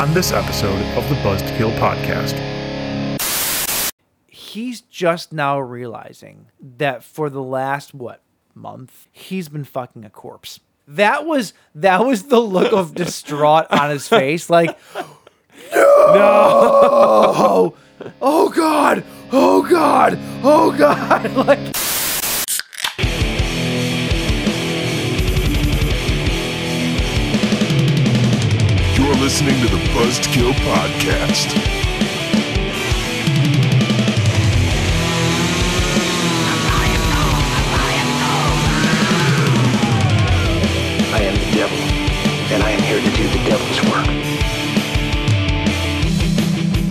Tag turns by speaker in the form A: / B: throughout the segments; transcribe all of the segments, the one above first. A: on this episode of the Buzzkill Podcast.
B: he's just now realizing that for the last what month he's been fucking a corpse that was that was the look of distraught on his face like no, no. oh god oh god oh god like
C: You're listening to the Buzzkill Podcast.
D: I am the devil, and I am here to do the devil's work.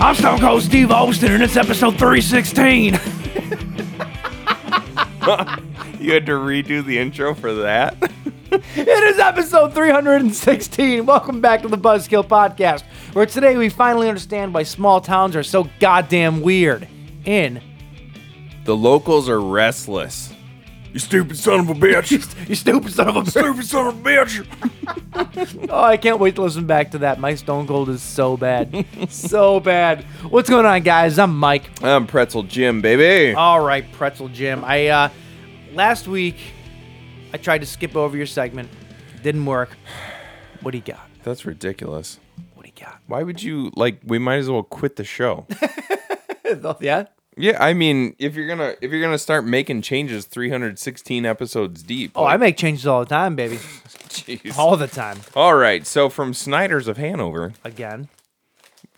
B: i'm stone cold steve austin and it's episode 316
E: You had to redo the intro for that?
B: It is episode 316. Welcome back to the Buzzkill Podcast, where today we finally understand why small towns are so goddamn weird. In
E: The locals are restless. You stupid son of a bitch.
B: you stupid son of a bitch.
E: stupid son of a bitch.
B: Oh, I can't wait to listen back to that. My Stone Cold is so bad. so bad. What's going on, guys? I'm Mike.
E: I'm Pretzel Jim, baby.
B: All right, Pretzel Jim. I, uh, last week, I tried to skip over your segment. Didn't work. What do you got?
E: That's ridiculous.
B: What do you got?
E: Why would you like we might as well quit the show?
B: Yeah?
E: yeah, I mean, if you're going to if you're going to start making changes 316 episodes deep.
B: Oh, I oh. make changes all the time, baby.
E: jeez.
B: All the time.
E: All right. So from Snyder's of Hanover,
B: Again.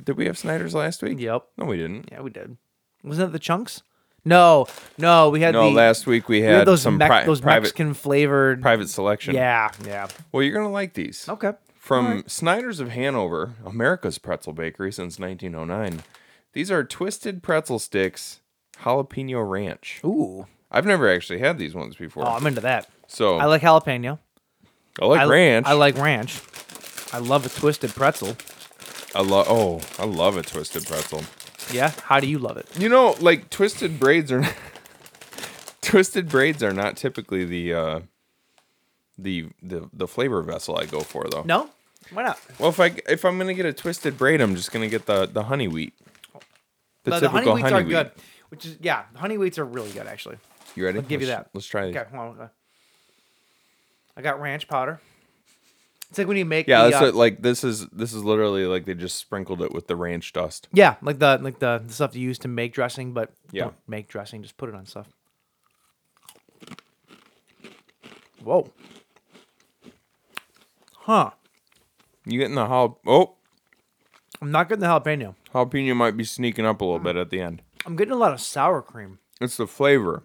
E: did we have Snyder's last week?
B: Yep.
E: No, we didn't.
B: Yeah, we did. Wasn't that the chunks? No, no, we had
E: No,
B: the,
E: last week we
B: we
E: had,
B: had those
E: some
B: Mex-
E: pri-
B: those
E: private
B: Mexican flavored.
E: private selection.
B: Yeah, yeah.
E: Well, you're going to like these.
B: Okay.
E: From Snyder's of Hanover, America's pretzel bakery since 1909. These are twisted pretzel sticks, jalapeno ranch.
B: Ooh,
E: I've never actually had these ones before.
B: oh, I'm into that.
E: so
B: I like jalapeno.
E: I Oh. like
B: I,
E: ranch.
B: I like ranch. I love a twisted pretzel.
E: I love. Oh, I love a twisted pretzel.
B: Yeah. How do you love it?
E: You know, like twisted braids are. twisted braids are not typically the. Uh, the, the the flavor vessel I go for though.
B: No. Why not?
E: Well, if I if I'm gonna get a twisted braid, I'm just gonna get the the honey wheat.
B: The, the honey wheats are good. Which is yeah, the honey wheats are really good actually.
E: You ready?
B: I'll give you
E: Let's-
B: that.
E: Let's try these.
B: Okay, hold on. I got ranch powder. It's like when you make
E: Yeah,
B: the,
E: that's
B: uh,
E: what, like this is this is literally like they just sprinkled it with the ranch dust.
B: Yeah, like the like the, the stuff you use to make dressing, but
E: Yeah.
B: don't make dressing, just put it on stuff. Whoa. Huh.
E: You getting the jal- oh
B: I'm not getting the jalapeno.
E: jalapeno might be sneaking up a little bit at the end.
B: I'm getting a lot of sour cream.
E: It's the flavor.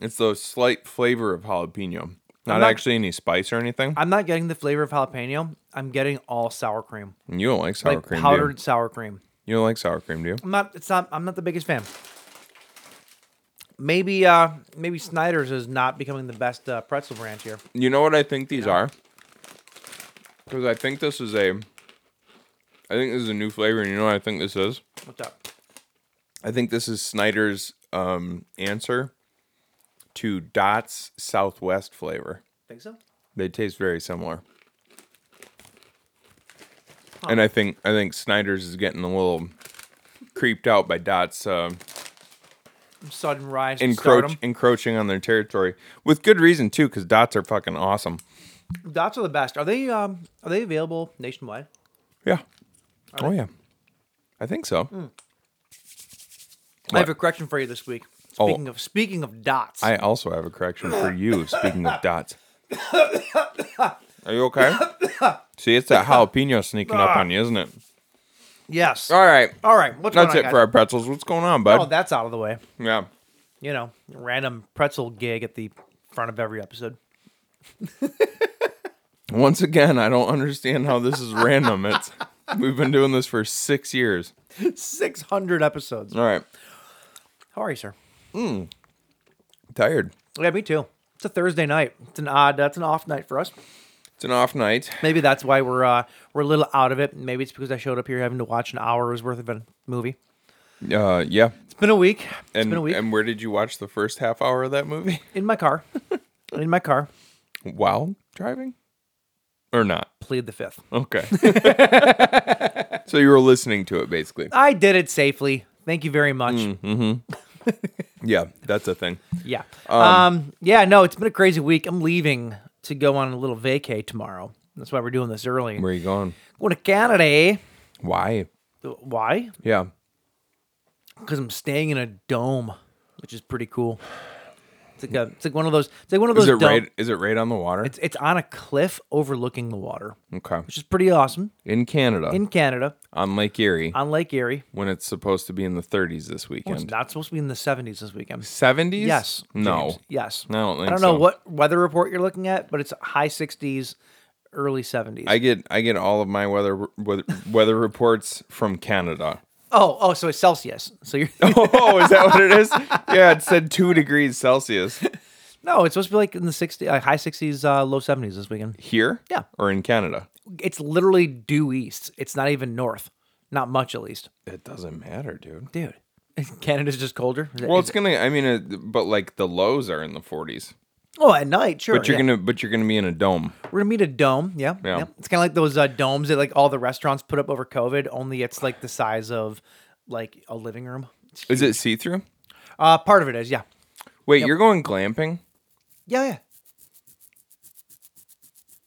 E: It's the slight flavor of jalapeno. Not,
B: not-
E: actually any spice or anything.
B: I'm not getting the flavor of jalapeno. I'm getting all sour cream.
E: you don't like sour
B: like
E: cream, do
B: powdered
E: you?
B: sour cream.
E: You don't like sour cream, do you?
B: I'm not it's not I'm not the biggest fan. Maybe uh maybe Snyder's is not becoming the best uh, pretzel brand here.
E: You know what I think these are? Because I think this is a. I think this is a new flavor, and you know what I think this is?
B: What's up?
E: I think this is Snyder's um, answer to Dot's Southwest flavor.
B: Think so?
E: They taste very similar. And I think I think Snyder's is getting a little creeped out by Dot's uh,
B: Sudden rise. to
E: encroach
B: stardom.
E: encroaching on their territory with good reason too, because Dots are fucking awesome.
B: Dots are the best. Are they um are they available nationwide?
E: Yeah. Oh yeah. I think so.
B: I have a correction for you this week.
E: Oh.
B: Speaking of speaking of dots,
E: I also have a correction for you. Speaking of Dots, are you okay? See, it's that jalapeno sneaking up on you, isn't it?
B: yes.
E: All right.
B: All right, what's
E: That's
B: going
E: it
B: on,
E: for
B: guys?
E: our pretzels. What's going on, bud?
B: Oh, that's out of the way.
E: yeah.
B: You know, random pretzel gig at the front of every episode.
E: Once again, I don't understand how this is random. It's we've been doing this for six years.
B: Six hundred episodes.
E: All right,
B: How are you, sir?
E: tired.
B: Yeah, me too. It's a Thursday night. It's an odd. That's an off night for us.
E: It's an off night.
B: Maybe that's why we're uh, we're a little out of it. Maybe it's because I showed up here having to watch an hour's worth of a movie.
E: Uh, yeah.
B: It's been a week. It's
E: And
B: been a week
E: and where did you watch the first half hour of that movie?
B: in my car. in my car.
E: While driving, or not?
B: Plead the fifth.
E: Okay. So you were listening to it basically.
B: I did it safely. Thank you very much.
E: Mm. Yeah, that's a thing.
B: Yeah. Um, yeah, no, it's been a crazy week. I'm leaving to go on a little vacay tomorrow. That's why we're doing this early.
E: Where are you going?
B: going to Canada. eh?
E: Why?
B: Why?
E: Yeah.
B: Because I'm staying in a dome, which is pretty cool. It's like, a, it's like one of those. It's like one of those.
E: Is it
B: dome-
E: right? Is it right on the water?
B: It's it's on a cliff overlooking the water,
E: okay.
B: which is pretty awesome
E: In Canada,
B: in Uh, Canada
E: on Lake Erie,
B: on Lake Erie.
E: when it's supposed to be in the 30s this
B: Well, it's
E: weekend.
B: not supposed to be in the 70s this weekend.
E: 70s?
B: Yes.
E: No.
B: James. Yes.
E: I don't think
B: I don't know
E: so.
B: what weather report you're looking at, but it's high 60s, early 70s.
E: I get I get all of my weather weather, weather reports from Canada.
B: oh, oh, so it's Celsius. So you're
E: Oh, is that what it is? Yeah, it said two degrees Celsius
B: no, it's supposed to be like in the 60s, uh, high 60s, uh, low 70s this weekend.
E: here.
B: Yeah.
E: or in Canada.
B: It's literally due east. It's not even north. Not much, at least.
E: It doesn't matter, dude.
B: Dude, Canada's just colder. Is it-
E: Well,
B: is
E: it's gonna. I mean, uh, but like the lows are in the 40s.
B: it- oh, at night, sure.
E: But you're
B: yeah.
E: gonna. But you're gonna be in a dome.
B: We're gonna meet a dome. Yeah,
E: Yeah.
B: It's kind of like those uh, domes that like all the restaurants put up over COVID. Only it's like the size of like a living room.
E: Is it see through?
B: Uh, part of it is yeah,
E: Wait, you're going glamping?
B: yeah, yeah.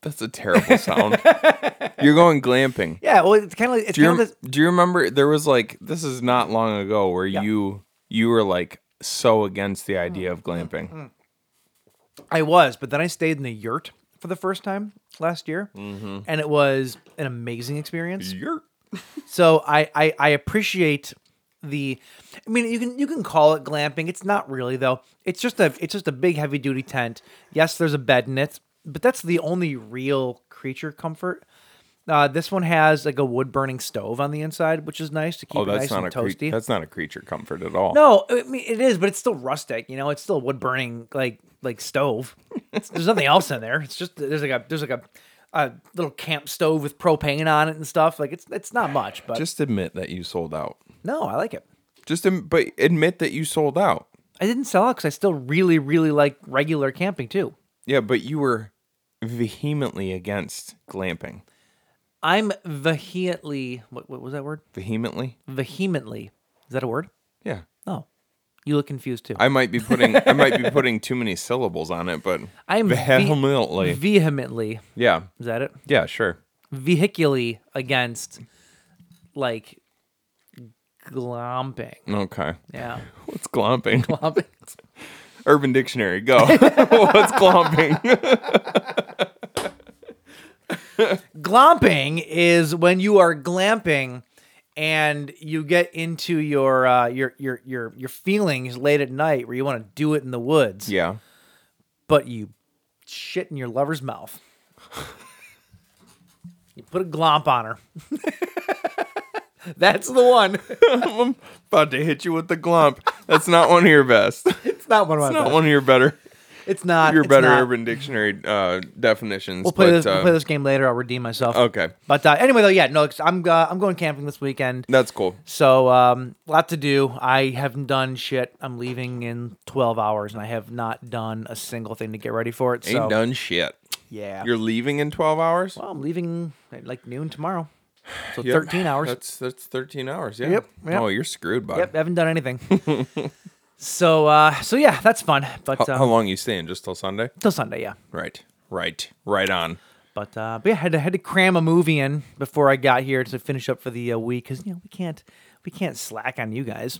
E: That's a terrible sound. you're going glamping.
B: Yeah, well, it's kind of like it's
E: Do you,
B: kind
E: rem-
B: of
E: do you remember there was like this is not long ago where you you were like so against the idea
B: Mm,
E: of glamping.
B: I was, but then I stayed in the yurt for the first time last year,
E: Mm-hmm.
B: and it was an amazing experience.
E: You're-
B: So I, I I appreciate the. I mean, you can you can call it glamping. It's not really though. It's just a it's just a big heavy duty tent. Yes, there's a bed in it, but that's the only real creature comfort. Uh, this one has like a wood burning stove on the inside, which is nice to keep
E: Oh,
B: it
E: that's
B: nice
E: not a
B: and
E: crea-
B: toasty.
E: that's not a creature comfort at all.
B: No, I mean it is, but it's still rustic. You know, it's still a wood burning like like stove. It's- there's nothing else in there. It's just there's like a there's like a, a little camp stove with propane on it and stuff. Like it's it's not much, but
E: Just admit that you sold out.
B: no, I like it.
E: Just am- but admit that you sold out.
B: I didn't sell out because I still really really like regular camping too.
E: Yeah, but you were vehemently against glamping.
B: I'm vehemently what what was that word?
E: Vehemently?
B: Mm. Vehemently is that a word?
E: Yeah.
B: No, you look confused too.
E: I might be putting I might be putting too many syllables on it, but
B: I'm ve-
E: vehemently.
B: vehemently
E: yeah.
B: is that it?
E: Yeah, sure.
B: Vehicularly against like glomping.
E: Okay.
B: Yeah.
E: What's glomping?
B: Glomping.
E: Urban Dictionary, go. What's glomping?
B: Glomping is when you are glamping and you get into your uh, your your your your feelings late at night where you want to do it in the woods,
E: yeah.
B: but you shit in your lover's mouth. you put a glomp on her. That's the one.
E: About to hit you with the glomp. That's not one of your best. It's
B: It's not one of my
E: not
B: best.
E: one of your better
B: It's not.
E: your
B: it's
E: better
B: not.
E: urban dictionary uh, definitions.
B: We'll play
E: but,
B: this. we'll
E: uh,
B: play this game later. I'll redeem myself.
E: Okay.
B: But uh, anyway, though, yeah, no, it's- I'm uh, I'm going camping this weekend.
E: That's cool.
B: So, um, lot to do. I haven't done shit. I'm leaving in 12 hours, and I have not done a single thing to get ready for it. So,
E: Ain't done shit.
B: yeah.
E: You're leaving in 12 hours?
B: well, I'm leaving at like noon tomorrow. So,
E: Yep.
B: 13 hours.
E: That's that's 13 hours, yeah.
B: Yep, yep.
E: Oh, you're screwed, bud.
B: Yep, haven't done anything. so, uh, so yeah, that's fun. But
E: How,
B: um,
E: how long you staying? Just till Sunday?
B: till Sunday, yeah.
E: Right. Right. Right on.
B: But, uh, but yeah, had to had to cram a movie in before I got here to finish up for the uh, week because you know we can't we can't slack on you guys.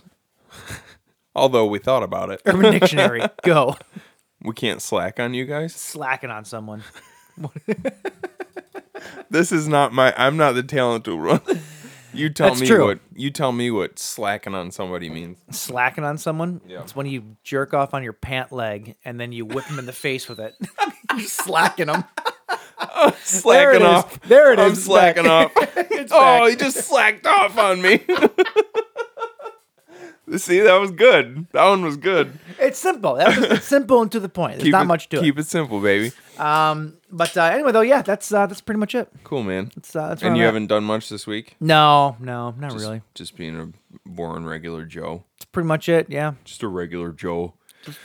E: Although we thought about it.
B: Urban Dictionary, go
E: We can't slack on you guys.
B: slacking on someone.
E: This is not my I'm not the talent to run. You tell
B: That's
E: me
B: true.
E: what you tell me what slacking on somebody means.
B: slacking on someone.
E: Yeah.
B: It's when you jerk off on your pant leg and then you whip them in the face with it. You're slacking them.
E: Slacking
B: it is.
E: off.
B: There it
E: I'm
B: is.
E: slacking off. oh,
B: back.
E: he just slacked off on me. See, that was good. That one was good.
B: It's simple. That's just- it's simple and to the point. There's
E: Keep
B: not
E: it,
B: much to
E: keep
B: it.
E: it simple, baby.
B: But uh, anyway, though, yeah, that's uh, that's pretty much it.
E: Cool, man.
B: That's, uh, that's where
E: and
B: I'm
E: you
B: at.
E: haven't done much this week.
B: No, no, not
E: Just-
B: really.
E: Just being a boring regular Joe.
B: That's pretty much it. Yeah,
E: Just a regular Joe.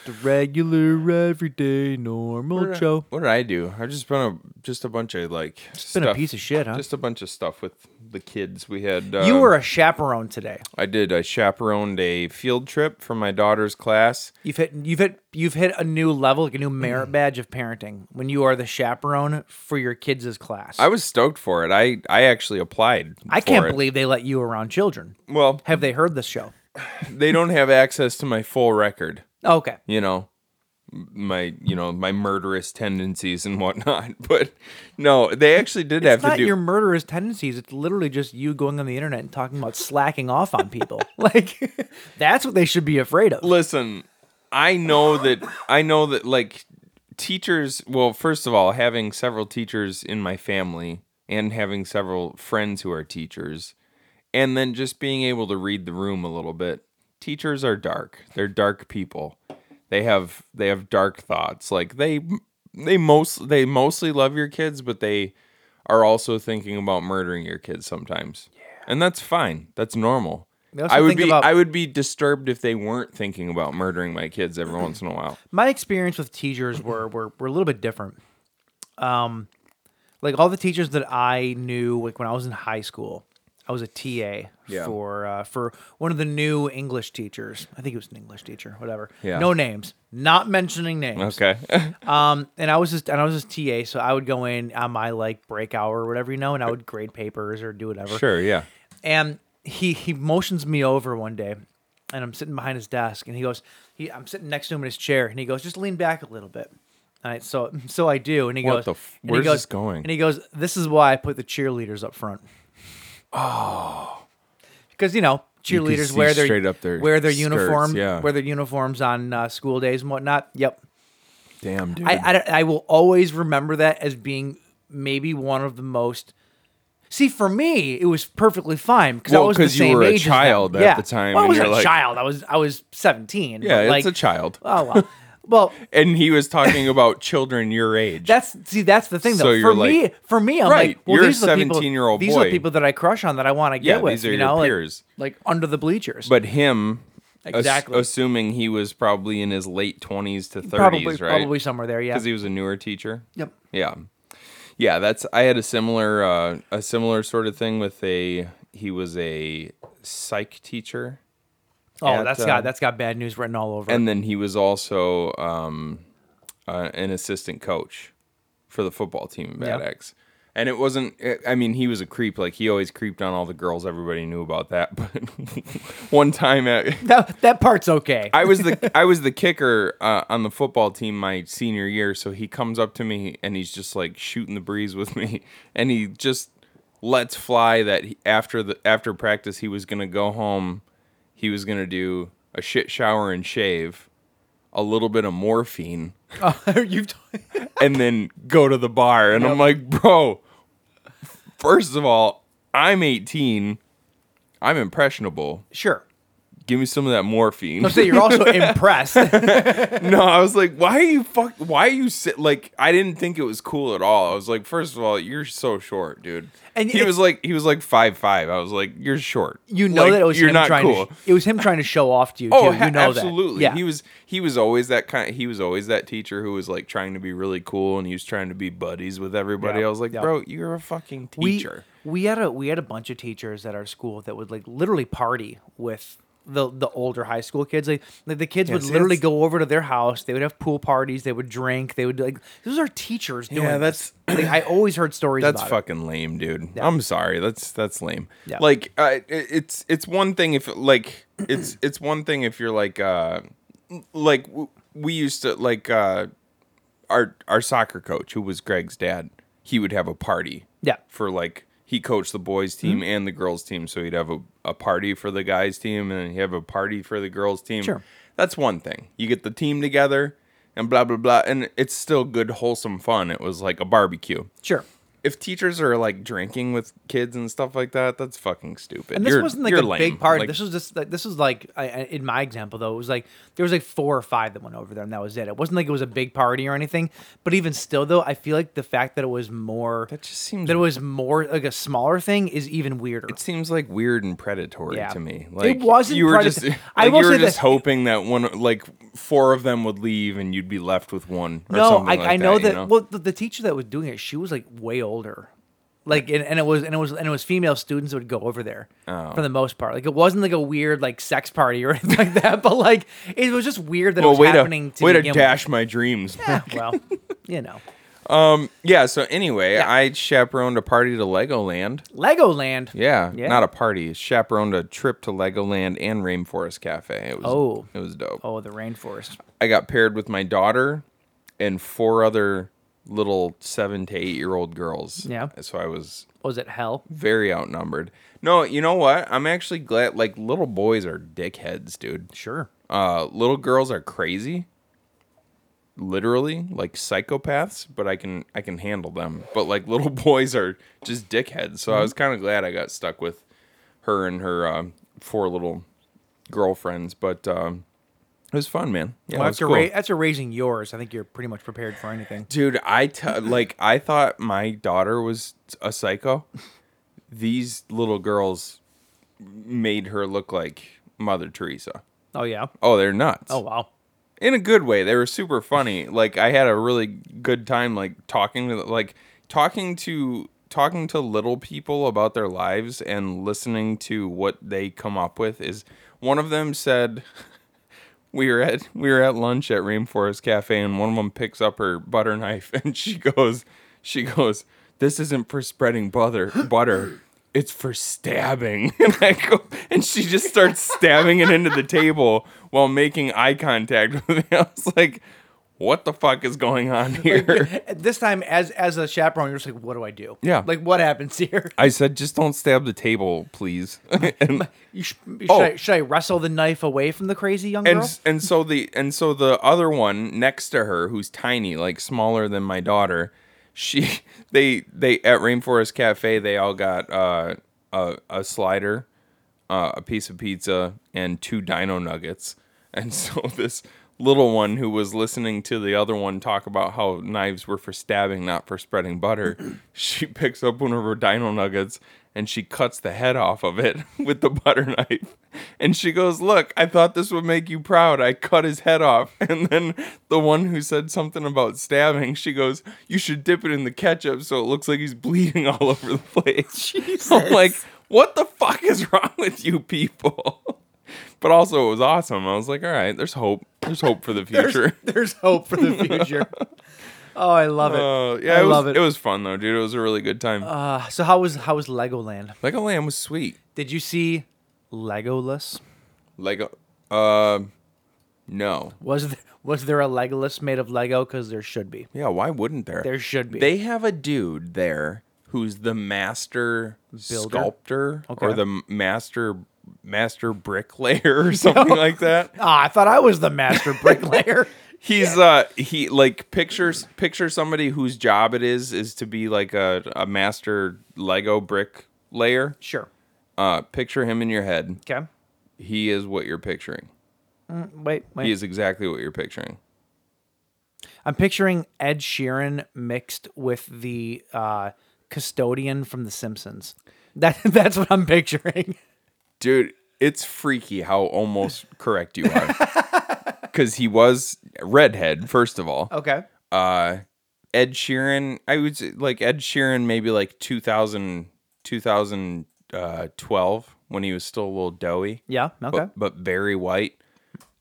B: the regular, everyday, normal show.
E: What did I do? I've just been a just a bunch of like.
B: Been a piece of shit, huh?
E: Just a bunch of stuff with the kids. We had uh,
B: you were a chaperone today.
E: I did. I chaperoned a field trip for my daughter's class.
B: You've hit you've hit you've hit a new level, like a new merit badge of parenting when you are the chaperone for your kids' class.
E: I was stoked for it. I I actually applied.
B: I
E: for
B: can't
E: it.
B: believe they let you around children.
E: Well,
B: Have they heard this show?
E: they don't have access to my full record.
B: Okay.
E: You know, my you know my murderous tendencies and whatnot. But no, they actually did have
B: It's not
E: to do.
B: your murderous tendencies. It's literally just you going on the internet and talking about slacking off on people. like that's what they should be afraid of.
E: Listen, I know that I know that like teachers. Well, first of all, having several teachers in my family and having several friends who are teachers, and then just being able to read the room a little bit. Teachers are dark. They're dark people. They have they have dark thoughts. Like they they most they mostly love your kids, but they are also thinking about murdering your kids sometimes. And that's fine. That's normal.
B: They also
E: I would
B: think
E: be
B: about-
E: I would be disturbed if they weren't thinking about murdering my kids every once in a while.
B: my experience with teachers were were, were a little bit different. Um, like all the teachers that I knew, like when I was in high school, I was a TA
E: Yeah.
B: for uh, for one of the new English teachers. I think it was an English teacher, whatever.
E: Yeah.
B: No names, not mentioning names.
E: Okay.
B: Um, and I was just and I was just TA, so I would go in on my like break hour or whatever you know, and I would grade papers or do whatever.
E: sure, yeah.
B: And he he motions me over one day, and I'm sitting behind his desk, and he goes, he, I'm sitting next to him in his chair, and he goes, just lean back a little bit. All right, so so I do, and he
E: What
B: goes,
E: the f-
B: and he
E: where's
B: goes,
E: this going?
B: And he goes, this is why I put the cheerleaders up front. Oh, because you know
E: Oh. can
B: cheerleaders
E: see
B: wear their
E: straight up their
B: wear their
E: skirts,
B: uniform,
E: yeah.
B: wear their uniforms on uh, school days and whatnot. Yep,
E: Damn, dude.
B: I, I, don't- I will always remember that as being maybe one of the most. See, for me, it was perfectly fine because I
E: Well,
B: was the
E: 'cause you
B: same
E: were a
B: age as them.
E: child at
B: Yeah.
E: the time,
B: Well, I
E: and
B: was
E: you're
B: a
E: like-
B: child. I was I was seventeen.
E: yeah,
B: but, like,
E: it's a child.
B: Oh well, well
E: and he was talking about children your age.
B: that's see that's the thing though.
E: So you're
B: for me,
E: like-
B: for me, I'm
E: Right,
B: like, well,
E: you're a
B: these are the people-
E: 17-year-old
B: These are the
E: boy.
B: people that I crush on that I want to
E: yeah,
B: get with.
E: these are
B: you
E: your
B: know, like-
E: peers.
B: like, under the bleachers.
E: But him, as-
B: Exactly.
E: assuming he was probably in his late twenties to thirties,
B: probably
E: right?
B: probably somewhere there. Yeah.
E: because he was a newer teacher.
B: Yep.
E: Yeah, yeah. That's I had a similar uh, a similar sort of thing with a he was a psych teacher,
B: oh,
E: at,
B: that's
E: uh,
B: got that's got bad news written all over. it.
E: and then he was also um, uh, an assistant coach for the football team at Bad
B: Yeah.
E: X. And it wasn't. eh, I mean, he was a creep. Like he always creeped on all the girls. Everybody knew about that. But one time at
B: that that part's okay.
E: I was the I was the kicker uh, on the football team my senior year. So he comes up to me and he's just like shooting the breeze with me, and he just lets fly that he, after the after practice he was gonna go home, he was gonna do a shit shower and shave, a little bit of morphine,
B: You've.
E: and then go to the bar. And I'm like, bro, first of all, I'm 18, I'm impressionable.
B: Sure.
E: Give me some of that morphine.
B: So you're also impressed.
E: No, I was like, why are you fuck? Why are you sit? Like, I didn't think it was cool at all. I was like, first of all, you're so short, dude.
B: And
E: And he
B: it-
E: was like, he was like five five. I was like, you're short.
B: You know
E: Like,
B: that it was
E: you're
B: him
E: not
B: trying
E: cool.
B: to sh- it was him trying to show off to you
E: oh,
B: too.
E: ha-
B: you know
E: absolutely.
B: that. Yeah.
E: He was he was always that kind. he was always that teacher who was like trying to be really cool and he was trying to be buddies with everybody.
B: Yeah,
E: I was like,
B: yeah.
E: bro, you're a fucking
B: we,
E: teacher.
B: we had a we had a bunch of teachers at our school that would like literally party with the the older high school kids. Like, like the kids would
E: Yes,
B: literally
E: yes.
B: go over to their house. They would have pool parties. They would drink. They would like those are teachers doing.
E: Yeah,
B: this. Like, I always heard stories.
E: That's
B: about it.
E: fucking lame, dude. I'm sorry. That's that's lame.
B: Yeah.
E: Like uh, it- it's it's one thing if like it's it's one thing if you're like uh like w- we used to like uh our our soccer coach who was Greg's dad, he would have a party.
B: Yeah. Hmm?
E: For like he coached the boys team and the girls team, so he'd have a, a party for the guys team and he'd have a party for the girls team.
B: Sure.
E: That's one thing. You get the team together and blah blah blah and it's still good wholesome fun. It was like a barbecue
B: Sure.
E: if teachers are like drinking with kids and stuff like that, that's fucking stupid.
B: And this
E: You're-
B: wasn't like
E: you're
B: a
E: lame.
B: big party.
E: Like,
B: this was just like this was like I, I- in my example though, it was like there was like four or five that went over there, and that was it. It wasn't like it was a big party or anything. But even still though, I feel like the fact that it was more
E: that just seems
B: that it was more like a smaller thing is even weirder.
E: it seems like weird and predatory
B: Yeah.
E: to me.
B: It
E: Like
B: wasn't
E: You were
B: predata-
E: just like,
B: I will
E: you were
B: say
E: just
B: that-
E: hoping that one like four of them would leave and you'd be left with one. Or
B: no,
E: something
B: I,
E: like
B: I know that.
E: you know?
B: Well, the, the teacher that was doing it, she was like way older. Like and, and it was and it was and it was female students that would go over there
E: Oh.
B: for the most part. Like it wasn't like a weird like sex party or anything like that, but like it was just weird that it
E: Well,
B: was
E: way to,
B: happening to
E: way to
B: begin with.
E: dash my dreams.
B: Yeah, well, you know.
E: Yeah. So anyway, I chaperoned a party to Legoland.
B: Legoland.
E: Yeah,
B: Yeah.
E: Not a party. Chaperoned a trip to Legoland and Rainforest Cafe. It was,
B: Oh.
E: It was dope.
B: Oh, the rainforest.
E: I got paired with my daughter and four other little seven to eight year old girls.
B: Yeah.
E: So I was
B: Was it hell?
E: very outnumbered. No, you know what? I'm actually glad. Like little boys are dickheads, dude.
B: Sure.
E: Uh, little girls are crazy, literally like psychopaths. But I can I can handle them. But like little boys are just dickheads. So
B: Mm-hmm.
E: I was kind of glad I got stuck with her and her uh, four little girlfriends. But um, it was fun, man. Yeah, it
B: well,
E: was
B: after
E: cool.
B: ra- after raising yours, I think you're pretty much prepared for anything.
E: Dude, I t- like I thought my daughter was a psycho. These little girls made her look like Mother Teresa.
B: Oh yeah.
E: Oh, they're nuts.
B: Oh wow.
E: in a good way. They were super funny. Like I had a really good time like talking to like talking to talking to little people about their lives and listening to what they come up with is one of them said we were at we were at lunch at Rainforest Cafe and one of them picks up her butter knife and she goes she goes this isn't for spreading butter butter it's for stabbing and I go and she just starts stabbing it into the table while making eye contact with me I was like what the fuck is going on here
B: At this time, as as a chaperone, you're just like, what do I do?
E: Yeah.
B: Like what happens here?
E: I said just don't stab the table please and,
B: You sh- should,
E: Oh.
B: I, should I wrestle the knife away from the crazy young
E: and
B: girl?
E: s- and so the and so the other one next to her who's tiny like smaller than my daughter she they they at rainforest cafe they all got uh a, a slider uh, a piece of pizza and two dino nuggets and so this little one who was listening to the other one talk about how knives were for stabbing not for spreading butter she picks up one of her dino nuggets and she cuts the head off of it with the butter knife and she goes look i thought this would make you proud i cut his head off and then the one who said something about stabbing she goes you should dip it in the ketchup so it looks like he's bleeding all over the place i'm like what the fuck is wrong with you people but also it was awesome i was like all right there's hope there's hope for the future
B: There's hope for the future. oh, I love it.
E: Uh, yeah
B: I
E: it was,
B: love it. Uh, Ah,
E: it was fun though dude it was a really good time
B: so how was how was Legoland?
E: legoland was sweet
B: Did you see Legolas?
E: lego uh no
B: Was there, was there a Legolas made of Lego? Because there should be.
E: Yeah, why wouldn't there?
B: There should be.
E: They have a dude there who's the master sculptor or
B: Okay.
E: the m- master master bricklayer or something like that.
B: Ah, I thought I was the master bricklayer.
E: He's uh he like picture picture somebody whose job it is is to be like a, a master Lego brick layer.
B: sure.
E: Uh picture him in your head.
B: Okay.
E: He is what you're picturing.
B: Wait, wait.
E: He is exactly what you're picturing.
B: I'm picturing Ed Sheeran mixed with the uh, custodian from The Simpsons. That that's what I'm picturing.
E: Dude, it's freaky how almost correct you are. Because he was redhead, first of all.
B: Okay.
E: Uh, Ed Sheeran, I would say, like Ed Sheeran, maybe like 2000, 2012 uh, when he was still a little doughy.
B: Yeah. Okay.
E: But, but very white.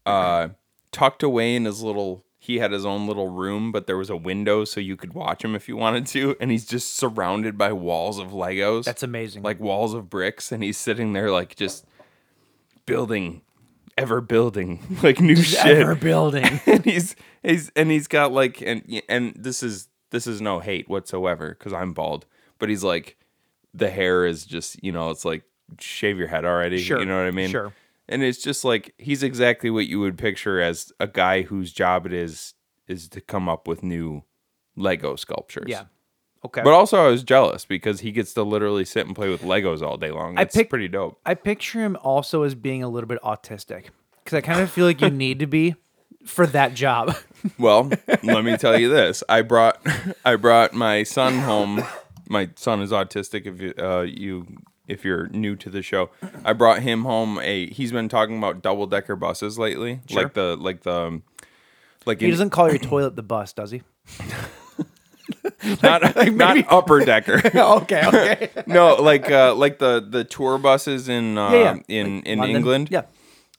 E: Uh, tucked away in his little, he had his own little room, but there was a window so you could watch him if you wanted to. And he's just surrounded by walls of Legos
B: That's amazing.
E: like walls of bricks and he's sitting there like just building ever building like new shit
B: ever building.
E: and he's he's and he's got like and and this is this is no hate whatsoever cuz I'm bald but he's like the hair is just you know it's like shave your head already
B: Sure,
E: you know what I mean
B: sure.
E: and it's just like he's exactly what you would picture as a guy whose job it is is to come up with new Lego sculptures
B: yeah. Okay.
E: but also, I was jealous because he gets to literally sit and play with Legos all day long.
B: I
E: It's
B: pick-
E: pretty dope.
B: I picture him also as being a little bit autistic because I kind of feel like you need to be for that job.
E: Well, let me tell you this: I brought, I brought my son home. My son is autistic. If you, uh, you, if you're new to the show, I brought him home. A he's been talking about double decker buses lately, like the like the um, like
B: He doesn't call your toilet the bus, does he?
E: not not upper decker.
B: okay, okay.
E: no, like uh, like the the tour buses in uh,
B: Yeah, yeah.
E: in in
B: London.
E: England.
B: Yeah.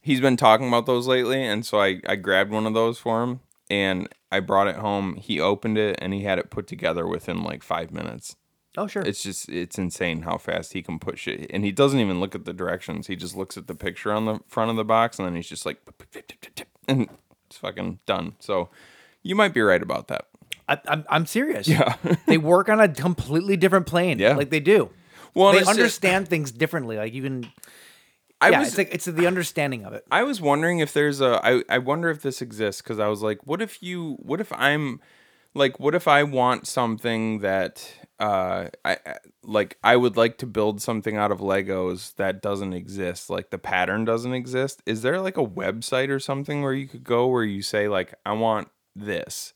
E: he's been talking about those lately, and so I I grabbed one of those for him, and I brought it home. He opened it, and he had it put together within like five minutes.
B: Oh sure.
E: It's just it's insane how fast he can push it, and he doesn't even look at the directions. He just looks at the picture on the front of the box, and then he's just like, and it's fucking done. So you might be right about that.
B: I, I'm, I'm serious. Yeah. they work on a completely different plane.
E: Yeah.
B: Like they do.
E: Well,
B: they
E: it's-
B: understand things differently. Like you can.
E: I
B: yeah,
E: was
B: it's like it's the understanding of it.
E: I was wondering if there's a I, I wonder if this exists because I was like, what if you what if I'm like what if I want something that uh I I- like I would like to build something out of Legos that doesn't exist, like the pattern doesn't exist. Is there like a website or something where you could go where you say like I want this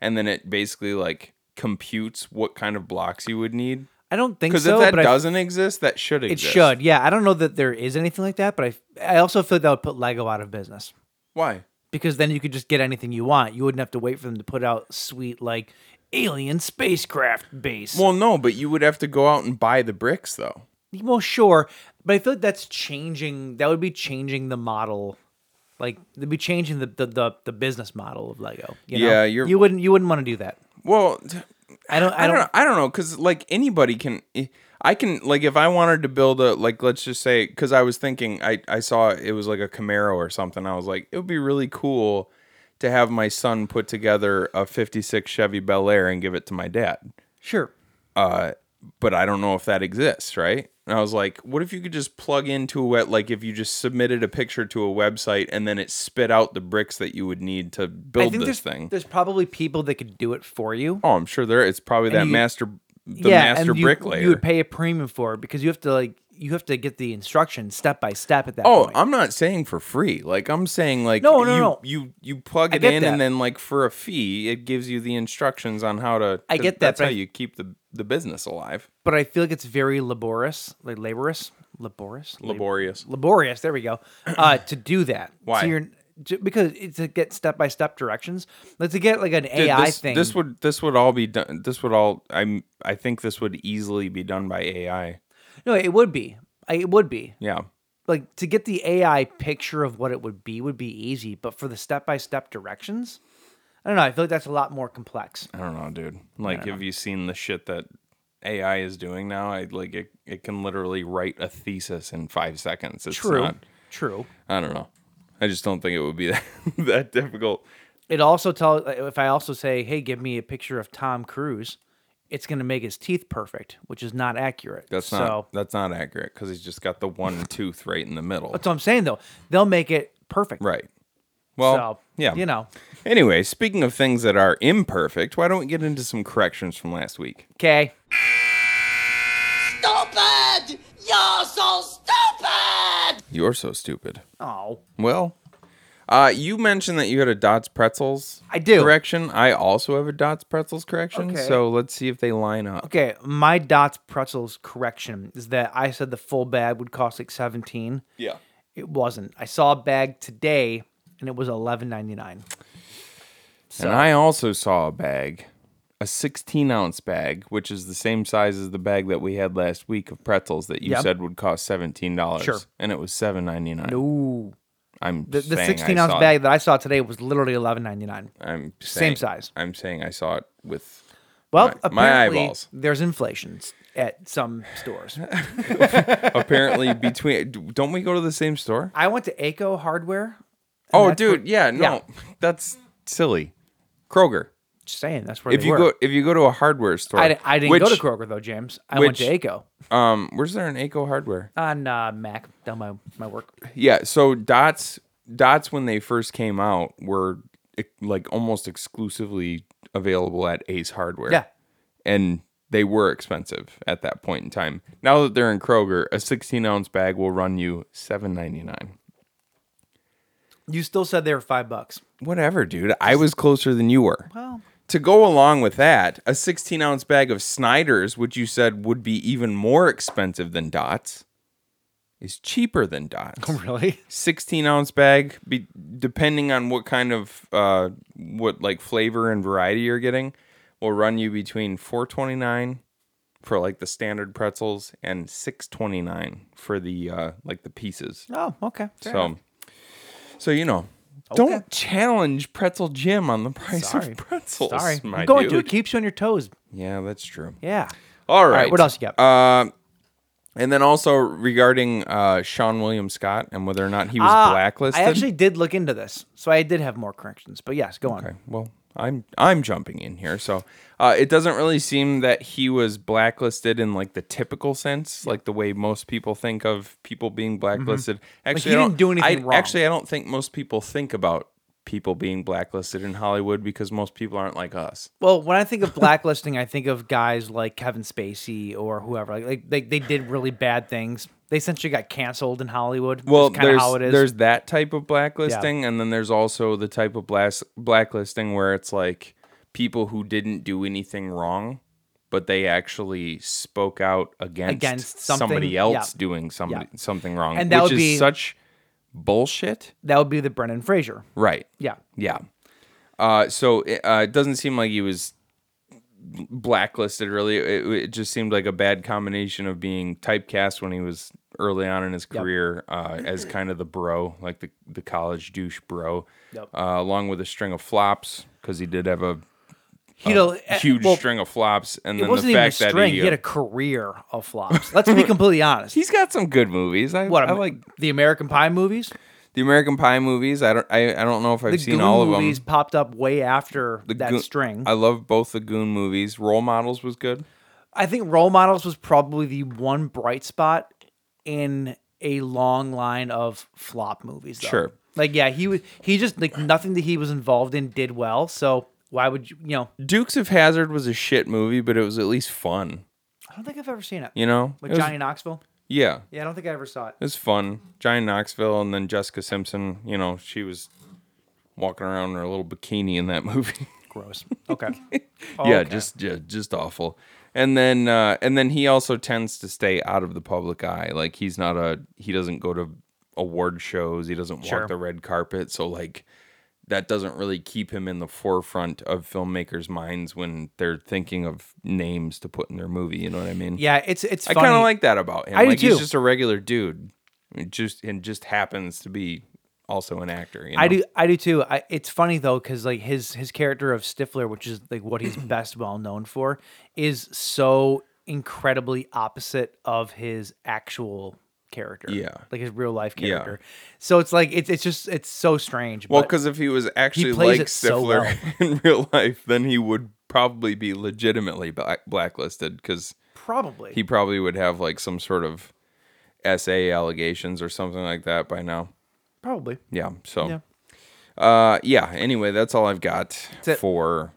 E: and then it basically like computes what kind of blocks you would need?
B: I don't think
E: Because
B: so.
E: if that
B: but I-
E: doesn't exist, that should
B: it
E: exist.
B: should. Yeah. I don't know that there is anything like that, but I I also feel that would put Lego out of business
E: Why?
B: because then you could just get anything you want. You wouldn't have to wait for them to put out sweet like alien spacecraft base.
E: Well, no, but you would have to go out and buy the bricks though.
B: Well, sure, but I feel like that's changing. That would be changing the model. Like they'd be changing the the, the, the business model of Lego. You know?
E: Yeah, you're-
B: you wouldn't you wouldn't want to do that.
E: Well, t-
B: I don't. I,
E: I
B: don't.
E: don't, know- I don't know because like anybody can. eh, I can like if I wanted to build a like let's just say because I was thinking I I saw it was like a Camaro or something. I was like it would be really cool to have my son put together a '56 Chevy Bel Air and give it to my dad.
B: Sure.
E: Uh, but I don't know if that exists, right? And I was like, what if you could just plug into what like if you just submitted a picture to a website and then it spit out the bricks that you would need to
B: I
E: build
B: think
E: this
B: there's
E: thing?
B: there's probably people that could do it for you.
E: Oh, I'm sure there. It's probably that
B: you-
E: master, the master
B: and you-
E: bricklayer.
B: You would pay a premium for it because you have to like you have to get the instructions step by step at that.
E: Oh,
B: point.
E: I'm not saying for free. Like I'm saying, like
B: No, no,
E: you,
B: no.
E: You you plug
B: I
E: it
B: get
E: in,
B: that.
E: and then like for a fee, it gives you the instructions on how to.
B: I
E: 'cause
B: get that,
E: That's
B: but
E: how
B: I-
E: you keep the the business alive.
B: but I feel like it's very laborious, like laborious, laborious, lab-
E: Laborious.
B: laborious. There we go. Uh, to do that,
E: Why?
B: So you're ju- because it's to get step by step directions. Like to get like an
E: Dude,
B: AI
E: this,
B: thing.
E: This would this would all be done. This would all. I'm. I think this would easily be done by AI.
B: no, it would be. I, it would be
E: Yeah.
B: like to get the AI picture of what it would be would be easy, but for the step by step directions, I don't know. I feel like that's a lot more complex.
E: I don't know, dude. Like, have you seen the shit that AI is doing now? I like it. It can literally write a thesis in five seconds. It's
B: True.
E: Not,
B: True.
E: I don't know. I just don't think it would be that, that difficult.
B: It also tells if I also say, "Hey, give me a picture of Tom Cruise," it's going to make his teeth perfect, which is not accurate.
E: That's
B: so,
E: not that's not accurate because he's just got the one tooth right in the middle.
B: That's what I'm saying though. They'll make it perfect.
E: Right. Well,
B: so
E: yeah.
B: You know.
E: Anyway, speaking of things that are imperfect, why don't we get into some corrections from last week?
B: Okay.
F: stupid! You're so stupid!
E: You're so stupid.
B: Oh.
E: Well, uh, you mentioned that you had a Dots Pretzels.
B: I do.
E: Correction. I also have a Dots Pretzels correction.
B: Okay.
E: So let's see if they line up.
B: Okay. My Dots Pretzels correction is that I said the full bag would cost like 17.
E: Yeah.
B: It wasn't. I saw a bag today and it was 11.99.
E: And I also saw a bag, a 16 ounce bag, which is the same size as the bag that we had last week of pretzels that you
B: Yep.
E: said would cost $17.
B: Sure.
E: And it was $7.99.
B: Ooh.
E: I'm
B: The, the
E: saying I
B: 16 ounce
E: saw
B: bag
E: it.
B: that I saw today was literally 11.99.
E: I'm
B: same
E: saying-
B: size.
E: I'm saying I saw it with.
B: Well,
E: My-
B: apparently
E: my eyeballs.
B: there's inflation at some stores.
E: Apparently, between. Don't we go to the same store?
B: I went to Aco Hardware.
E: Oh,
B: that's
E: dude.
B: what-
E: yeah. No, that's silly. Kroger.
B: Just saying, that's where
E: If
B: they
E: you
B: were.
E: go, if you go to a hardware store,
B: I, di- I didn't go to
E: which-
B: Kroger though, James. I went to
E: which-
B: Aco
E: Um, where's there an Aco Hardware?
B: on uh, Mac, done my, my work.
E: Yeah, so dots dots when they first came out were eh, like almost exclusively available at Ace Hardware.
B: Yeah.
E: And they were expensive at that point in time. Now that they're in Kroger, a 16 ounce bag will run you 7.99.
B: You still said they were five bucks.
E: Whatever, dude. I was closer than you were.
B: Well,
E: to go along with that, a 16 ounce bag of Snyder's, which you said would be even more expensive than Dots, is cheaper than Dots.
B: really?
E: 16 ounce bag be, depending on what kind of uh what like flavor and variety you're getting will run you between 429 for like the standard pretzels and 629 for the uh like the pieces.
B: Oh, okay. fair
E: so
B: enough.
E: So you know, don't challenge Pretzel Jim on the price
B: Sorry.
E: of pretzels.
B: sorry,
E: my
B: I'm going to.
E: dude.
B: It keeps you on your toes.
E: Yeah, that's true.
B: Yeah. All
E: All right. Uh,
B: right. What else you got?
E: And then also regarding uh, Sean William Scott and whether or not he was
B: Ah,
E: blacklisted.
B: I actually did look into this, so I did have more corrections. But yes, go on.
E: Okay, well, I'm I'm jumping in here. So uh, it doesn't really seem that he was blacklisted in like the typical sense, like the way most people think of people being blacklisted. Actually,
B: Mm-hmm. he
E: I don't-
B: didn't do anything
E: I-
B: wrong.
E: Actually, I don't think most people think about people being blacklisted in Hollywood because most people aren't like us.
B: Well, when I think of blacklisting, I think of guys like Kevin Spacey or whoever. Like, like they, they did really bad things. They essentially got canceled in Hollywood.
E: Well,
B: kind
E: there's
B: of how it is.
E: there's that type of blacklisting, and then there's also the type of blast, blacklisting where it's like people who didn't do anything wrong, but they actually spoke out against,
B: Against
E: somebody
B: something,
E: else
B: yeah.
E: doing somebody,
B: Yeah.
E: something wrong,
B: And that
E: which
B: would
E: is
B: be-
E: such bullshit,
B: that would be the Brendan Fraser.
E: right?
B: Yeah.
E: Yeah. Uh, so it, uh, it doesn't seem like he was blacklisted really. It, it just seemed like a bad combination of being typecast when he was early on in his career uh, as kind of the bro, like the, the college douche bro,
B: Yep.
E: uh, along with a string of flops because he did have a
B: He know,
E: huge
B: Eh, well,
E: string of flops. And
B: It
E: then
B: wasn't
E: the
B: even a
E: fact that
B: string.
E: he, uh,
B: He had a career of flops. Let's be completely honest.
E: has got some good movies. I,
B: what
E: I like
B: the American Pie movies.
E: the American Pie movies. I don't I, I don't know if I've
B: The
E: seen
B: Goon
E: all of them.
B: movies popped up way after
E: The
B: that
E: Goon-
B: string.
E: I love both the Goon movies. Role Models was good.
B: I think role models was probably the one bright spot in a long line of flop movies. Though.
E: Sure.
B: Like yeah, he was he just like nothing that he was involved in did well. So why would you you know?
E: Dukes of Hazard was a shit movie, but it was at least fun.
B: I don't think I've ever seen it.
E: You know,
B: like
E: It was-
B: Johnny Knoxville.
E: Yeah, it
B: Yeah, I don't think I ever saw it.
E: was fun. Johnny Knoxville, and then Jessica Simpson. You know, she was walking around in her little bikini in that movie.
B: Gross. Okay.
E: yeah,
B: Oh, Okay.
E: just yeah, just awful. And then uh, and then he also tends to stay out of the public eye. Like he's not a he doesn't go to award shows. He doesn't
B: Sure.
E: walk the red carpet. So like that doesn't really keep him in the forefront of filmmakers' minds when they're thinking of names to put in their movie. You know what I mean?
B: Yeah, it's it's.
E: I
B: funny.
E: kind of like that about him.
B: I do
E: like he's
B: too.
E: just a regular dude, It just and just happens to be also an actor. You know?
B: I do. I do too. I, it's funny though, because like his his character of Stifler, which is like what he's best well known for, is so incredibly opposite of his actual character.
E: Yeah.
B: like his real life character. So it's like it's it's just it's so strange.
E: Well,
B: but-
E: because if he was actually
B: plays
E: like
B: it so
E: Stifler
B: well.
E: in real life, then he would probably be legitimately black- blacklisted because
B: probably
E: he probably would have like some sort of SA allegations or something like that by now.
B: probably
E: Yeah. So,
B: Yeah.
E: Uh, yeah. Anyway, that's all I've got
B: it.
E: for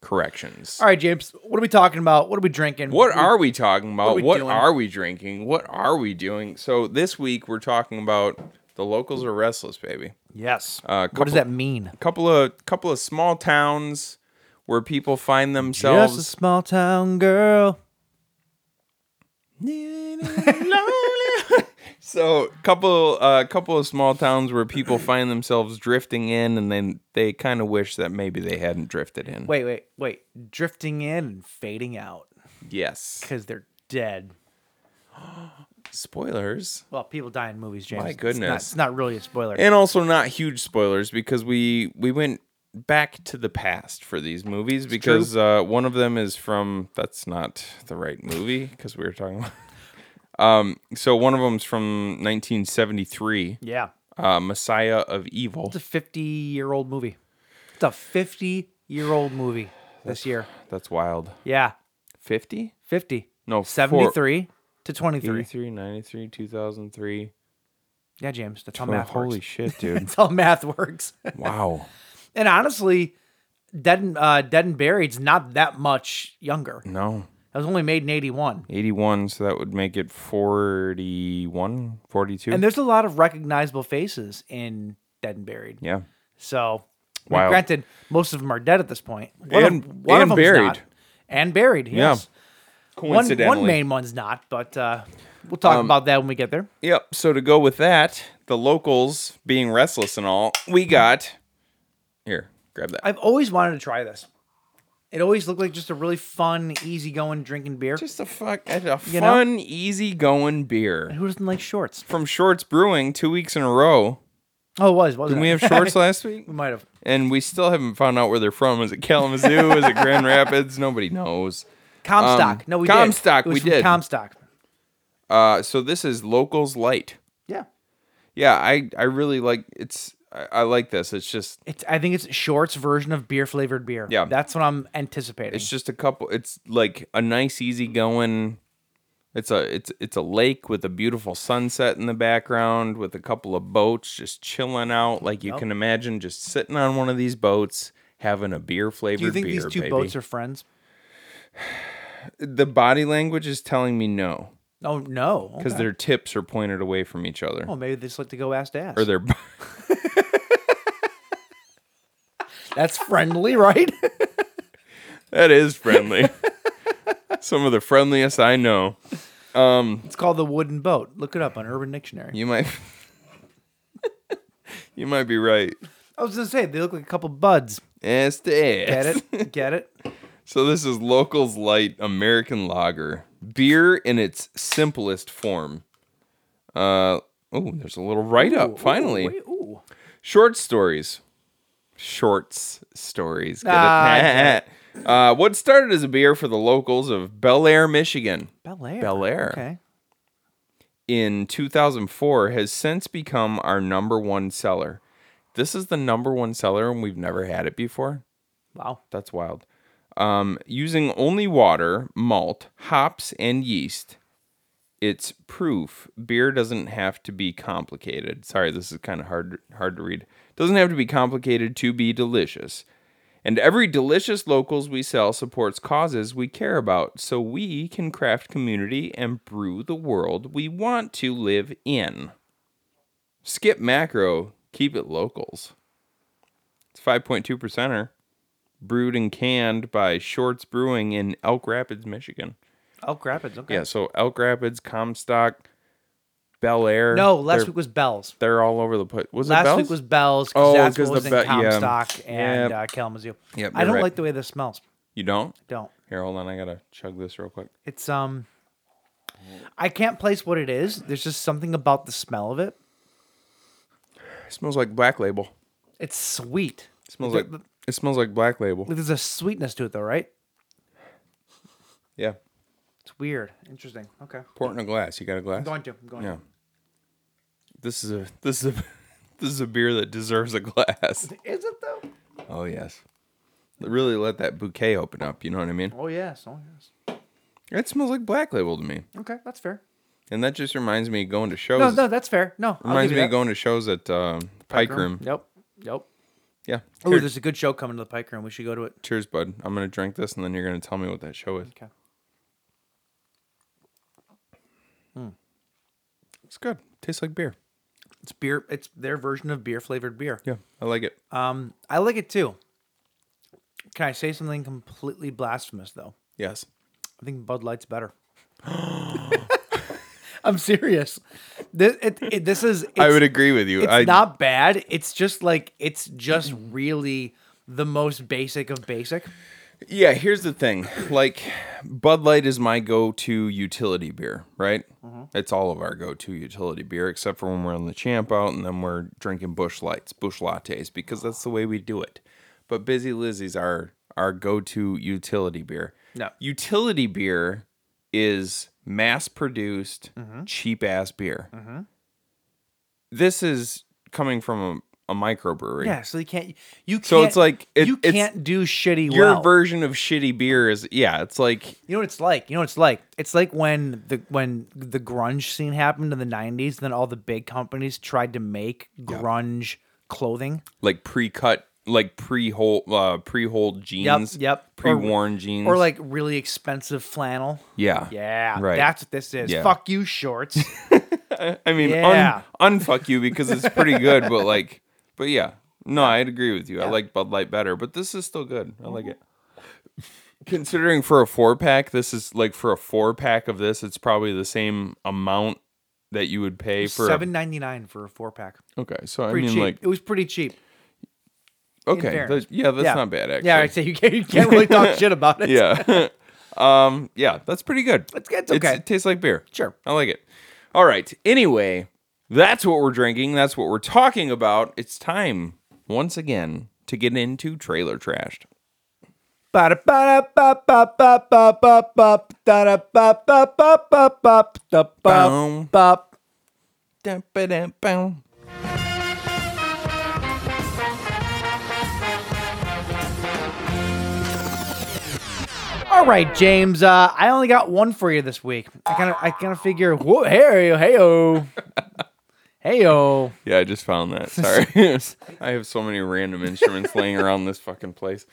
E: corrections.
B: all right, James. What are we talking about? What are we drinking?
E: What are we talking about?
B: are we
E: What,
B: doing?
E: are we drinking? What are we doing? So this week we're talking about the locals are restless, baby.
B: yes?
E: Uh,
B: what does
E: couple-
B: that mean?
E: couple of couple of small towns where people find themselves
B: Just a small town girl.
E: so couple a couple of small towns where people find themselves drifting in and then they kind of wish that maybe they hadn't drifted in
B: Wait, wait, wait. Drifting in and fading out
E: yes
B: because they're dead.
E: spoilers
B: Well, people die in movies, James.
E: My
B: It's not-
E: goodness.
B: it's not really a spoiler.
E: and also not huge spoilers because we we went back to the past for these movies because uh, one of them is from that's not the right movie because we were talking about um so one of them's from 1973
B: yeah,
E: uh, Messiah of Evil
B: it's a fifty-year-old movie. It's a fifty-year-old movie this year.
E: that's wild
B: Yeah,
E: 50
B: fifty.
E: No, four-
B: seventy-three to twenty-three.
E: 83 93 2003
B: Yeah, James. That's how
E: Oh,
B: math
E: holy
B: works.
E: shit dude
B: That's how math works.
E: wow
B: and honestly, Dead and uh, Dead and Buried's not that much younger. It
E: no
B: was only made in eighty-one.
E: 81 so that would make it 41 42
B: And there's a lot of recognizable faces in Dead and Buried.
E: yeah
B: So, I mean,
E: Wild.
B: granted, most of them are dead at this point. One of-
E: And-
B: one of
E: and
B: them's
E: buried.
B: not. and buried. Yes. One,
E: coincidentally Um,
B: one main one's not, but uh, we'll talk about that when we get there.
E: Yep. So to go with that, the locals being restless and all, we got here. Grab that.
B: I've always wanted to try this. It always looked like just a really fun, easygoing drinking beer.
E: Just a fuck a
B: You know?
E: fun, easy going beer
B: Who doesn't like shorts?
E: from Shorts Brewing two weeks in a row.
B: Oh, it was was
E: Didn't we have shorts last week?
B: we might have.
E: And we still haven't found out where they're from. Is it Kalamazoo? Is it Grand Rapids? Nobody knows.
B: Comstock. no, we did.
E: Um, Comstock,
B: It was
E: we
B: from
E: did.
B: Comstock.
E: Uh, so this is Locals Light.
B: Yeah.
E: Yeah, I, I really like it's I, I like this. It's just
B: It's. I think it's shorts version of beer flavored beer.
E: Yeah.
B: That's what I'm anticipating.
E: it's just a couple it's like a nice easy going it's a it's it's a lake with a beautiful sunset in the background with a couple of boats just chilling out like you can imagine just sitting on one of these boats having a beer flavored
B: Do you think
E: beer,
B: these two
E: baby.
B: boats are friends?
E: the body language is telling me no
B: Oh no.
E: because their tips are pointed away from each other
B: Oh, maybe they just like to go ass to ass.
E: or their
B: That's friendly, right?
E: that is friendly some of the friendliest i know
B: it's called the wooden boat. Look it up on Urban Dictionary.
E: you might you might be right
B: I was gonna say they look like a couple buds.
E: Yes,
B: Get it? Get it?
E: So this is Locals Light American Lager, beer in its simplest form. Uh oh, there's a little write
B: Ooh,
E: up finally.
B: Wait, ooh.
E: Short stories. Shorts stories. Get it?
B: Ah, I get
E: Uh, what started as a beer for the locals of Bel Air, Michigan,
B: Bel Air.
E: Bel Air.
B: Okay.
E: in 2004 has since become our number one seller. This is the number one seller, and we've never had it before.
B: Wow.
E: That's wild. Um, using only water, malt, hops, and yeast, it's proof beer doesn't have to be complicated. Sorry, this is kind of hard hard to read. Doesn't have to be complicated to be delicious. And every delicious locals we sell supports causes we care about, so we can craft community and brew the world we want to live in. Skip macro, keep it locals. It's 5.2 percenter brewed and canned by Shorts Brewing in Elk Rapids, Michigan.
B: Elk Rapids. Okay.
E: Yeah, so Elk Rapids, Comstock, Bel Air.
B: No, last
E: they're,
B: week was Bell's.
E: They're all over the place. Was it
B: Last
E: Bell's?
B: week was Bell's
E: Oh,
B: because that's
E: 'cause
B: what was
E: the
B: in
E: Bell- yeah.
B: Comstock and
E: Yep.
B: uh, Kalamazoo.
E: Yep,
B: I
E: you're
B: don't
E: right.
B: like the way this smells.
E: You don't?
B: Don't.
E: Here, hold on. I gotta chug this real quick.
B: It's um. I can't place what it is. There's just something about the smell of it.
E: It smells like Black Label.
B: It's sweet.
E: It smells like it smells like Black Label.
B: There's a sweetness to it though, right?
E: Yeah.
B: It's weird. Interesting. Okay. I'm
E: Pour it in a glass. You got a glass?
B: going to. I'm going
E: Yeah. This is a this is a this is a beer that deserves a glass.
B: to. Is it though?
E: Oh yes. Really let that bouquet open up, you know what I mean?
B: Oh yes. Oh yes.
E: It smells like black label to me.
B: Okay, that's fair.
E: And that just reminds me of going to shows.
B: No, no, that's fair. No, I'll
E: Reminds
B: give
E: me
B: you
E: of
B: that.
E: going to shows at uh, Pike Room.
B: Yep. Yep.
E: Yeah.
B: Oh,
E: Here,
B: there's a good show coming to the Pike Room. We should go to it.
E: cheers, bud. I'm gonna drink this, and then you're gonna tell me what that show is.
B: Okay.
E: It's good. Tastes like beer.
B: It's beer. It's their version of beer flavored beer.
E: Yeah, I like it.
B: Um, I like it too. Can I say something completely blasphemous though?
E: yes.
B: I think Bud Light's better. I'm serious. This, it, it, this is.
E: I
B: it's-
E: would agree with you.
B: It's
E: I,
B: not bad. It's just like it's just really the most basic of basic.
E: Yeah, here's the thing. Like, Bud Light is my go-to utility beer, right?
B: Mm-hmm.
E: It's all of our go-to utility beer, except for when we're on the champ out, and then we're drinking Bush Lights, Bush Lattes, because that's the way we do it. But Busy Lizzie's our our go-to utility beer.
B: No.
E: utility beer is mass-produced,
B: Mm-hmm.
E: cheap-ass beer. This is coming from a, a microbrewery.
B: Yeah, so you can't. You can't,
E: So it's like- it-
B: you
E: it's-
B: can't do shitty.
E: Your
B: well.
E: version of shitty beer is yeah, it's like
B: You know what it's like. You know what it's like. It's like when the when the grunge scene happened in the '90s, then all the big companies tried to make grunge clothing.
E: like pre-cut like pre-hole uh pre-holed jeans
B: yep. Or-
E: pre-worn jeans
B: Or like really expensive flannel.
E: yeah
B: Yeah,
E: right
B: that's what this is.
E: Yeah.
B: Fuck you, shorts.
E: i mean
B: Yeah.
E: un- unfuck you because it's pretty good but like but yeah no i'd agree with you i like bud light better but this is still good i
B: Mm-hmm.
E: like it considering for a four pack this is like for a four pack of this it's probably the same amount that you would pay for a-
B: Seven ninety nine for a four pack.
E: okay so i
B: Pretty
E: mean
B: cheap.
E: like
B: it was pretty cheap. in
E: Okay,
B: fairness.
E: that- yeah, that's not bad, actually.
B: Yeah, I'd say you can't, you can't really talk shit about it.
E: Yeah. um, yeah, that's pretty good.
B: It's good, it's okay.
E: it tastes like beer.
B: Sure.
E: I like it. All right. Anyway, that's what we're drinking. That's what we're talking about. It's time once again to get into trailer trashed. Boom.
B: Ba-da-ba-da-ba-ba-ba-ba-ba-ba-ba-ba-ba-ba-ba-ba.
E: Dun-ba-dun-bum.
B: All right, James. Uh, I only got one for you this week. I kind of, I kind of figure, whoa, hey, hey, hey, oh.
E: Yeah, I just found that. Sorry. I have so many random instruments laying around this fucking place.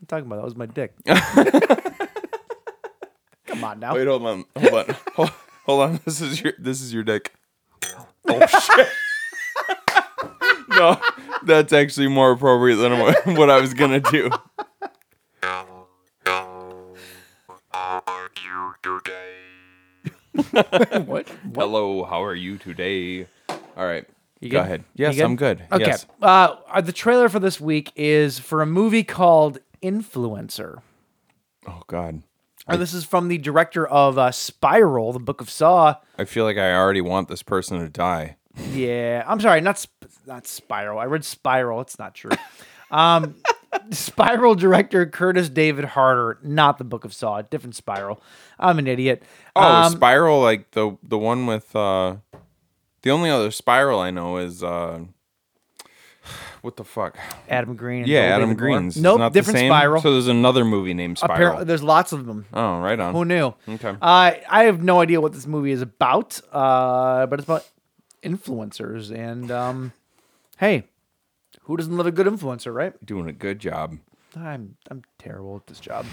B: I'm talking about that was my dick. Come on now.
E: Wait, hold on. Hold on. Hold, hold on. This is your this is your dick. Oh shit. no, that's actually more appropriate than what- what I was gonna do.
B: what?
E: Hello, how are you today? All right.
B: You
E: Go
B: good?
E: ahead.
B: You
E: Yes, I'm good.
B: Okay.
E: Yes.
B: Uh, uh, the trailer for this week is for a movie called Influencer.
E: Oh god.
B: Uh, this is from the director of uh, Spiral, the Book of Saw.
E: I feel like I already want this person to die.
B: Yeah, I'm sorry, not sp- not Spiral. I read Spiral. It's not true. Um, Spiral director Curtis David Harder, not the Book of Saw, different Spiral. I'm an idiot.
E: Oh,
B: Um,
E: Spiral, like the the one with uh the only other spiral I know is uh what the fuck?
B: Adam Green. and
E: Yeah,
B: Joel
E: Adam
B: David Moore.
E: Green's.
B: Nope,
E: not
B: different
E: the same?
B: Spiral.
E: So there's another movie named Spiral.
B: Apparently, there's lots of them.
E: oh, right on.
B: Who knew?
E: Okay.
B: Uh, I have no idea what this movie is about, uh, but it's about influencers. And um, hey, who doesn't love a good influencer, right?
E: Doing a good job.
B: I'm I'm terrible at this job.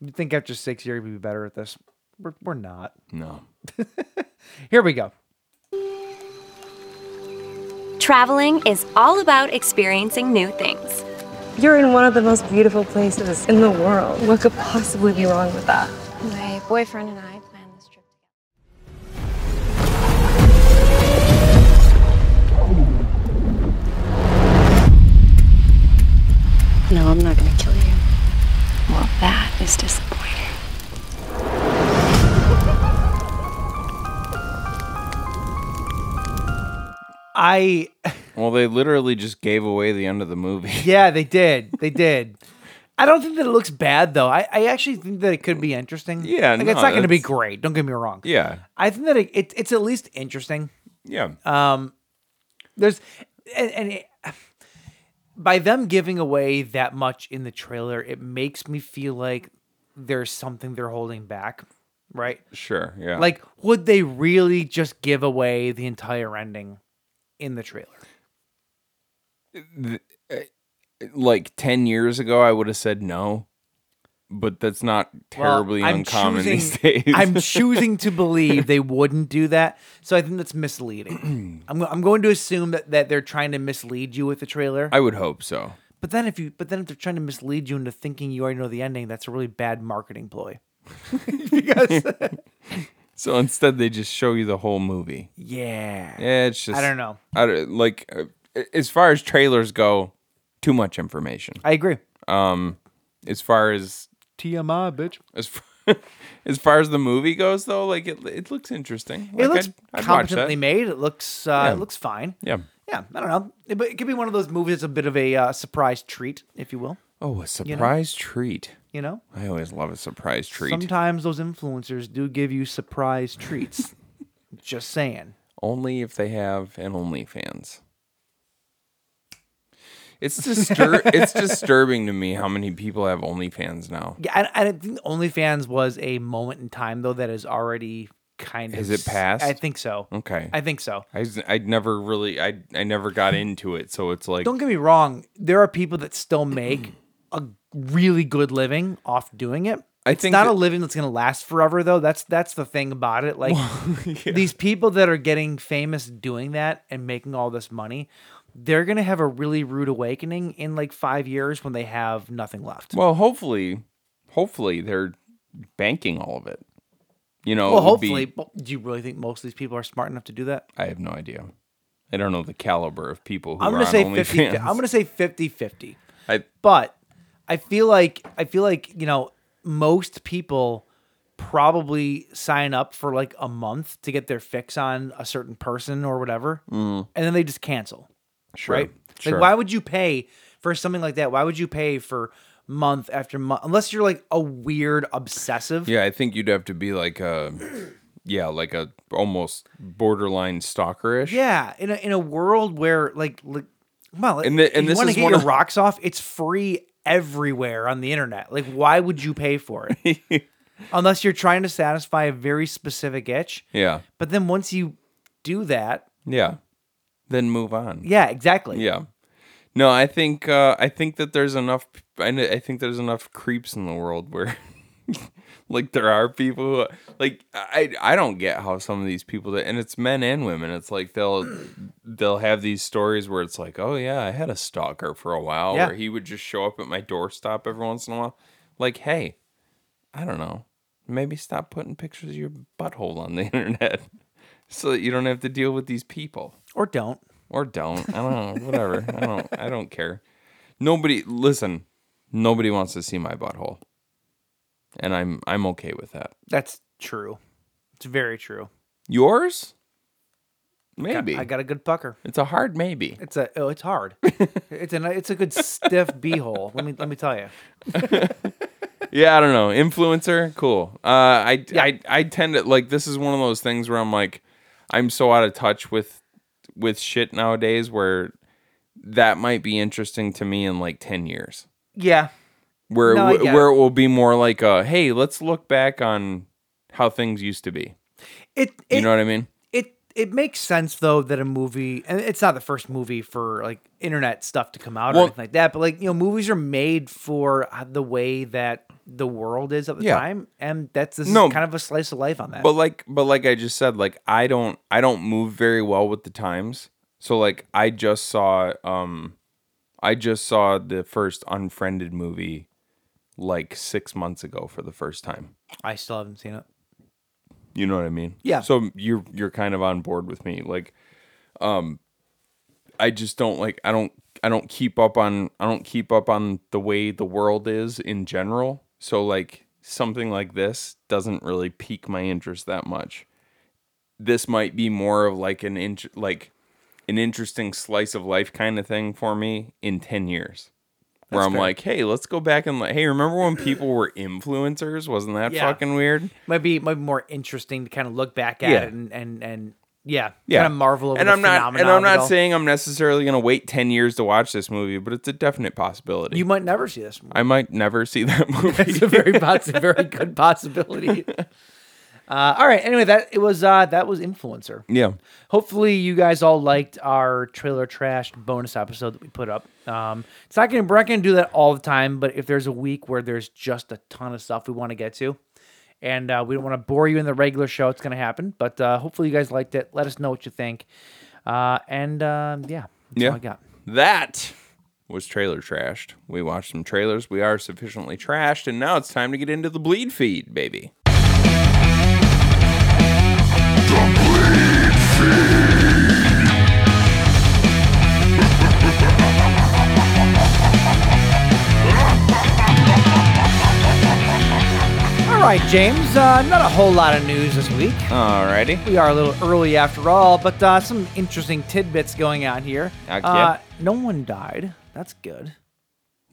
B: You'd think after six years we'd be better at this. We're, we're not.
E: No.
B: Here we go.
G: Traveling is all about experiencing new things.
H: You're in one of the most beautiful places in the world. What could possibly be wrong with that?
I: My boyfriend and I planned this trip together.
J: No, I'm not gonna kill you. Well, that is disappointing.
B: I
E: Well, they literally just gave away the end of the movie.
B: yeah, they did. They did. I don't think that it looks bad though. I, I actually think that it could be interesting.
E: Yeah,
B: like,
E: no,
B: it's not going to be
E: it's-
B: great. Don't get me wrong.
E: Yeah.
B: I think that it, it it's at least interesting.
E: Yeah.
B: Uh, There's and, and it, by them giving away that much in the trailer, it makes me feel like there's something they're holding back, right?
E: sure. Yeah.
B: Like, would they really just give away the entire ending in the trailer?
E: like 10 years ago, I would have said no, but that's not terribly
B: I'm
E: uncommon
B: choosing-
E: these days.
B: I'm choosing to believe they wouldn't do that. So I think that's misleading. I'm, go- I'm going to assume that, that they're trying to mislead you with the trailer.
E: I would hope so.
B: but then if you but then if they're trying to mislead you into thinking you already know the ending, that's a really bad marketing ploy. because
E: So instead, they just show you the whole movie.
B: yeah.
E: Yeah, it's just.
B: I don't know.
E: I don't, like, uh, as far as trailers go, too much information. Um,
B: I agree.
E: As far as
B: TMI, bitch.
E: as far, as far as the movie goes, though, like it, it looks interesting. Like,
B: it looks
E: I'd- I'd watch that.
B: competently made. It looks uh, it looks fine.
E: Yeah.
B: Yeah, I don't know. It, but it could be one of those movies that's a bit of a uh, surprise treat, if you will.
E: Oh, a surprise treat.
B: You know?
E: I always love a surprise treat.
B: Sometimes those influencers do give you surprise treats. Just saying.
E: Only if they have an OnlyFans. It's distur- it's disturbing to me how many people have OnlyFans now.
B: Yeah, I, I think OnlyFans was a moment in time though that is already kind of.
E: Has it
B: s-
E: passed?
B: I think so.
E: Okay.
B: I think so.
E: I s- I never really I I never got into it, so it's like
B: Don't get me wrong. There are people that still make a really good living off doing it.
E: I
B: it's
E: think
B: not
E: that-
B: a living that's going to last forever though. That's that's the thing about it. Like these people that are getting famous doing that and making all this money, they're going to have a really rude awakening in like 5 years when they have nothing left.
E: well, hopefully, hopefully they're banking all of it. You know,
B: Well,
E: it would be-
B: hopefully. but do you really think most of these people are smart enough to do that?
E: I have no idea. I don't know the caliber of people who
B: I'm
E: are
B: gonna
E: on
B: say 50,
E: OnlyFans.
B: I'm gonna say 50-50.
E: I,
B: But I feel like I feel like you know most people probably sign up for like a month to get their fix on a certain person or whatever, and then they just cancel.
E: Sure.
B: Right?
E: Sure.
B: Like, why would you pay for something like that? Why would you pay for month after month unless you're like a weird obsessive?
E: yeah, I think you'd have to be like a, yeah, like a almost borderline stalkerish.
B: Yeah, in a in a world where like, like well,
E: And the- and
B: you
E: this
B: want to
E: is
B: get
E: one
B: your
E: of-
B: rocks off, it's free everywhere on the internet. Like, why would you pay for it? Unless you're trying to satisfy a very specific itch.
E: Yeah.
B: But then once you do that,
E: Yeah. Then move on.
B: yeah, exactly.
E: Yeah. No, I think uh, I think that there's enough. I kn- I think there's enough creeps in the world where, like, there are people who like I I don't get how some of these people that and it's men and women. It's like they'll they'll have these stories where it's like, oh yeah, I had a stalker for a while,
B: Yeah.
E: where he would just show up at my doorstop every once in a while. Like, hey, I don't know, maybe stop putting pictures of your butthole on the internet, so that you don't have to deal with these people
B: Or don't.
E: or don't. I don't know. Whatever. I don't. I don't care. Nobody listen. Nobody wants to see my butthole, and I'm I'm okay with that.
B: That's true. It's very true.
E: Yours?
B: Got-
E: Maybe.
B: I got a good pucker.
E: it's a hard maybe.
B: It's a oh, it's hard. it's a it's a good stiff beehole. Let me let me tell you.
E: Yeah, I don't know. Influencer, cool. Uh, I I I tend to like this is one of those things where I'm like, I'm so out of touch with with shit nowadays where that might be interesting to me in like ten years.
B: Yeah.
E: where
B: No, I
E: it, w-
B: get
E: where it will be more like a hey let's look back on how things used to be
B: It, it
E: you know what i mean
B: it it makes sense though that a movie and it's not the first movie for like internet stuff to come out
E: Well-
B: or anything like that but like you know movies are made for uh, the way that the world is at the
E: Yeah.
B: time and that's this
E: No.
B: is kind of a slice of life on that
E: but like but like i just said like i don't i don't move very well with the times so like i just saw um i just saw the first unfriended movie like six months ago for the first time
B: i still haven't seen it
E: You know what I mean?
B: Yeah.
E: So you're you're kind of on board with me. Like, um, I just don't like I don't I don't keep up on I don't keep up on the way the world is in general. So like something like this doesn't really pique my interest that much. This might be more of like an int like an interesting slice of life kind of thing for me in ten years. Where I'm like, hey, let's go back and like, hey, remember when people were influencers? Wasn't that
B: Yeah.
E: fucking weird?
B: might be might be more interesting to kind of look back at
E: Yeah.
B: it and and and yeah,
E: yeah.
B: kind of marvel over
E: and
B: the
E: I'm not
B: phenomenon
E: and I'm
B: of it
E: not
B: all.
E: saying I'm necessarily going to wait 10 years to watch this movie, but it's a definite possibility.
B: you might never see this movie.
E: I might never see that movie.
B: It's a very possi very good possibility. Uh, all right. Anyway, that it was uh, that was influencer.
E: yeah.
B: Hopefully, you guys all liked our trailer trash bonus episode that we put up. Um, it's not gonna we're not gonna do that all the time, but if there's a week where there's just a ton of stuff we want to get to, and uh, we don't want to bore you in the regular show, it's gonna happen. But uh, hopefully, you guys liked it. Let us know what you think. Uh, and um yeah, that's
E: Yeah.
B: all I got.
E: That was trailer trashed. We watched some trailers. We are sufficiently trashed and now it's time to get into the bleed feed, baby.
B: All right, James. Uh, not a whole lot of news this week.
E: Alrighty.
B: We are a little early after all, but uh, some interesting tidbits going on here.
E: Okay.
B: Uh, no one died. That's good.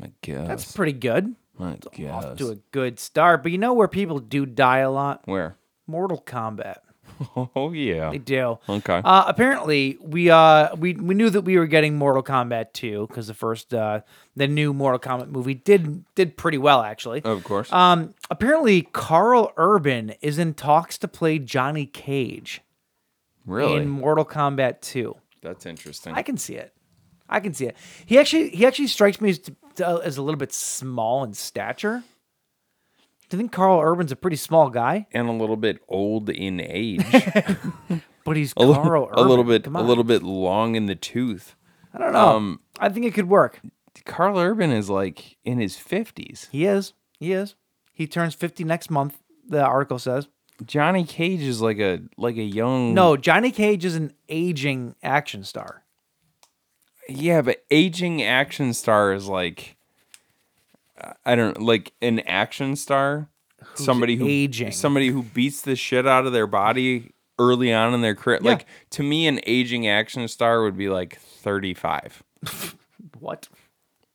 E: I guess.
B: That's pretty good.
E: I
B: Off
E: guess.
B: to a good start. But you know where people do die a lot?
E: Where?
B: Mortal Kombat.
E: Oh yeah.
B: They do.
E: Okay.
B: Uh, apparently, we uh we we knew that we were getting Mortal Kombat 2 because the first uh the new Mortal Kombat movie did did pretty well actually.
E: of course.
B: Um, apparently, Carl Urban is in talks to play Johnny Cage
E: really?
B: in Mortal Kombat 2.
E: That's interesting.
B: I can see it. I can see it. He actually he actually strikes me as, uh, as a little bit small in stature. Do you think Carl Urban's a pretty small guy?
E: and a little bit old in age.
B: But he's
E: a, little,
B: Carl
E: a
B: Urban.
E: little bit
B: Come
E: a
B: on.
E: little um, bit long in the tooth.
B: I don't know. I think it could work.
E: Carl Urban is like in his 50s.
B: He is. He is. He turns fifty next month. The article says.
E: Johnny Cage is like a like a young
B: No, Johnny Cage is an aging action star.
E: yeah, but aging action star is like I don't like an action star, somebody who
B: aging.
E: somebody who beats the shit out of their body early on in their career.
B: Yeah.
E: Like to me, an aging action star would be like thirty five.
B: What?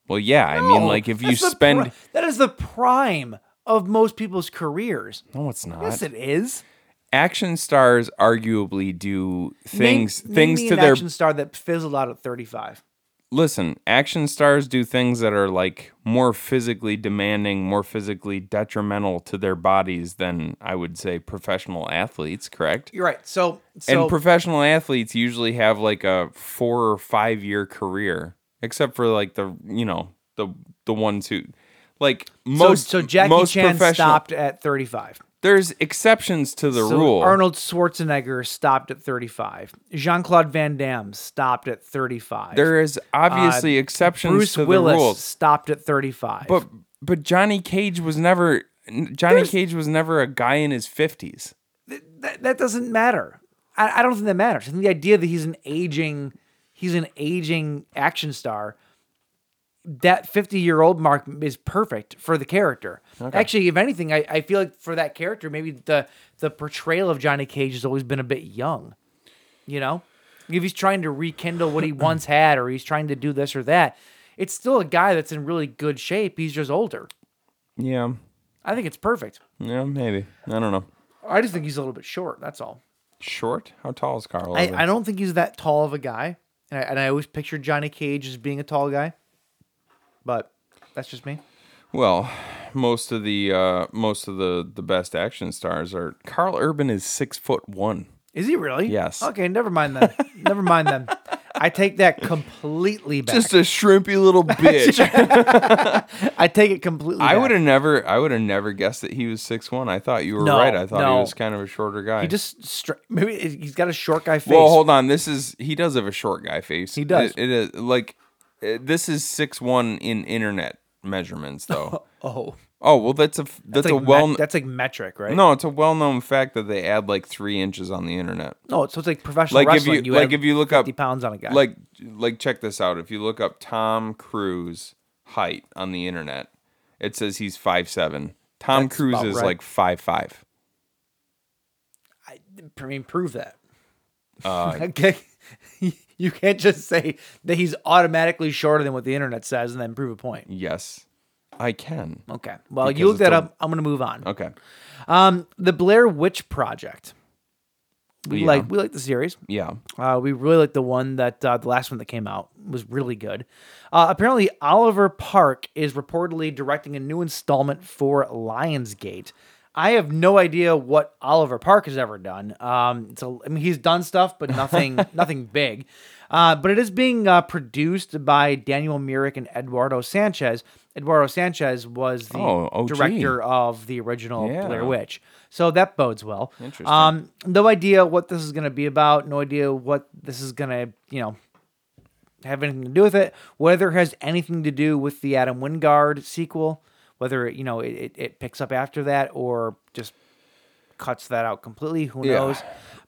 E: Well, yeah, I mean,
B: No,
E: like if you
B: that's the
E: spend
B: pri- that is the prime of most people's careers.
E: no, it's not.
B: Yes, it is.
E: action stars arguably do things
B: Name- name
E: things
B: me
E: to
B: an
E: their
B: action star that fizzled out at 35.
E: listen, action stars do things that are like more physically demanding, more physically detrimental to their bodies than I would say professional athletes, correct?
B: You're right. So, so
E: and professional athletes usually have like a 4 or 5 year career, except for like the, you know, the the ones who like most
B: so, so Jackie
E: most
B: Chan
E: professional-
B: stopped at 35.
E: There's exceptions to the
B: so
E: rule.
B: Arnold Schwarzenegger stopped at 35. Jean Claude Van Damme stopped at 35.
E: there is obviously exceptions
B: uh, Bruce
E: to
B: Willis
E: the rules.
B: stopped at 35.
E: But but Johnny Cage was never n- Johnny
B: There's-
E: Cage was never a guy in his fifties.
B: that, that doesn't matter. I, I don't think that matters. I think the idea that he's an aging, he's an aging action star. That fifty-year-old mark is perfect for the character. Actually, if anything, I, I feel like for that character, maybe the the portrayal of Johnny Cage has always been a bit young. You know, if he's trying to rekindle what he once had, or he's trying to do this or that, it's still a guy that's in really good shape. He's just older.
E: Yeah,
B: I think it's perfect.
E: yeah, maybe. I don't know.
B: I just think he's a little bit short. That's all.
E: Short? How tall is Carl? Urban?
B: I, I don't think he's that tall of a guy, and I, and I always pictured Johnny Cage as being a tall guy, but that's just me.
E: well, most of the uh, most of the the best action stars are. Carl Urban is six foot one.
B: Is he really?
E: Yes.
B: Okay, never mind then. never mind then. I take that completely back.
E: Just a shrimpy little bitch.
B: I take it completely.
E: I
B: back.
E: would have never. I would have never guessed that he was six one. I thought you were
B: No,
E: right. I thought
B: no.
E: he was kind of a shorter guy.
B: He just stra- maybe he's got a short guy face.
E: Well, hold on. This is he does have a short guy face. He
B: does.
E: It, it is like uh, this is six one in internet measurements though.
B: Oh,
E: oh well, that's a f- that's,
B: that's
E: a
B: like me-
E: well
B: that's like metric, right?
E: no, it's a well known fact that they add like three inches on the internet.
B: no. Oh, So it's like professional
E: Like if
B: wrestling.
E: you, like
B: have
E: if you look
B: 50
E: up
B: pounds on a guy,
E: like like check this out. If you look up Tom Cruise height on the internet, it says he's five seven. Tom
B: That's
E: Cruise
B: about
E: is
B: right.
E: like five five.
B: I mean, prove that.
E: Uh,
B: okay. You can't just say that he's automatically shorter than what the internet says and then prove a point.
E: Yes, I can.
B: Okay. Well,
E: Because
B: you look
E: it's
B: that
E: a- Uh,
B: up. I'm going to move on.
E: Okay.
B: Um, the Blair Witch Project. We
E: Yeah.
B: like we like the series.
E: Yeah.
B: Uh, we really like the one that uh, the last one that came out was really good. Uh, apparently, Oliver Park is reportedly directing a new installment for Lionsgate. I have no idea what Oliver Park has ever done. Um, so I mean, he's done stuff, but nothing, nothing big. Uh, but it is being uh, produced by Daniel Myrick and Eduardo Sanchez. Eduardo Sanchez was the
E: Oh, OG.
B: director of the original
E: Yeah.
B: Blair Witch, so that bodes well.
E: Interesting.
B: Um, no idea what this is going to be about. No idea what this is going to, you know, have anything to do with it. Whether it has anything to do with the Adam Wingard sequel, whether it, you know it, it, it picks up after that or just cuts that out completely. Who
E: Yeah.
B: knows?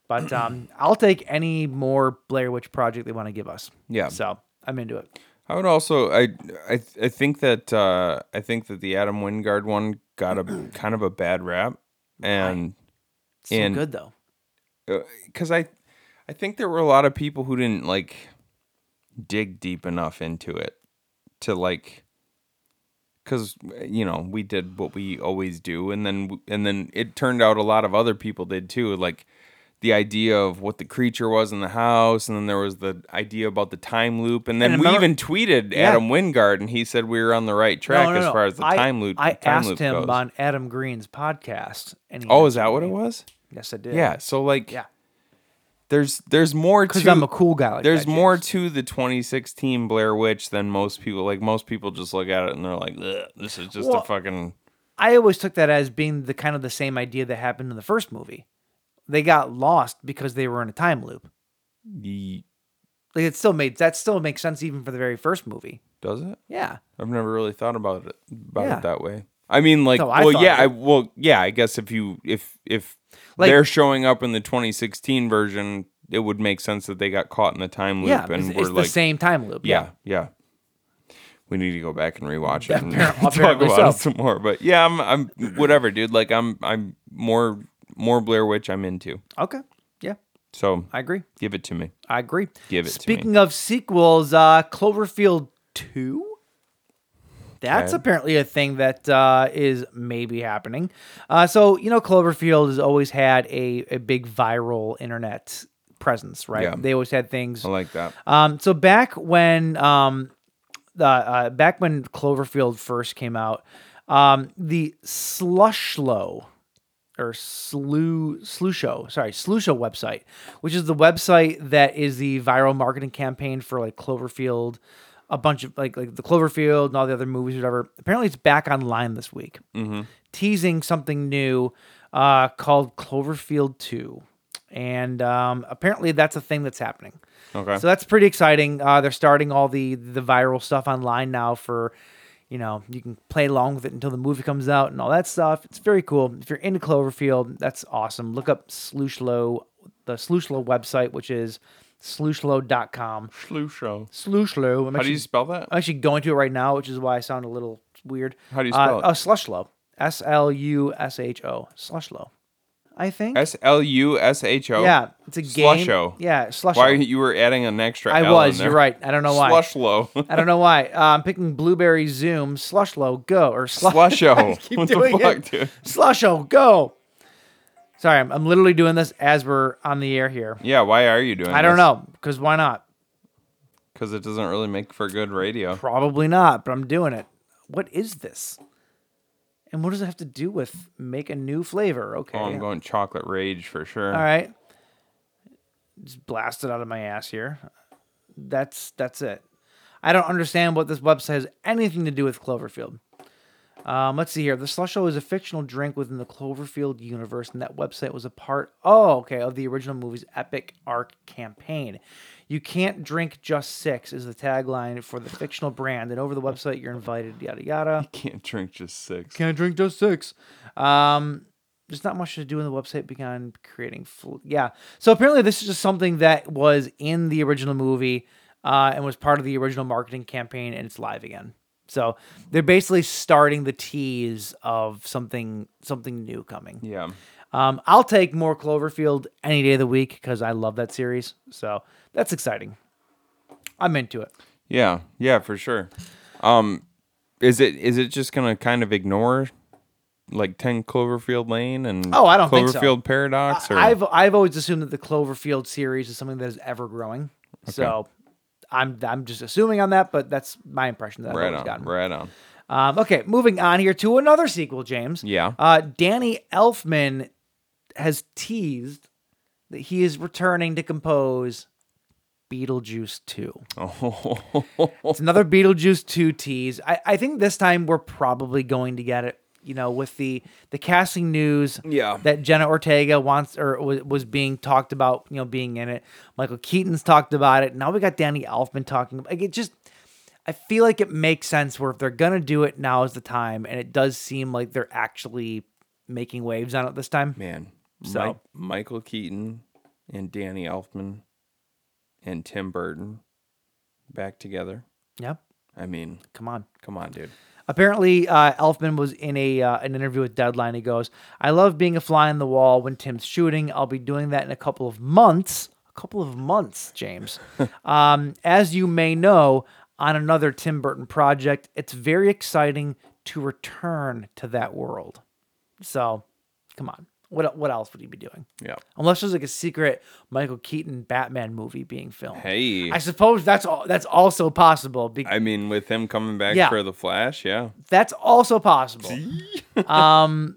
B: But um, I'll take any more Blair Witch project they want to give us.
E: Yeah.
B: So I'm into it.
E: I would also I I I think that uh, I think that the Adam Wingard one got a kind of a bad rap, and
B: So
E: And-
B: good though.
E: because I I think there were a lot of people who didn't like dig deep enough into it to like because you know we did what we always do and then and then it turned out a lot of other people did too like the idea of what the creature was in the house and then there was the idea about the time loop and then
B: And
E: we
B: remember-
E: even tweeted
B: Yeah.
E: adam wingard and he said we were on the right track as far as the
B: I,
E: time loop
B: I
E: time
B: asked
E: loop
B: him
E: goes.
B: on Adam Green's podcast. And he
E: oh is
B: answered
E: that what
B: me.
E: it was
B: Yes, I did.
E: yeah so like
B: Yeah.
E: there's there's more
B: Because
E: to-
B: I'm a cool guy. Like
E: there's
B: that,
E: more
B: James.
E: to the 2016 Blair Witch than most people. Like most people just look at it and they're like, "Ugh, "This is just
B: Well-
E: a fucking."
B: I always took that as being the kind of the same idea that happened in the first movie. They got lost because they were in a time loop.
E: Ye-
B: Like it still made that still makes sense even for the very first movie.
E: Does it?
B: Yeah.
E: I've never really thought about it about
B: Yeah.
E: it that way. I mean, like,
B: No, I
E: well,
B: thought
E: yeah,
B: it-
E: I well, yeah, I guess if you if if
B: Like-
E: they're showing up in the 2016 version, it would make sense that they got caught in the time loop
B: yeah,
E: and
B: it's,
E: were
B: it's
E: like,
B: the same time loop.
E: yeah, yeah. We need to go back and rewatch it and
B: Apparent-
E: talk
B: apparently
E: about
B: so.
E: it some more. But yeah, I'm I'm whatever, dude. Like, I'm I'm more more Blair Witch. I'm into.
B: Okay. Yeah,
E: So
B: I agree.
E: give it to me.
B: I agree.
E: Give it to me.
B: Speaking of sequels, uh, Cloverfield two. That's
E: Okay.
B: apparently a thing that uh, is maybe happening. Uh, so you know, Cloverfield has always had a, a big viral internet presence, right?
E: Yeah.
B: They always had things
E: I like that.
B: um, so back when um, the uh, back when Cloverfield first came out, um, the Slushlow or Slu Slusho, sorry, Slusho website, which is the website that is the viral marketing campaign for like Cloverfield, a bunch of like like the Cloverfield and all the other movies, whatever. Apparently, it's back online this week, teasing something new uh, called Cloverfield Two, and um, apparently that's a thing that's happening.
E: Okay.
B: So that's pretty exciting. Uh, they're starting all the the viral stuff online now for, you know, you can play along with it until the movie comes out and all that stuff. It's very cool. If you're into Cloverfield, that's awesome. Look up Slushlow, the Slushlow website, which is slushlow.com.
E: Slusho.
B: Slushlow. I'm
E: How do
B: actually,
E: you spell that?
B: I'm actually going to it right now, which is why I sound a little weird.
E: How do you
B: uh,
E: spell it?
B: Oh, Slushlow. S L U S H O. Slushlow. I think.
E: S L U S H O.
B: yeah, it's a game.
E: Slusho.
B: Yeah, Slusho.
E: Why you were adding an extra?
B: I
E: L
B: was.
E: in there.
B: You're right. I don't know why.
E: Slush low.
B: I don't know why. Uh, I'm picking blueberry zoom slushlow go or slush
E: Slusho.
B: keep
E: What the
B: doing
E: fuck,
B: it.
E: dude?
B: slusho go. Sorry, I'm, I'm literally doing this as we're on the air here.
E: Yeah. Why are you doing?
B: I don't know because why not?
E: Because it doesn't really make for good radio.
B: Probably not, but I'm doing it. What is this? And what does it have to do with make a new flavor? Okay.
E: Oh, I'm going chocolate rage for sure.
B: All right. Just blast it out of my ass here. That's that's it. I don't understand what this website has anything to do with Cloverfield. Um, let's see here. The Slusho is a fictional drink within the Cloverfield universe, and that website was a part, oh, okay, of the original movie's epic arc campaign. You can't drink just six is the tagline for the fictional brand, and over the website you're invited, yada yada.
E: Can't drink just six.
B: Can't drink just six. Um, there's not much to do on the website beyond creating. Fl- yeah. So apparently, this is just something that was in the original movie uh, and was part of the original marketing campaign, and it's live again. So they're basically starting the tease of something something new coming.
E: Yeah.
B: Um, I'll take more Cloverfield any day of the week because I love that series. So that's exciting. I'm into it.
E: Yeah. Yeah. For sure. Um, is it is it just gonna kind of ignore like Ten Cloverfield Lane and
B: Oh, I don't think
E: Cloverfield
B: so.
E: Paradox? Or
B: I've I've always assumed that the Cloverfield series is something that is ever growing. So I'm I'm just assuming on that, but that's my impression that I've
E: right
B: always
E: on.
B: gotten.
E: Right on.
B: Um, okay, moving on here to another sequel, James.
E: Yeah.
B: Uh, Danny Elfman has teased that he is returning to compose Beetlejuice 2.
E: Oh.
B: It's another Beetlejuice 2 tease. I, I think this time we're probably going to get it, you know, with the the casting news
E: Yeah.
B: that Jenna Ortega wants or was, was being talked about, you know, being in it. Michael Keaton's talked about it. Now we got Danny Elfman talking. Like it just I feel like it makes sense where if they're gonna do it, now is the time, and it does seem like they're actually making waves on it this time.
E: Man.
B: So-
E: Mi- Michael Keaton and Danny Elfman and Tim Burton back together.
B: Yeah,
E: I mean,
B: come on.
E: come on, dude.
B: Apparently, uh, Elfman was in a uh, an interview with Deadline. He goes, "I love being a fly on the wall when Tim's shooting. I'll be doing that in a couple of months. A couple of months, James. um, as you may know, on another Tim Burton project, it's very exciting to return to that world. So, come on, what el- what else would he be doing?
E: Yeah.
B: Unless there's like a secret Michael Keaton Batman movie being filmed.
E: Hey.
B: I suppose that's all. That's also possible. Because
E: I mean, with him coming back
B: Yeah.
E: for the Flash, yeah.
B: that's also possible. um,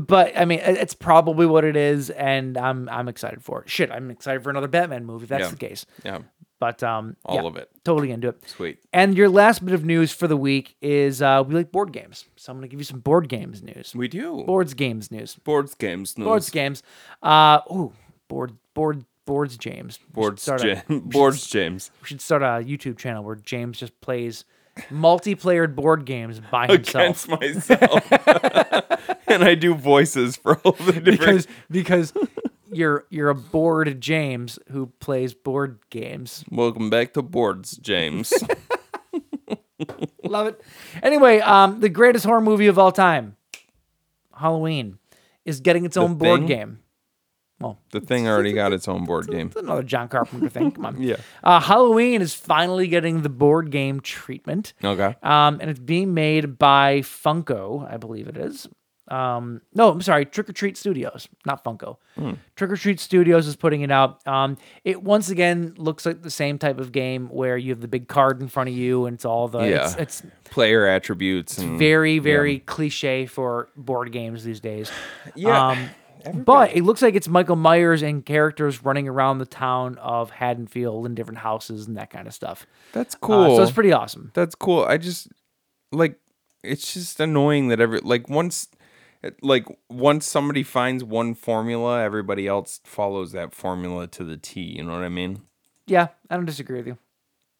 B: but I mean, it- it's probably what it is, and I'm I'm excited for it. Shit, I'm excited for another Batman movie. If that's
E: Yeah.
B: the case.
E: Yeah.
B: But um,
E: All
B: yeah,
E: of it.
B: totally into it.
E: Sweet.
B: And your last bit of news for the week is uh, we like board games, so I'm gonna give you some board games news.
E: We do.
B: boards games news.
E: boards games. news.
B: Boards games. Uh, ooh, board board boards James. We should
E: Boards,
B: start a-
E: Jam- boards James.
B: we should start a YouTube channel where James just plays multiplayer board games by himself.
E: against myself. and I do voices for all the different.
B: because because you're you're a bored James who plays board games.
E: Welcome back to boards, James.
B: Love it. Anyway, um, the greatest horror movie of all time, Halloween, is getting its own board
E: Thing?
B: game. Well,
E: the thing already got its own board game.
B: it's another John Carpenter thing. Come on.
E: Yeah.
B: Uh, Halloween is finally getting the board game treatment.
E: Okay.
B: Um, and it's being made by Funko, I believe it is. Um, no, I'm sorry, Trick or Treat Studios, not Funko.
E: Hmm.
B: Trick or Treat Studios is putting it out. Um, it once again looks like the same type of game where you have the big card in front of you and it's all the
E: Yeah. Hmm.
B: it's, it's
E: Player attributes and
B: very very cliche for board games these days.
E: Yeah.
B: Um, but it looks like it's Michael Myers and characters running around the town of Haddonfield and different houses and that kind of stuff.
E: that's
B: Uh,
E: cool.
B: so it's pretty awesome.
E: that's cool. I just like it's just annoying that every like once like once somebody finds one formula, everybody else follows that formula to the T. You know what I mean?
B: Yeah, I don't disagree with you.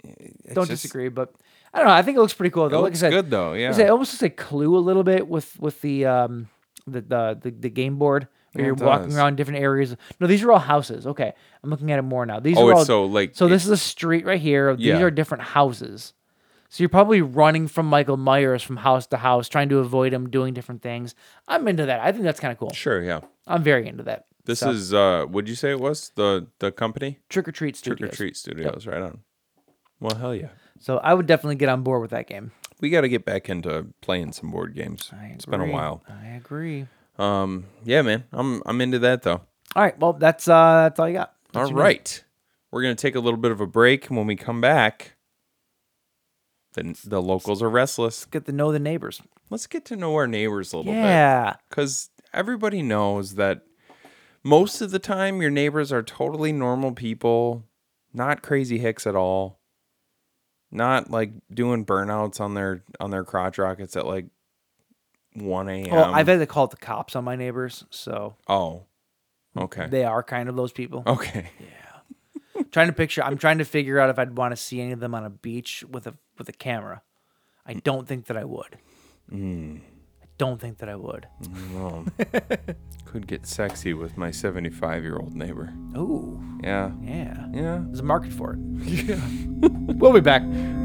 E: It's
B: don't
E: just-
B: disagree, but I don't know. I think it looks pretty cool. Though.
E: It
B: like
E: looks
B: I said,
E: good, though,
B: like I
E: yeah.
B: said, it almost looks like Clue a little bit with with the um the the the, the game board where
E: Yeah,
B: you're
E: it
B: walking
E: does.
B: around different areas. No, these are all houses. Okay, I'm looking at it more now. These
E: Oh,
B: are
E: it's
B: all
E: so, like,
B: so. This
E: it-
B: is a street right here. These
E: Yeah.
B: are different houses. So you're probably running from Michael Myers from house to house, trying to avoid him, doing different things. I'm into that. I think that's kind of cool.
E: Sure. Yeah.
B: I'm very into that.
E: This
B: So,
E: is uh would you say it was the the company
B: Trick or Treat Studios.
E: Trick or Treat Studios, right on. Well, hell yeah.
B: So I would definitely get on board with that game.
E: We got to get back into playing some board games.
B: I
E: It's been a
B: agree.
E: while.
B: I agree.
E: Um yeah, man. I'm I'm into that though.
B: All right. Well, that's uh, that's all you got. That's
E: All
B: your news.
E: right. We're going to take a little bit of a break and when we come back the the locals are restless.
B: Get to know the neighbors.
E: Let's get to know our neighbors a little bit
B: yeah.
E: cuz everybody knows that most of the time your neighbors are totally normal people, not crazy hicks at all. Not like doing burnouts on their on their crotch rockets at like 1 a.m.
B: Well, Oh, I've had to call the cops on my neighbors, so
E: Oh. Okay. Oh.
B: they are kind of those people.
E: okay.
B: trying to picture. I'm trying to figure out if I'd want to see any of them on a beach with a with a camera. I
E: Hmm.
B: don't think that I would. I don't think that I would.
E: Could get sexy with my 75-year-old neighbor.
B: Ooh,
E: Yeah.
B: yeah.
E: Hmm. Yeah.
B: There's a market for it. Yeah. we'll be back.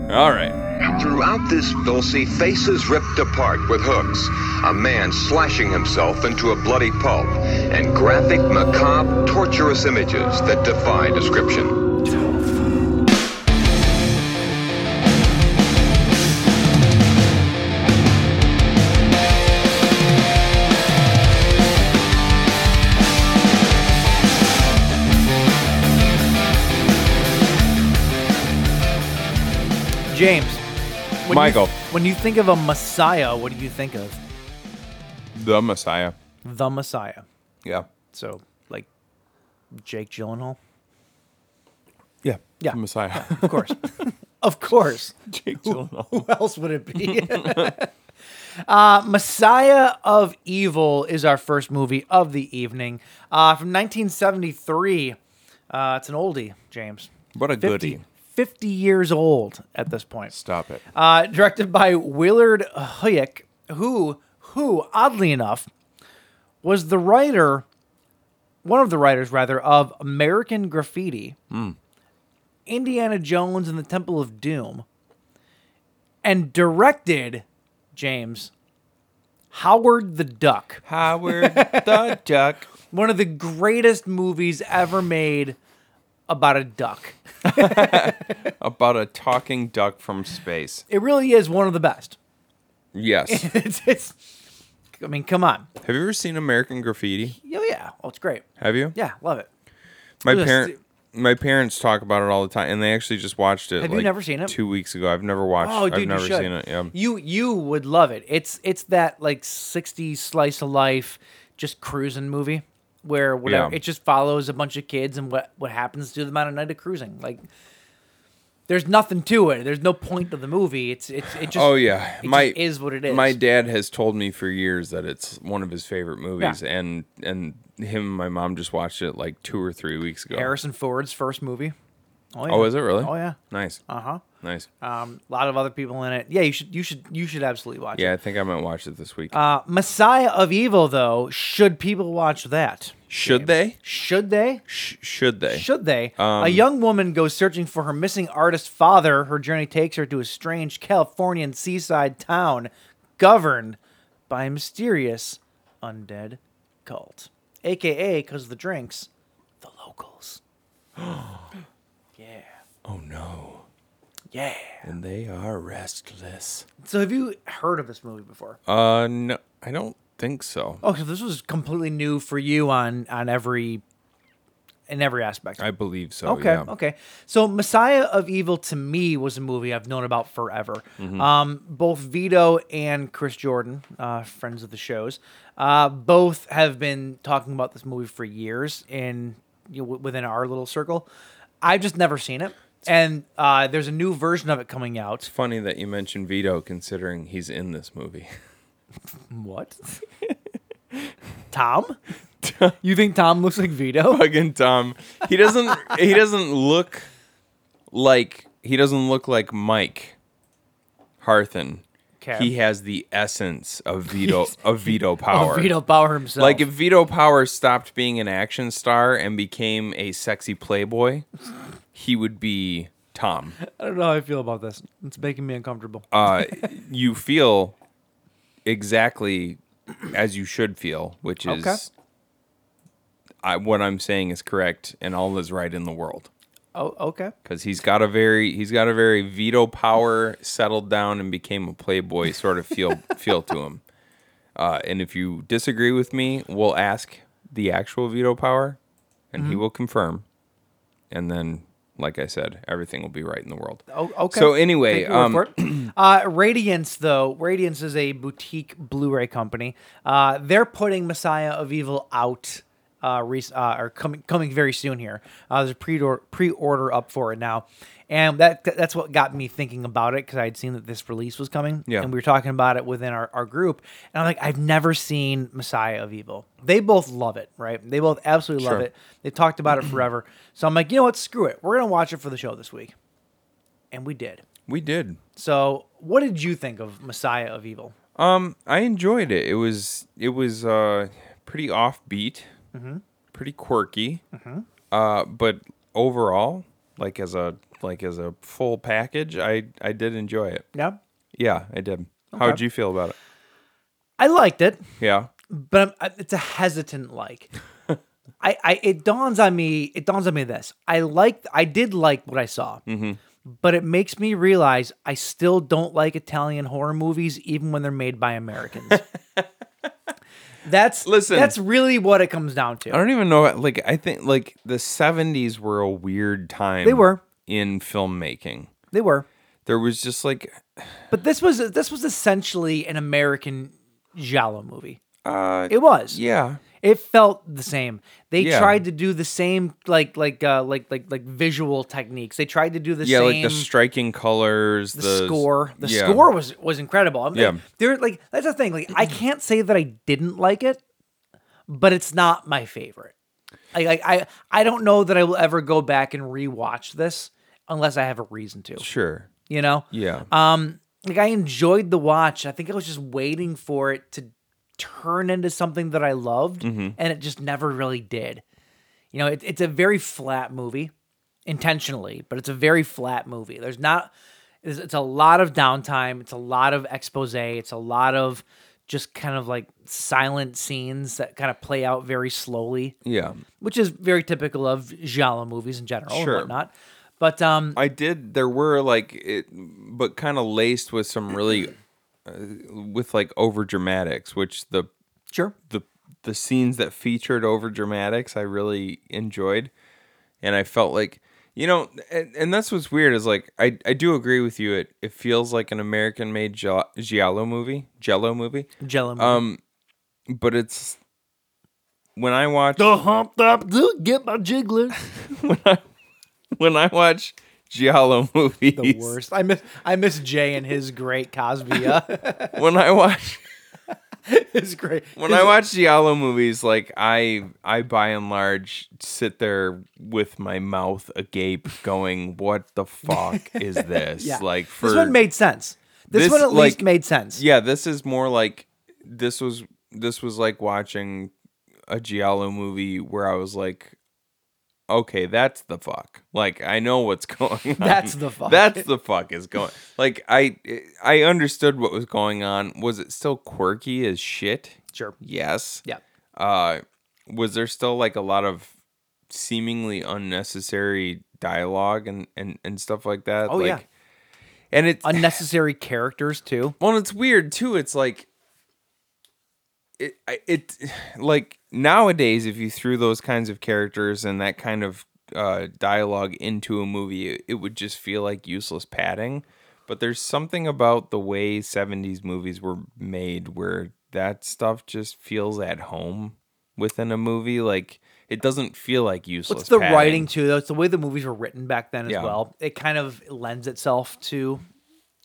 E: All right.
D: Throughout this, they'll see faces ripped apart with hooks, a man slashing himself into a bloody pulp, and graphic, macabre, torturous images that defy description.
B: James. when you-
E: Michael.
B: when you think of a Messiah, what do you think of?
E: The Messiah.
B: The Messiah.
E: Yeah.
B: So like Jake Gyllenhaal.
E: Yeah.
B: Yeah.
E: The Messiah.
B: Of course. of course.
E: Jake Gyllenhaal.
B: Who else would it be? uh, Messiah of Evil is our first movie of the evening uh, from 1973. Uh, it's an oldie, James.
E: What a goodie.
B: 50 years old at this point.
E: Stop it.
B: Uh, directed by Willard Huyck, who, who, oddly enough, was the writer, one of the writers rather, of American Graffiti, Indiana Jones and the Temple of Doom, and directed James Howard the Duck,
E: Howard the Duck.
B: one of the greatest movies ever made about a duck.
E: About a talking duck from space.
B: It really is one of the best.
E: Yes.
B: It's, it's I mean, come on.
E: Have you ever seen American Graffiti?
B: Oh yeah. Oh, it's great.
E: Have you?
B: Yeah, love it.
E: My
B: Yes.
E: parent. My parents talk about it all the time, and they actually just watched it.
B: Have you
E: like,
B: never seen it?
E: Two weeks ago, I've never watched.
B: Oh, dude,
E: I've never
B: you should.
E: seen it. Yeah.
B: You you would love it. It's it's that like 60s slice of life, just cruising movie where whatever
E: Yeah.
B: it just follows a bunch of kids and what what happens to them on a night of cruising. Like there's nothing to it. There's no point to the movie. It's it's it just
E: oh yeah,
B: it just is what it is.
E: My dad has told me for years that it's one of his favorite movies,
B: Yeah.
E: and and him and my mom just watched it like two or three weeks ago.
B: Harrison Ford's first movie. yeah.
E: Oh, is it really?
B: Oh yeah.
E: Nice.
B: Uh huh.
E: Nice.
B: Um, a lot of other people in it. Yeah, you should you should you should absolutely watch
E: Yeah,
B: it.
E: I think I might watch it this week.
B: Uh, Messiah of Evil, though, should people watch that?
E: should they?
B: Should they?
E: Sh- should they?
B: Should they? a young woman goes searching for her missing artist father. Her journey takes her to a strange Californian seaside town governed by a mysterious undead cult, aka because of the drinks, the locals. yeah,
E: oh no.
B: yeah.
E: And they are restless.
B: So, have you heard of this movie before?
E: Uh, no, I don't think so.
B: oh, so this was completely new for you on on every in every aspect.
E: I believe so.
B: Okay.
E: Oh, yeah.
B: Okay. So Messiah of Evil to me was a movie I've known about forever.
E: Mm-hmm.
B: Um, both Vito and Chris Jordan, uh, friends of the shows, uh, both have been talking about this movie for years in you know, w- within our little circle. I've just never seen it, and uh, there's a new version of it coming out.
E: Funny that you mentioned Vito, considering he's in this movie.
B: What? Tom? You think Tom looks like Vito?
E: Fucking Tom. He doesn't. he doesn't look like he doesn't look like Mike Harthen.
B: Okay.
E: He has the essence of Vito of Vito power.
B: Oh, Vito Bauer himself.
E: Like if Vito Power stopped being an action star and became a sexy playboy, he would be Tom.
B: I don't know how I feel about this. It's making me uncomfortable.
E: Uh, you feel exactly as you should feel, which is
B: Okay.
E: I, what I'm saying is correct and all is right in the world.
B: oh, okay.
E: Because he's got a very he's got a very Vito Power settled down and became a playboy sort of feel feel to him. Uh, and if you disagree with me, we'll ask the actual Vito Power, and
B: Mm-hmm.
E: he will confirm. And then, like I said, everything will be right in the world.
B: Oh, okay.
E: So anyway,
B: Take your
E: um,
B: word for it. uh, Radiance though, Radiance is a boutique Blu-ray company. Uh, they're putting Messiah of Evil out. Uh, rec- uh, or coming coming very soon here. Uh, there's a pre-order pre-order up for it now, and that that's what got me thinking about it because I had seen that this release was coming,
E: Yeah.
B: and we were talking about it within our, our group, and I'm like, I've never seen Messiah of Evil. They both love it, right? They both absolutely love
E: Sure.
B: it. They talked about it forever, so I'm like, you know what? Screw it. We're gonna watch it for the show this week, and we did.
E: we did.
B: So, what did you think of Messiah of Evil?
E: Um, I enjoyed it. It was it was uh pretty offbeat,
B: Mm-hmm.
E: pretty quirky. Uh, but overall, like as a like as a full package, I I did enjoy it.
B: Yeah,
E: Yeah, I did. How'd you feel about it?
B: I liked it,
E: Yeah.
B: but I'm, I- it's a hesitant like. I, I it dawns on me it dawns on me this I liked I did like what I saw,
E: Mm-hmm.
B: but it makes me realize I still don't like Italian horror movies even when they're made by Americans. that's
E: Listen.
B: That's really what it comes down to.
E: I don't even know. Like, I think like the '70s were a weird time.
B: They were.
E: in filmmaking.
B: They were,
E: There was just like,
B: but this was this was essentially an American giallo movie.
E: uh,
B: It was.
E: yeah,
B: It felt the same. They
E: Yeah.
B: tried to do the same like like uh like like like visual techniques. They tried to do the
E: yeah,
B: same
E: like the striking colors,
B: the
E: the,
B: score. The
E: yeah.
B: score was was incredible. I'm,
E: Yeah.
B: There like that's the thing. Like I can't say that I didn't like it, but it's not my favorite. Like I I, I don't know that I will ever go back and rewatch this unless I have a reason to.
E: Sure.
B: You know?
E: Yeah.
B: Um, like I enjoyed the watch. I think I was just waiting for it to turn into something that I loved,
E: Mm-hmm.
B: and it just never really did. You know, it, it's a very flat movie, intentionally, but it's a very flat movie. There's not, it's, it's a lot of downtime. It's a lot of expose. It's a lot of just kind of like silent scenes that kind of play out very slowly,
E: yeah.
B: which is very typical of giallo movies in general
E: Sure.
B: and whatnot. But um,
E: I did. There were like it, but kind of laced with some really, uh, with like over dramatics, which the
B: sure,
E: the the scenes that featured over dramatics I really enjoyed and I felt like you know and, and that's what's weird is like I, I do agree with you it it feels like an American made giallo movie jello movie
B: Jello. movie.
E: um but it's when I watch
B: hump up, do get my jiggler.
E: when I watch giallo movies
B: The worst. I miss I miss Jay and his great Cosby. uh,
E: when I watch
B: it's great.
E: when I watch Giallo movies, like I I by and large sit there with my mouth agape, going, "What the fuck is this?"
B: Yeah.
E: Like for
B: this one made sense. This,
E: this,
B: one at
E: like-
B: least made sense.
E: yeah, this is more like this was this was like watching a Giallo movie where I was like, "Okay, that's the fuck." Like I know what's going on.
B: That's the fuck.
E: That's the fuck is going. Like I I understood what was going on. Was it still quirky as shit?
B: Sure.
E: Yes.
B: Yeah.
E: uh was there still like a lot of seemingly unnecessary dialogue and and, and stuff like that
B: Oh,
E: like
B: yeah.
E: and it's
B: Unnecessary characters too.
E: well it's weird too it's like it I- it like nowadays if you threw those kinds of characters and that kind of uh dialogue into a movie it, it would just feel like useless padding but there's something about the way 70s movies were made where that stuff just feels at home within a movie like it doesn't feel like useless
B: What's the
E: padding.
B: writing too though? It's the way the movies were written back then as
E: Yeah.
B: well. It kind of lends itself to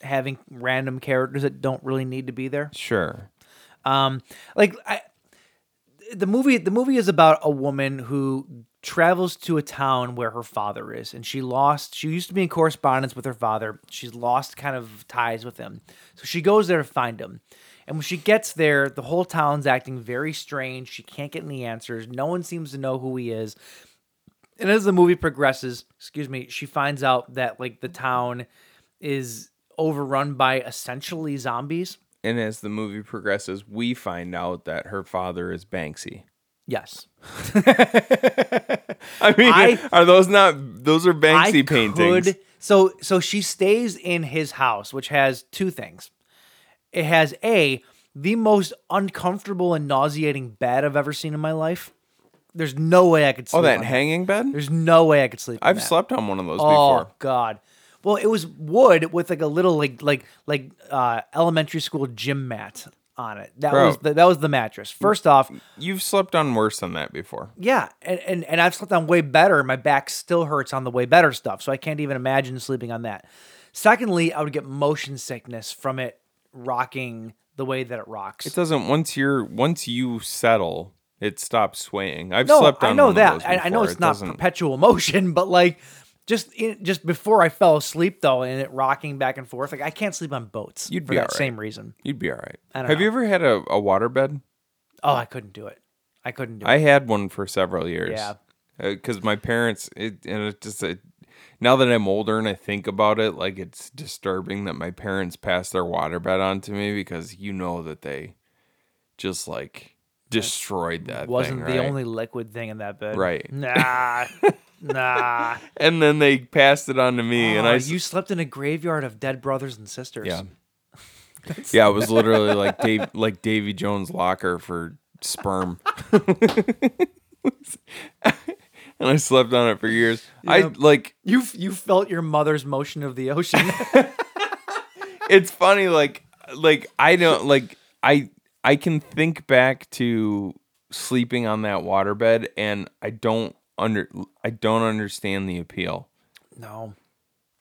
B: having random characters that don't really need to be there.
E: sure
B: Um, like I, the movie, the movie is about a woman who travels to a town where her father is, and she lost. She used to be in correspondence with her father. She's lost kind of ties with him, so she goes there to find him. And when she gets there, the whole town's acting very strange. She can't get any answers. No one seems to know who he is. And as the movie progresses, excuse me, she finds out that like the town is overrun by essentially zombies.
E: and as the movie progresses we find out that her father is banksy
B: Yes.
E: I mean,
B: I-
E: are those not those are Banksy
B: could-
E: paintings?
B: so so she stays in his house, which has two things. It has a the most uncomfortable and nauseating bed I've ever seen in my life. There's no way I could sleep.
E: oh, that
B: on
E: hanging bed.
B: There's no way I could sleep. on
E: I've
B: that.
E: slept on one of those
B: Oh
E: before.
B: God. Well, it was wood with like a little like like like uh, elementary school gym mat on it. That
E: Bro.
B: was the, that was the mattress. First off,
E: You've slept on worse than that before.
B: yeah, and, and and I've slept on way better. My back still hurts on the way better stuff, so I can't even imagine sleeping on that. Secondly, I would get motion sickness from it rocking the way that it rocks.
E: It doesn't. Once you're once you settle, it stops swaying. I've
B: no,
E: slept on.
B: I know
E: one Of
B: that.
E: those
B: I, I know
E: before.
B: it's
E: It
B: not
E: doesn't-
B: perpetual motion, but like just in, just before I fell asleep though, and it rocking back and forth. Like I can't sleep on boats
E: You'd
B: for
E: be
B: that
E: all right.
B: same reason.
E: You'd be all right.
B: I don't
E: Have
B: know.
E: you ever had a, a water bed?
B: Oh, I couldn't do it. I couldn't do
E: I
B: it.
E: had one for several years.
B: Yeah.
E: Because my parents, it, and it just, it, now that I'm older and I think about it, like it's disturbing that my parents passed their waterbed on to me because you know that they just like destroyed that
B: Wasn't
E: thing,
B: the
E: right?
B: only liquid thing in that bed.
E: Right.
B: Nah. nah.
E: And then they passed it on to me, and
B: Oh,
E: I s-
B: you slept in a graveyard of dead brothers and sisters.
E: yeah, yeah, it was literally like Dave, like Davy Jones' locker for sperm. and I slept on it for years. I like
B: You f- you felt your mother's motion of the ocean.
E: it's funny like like i don't like i i can think back to sleeping on that waterbed and i don't under i don't understand the appeal
B: no.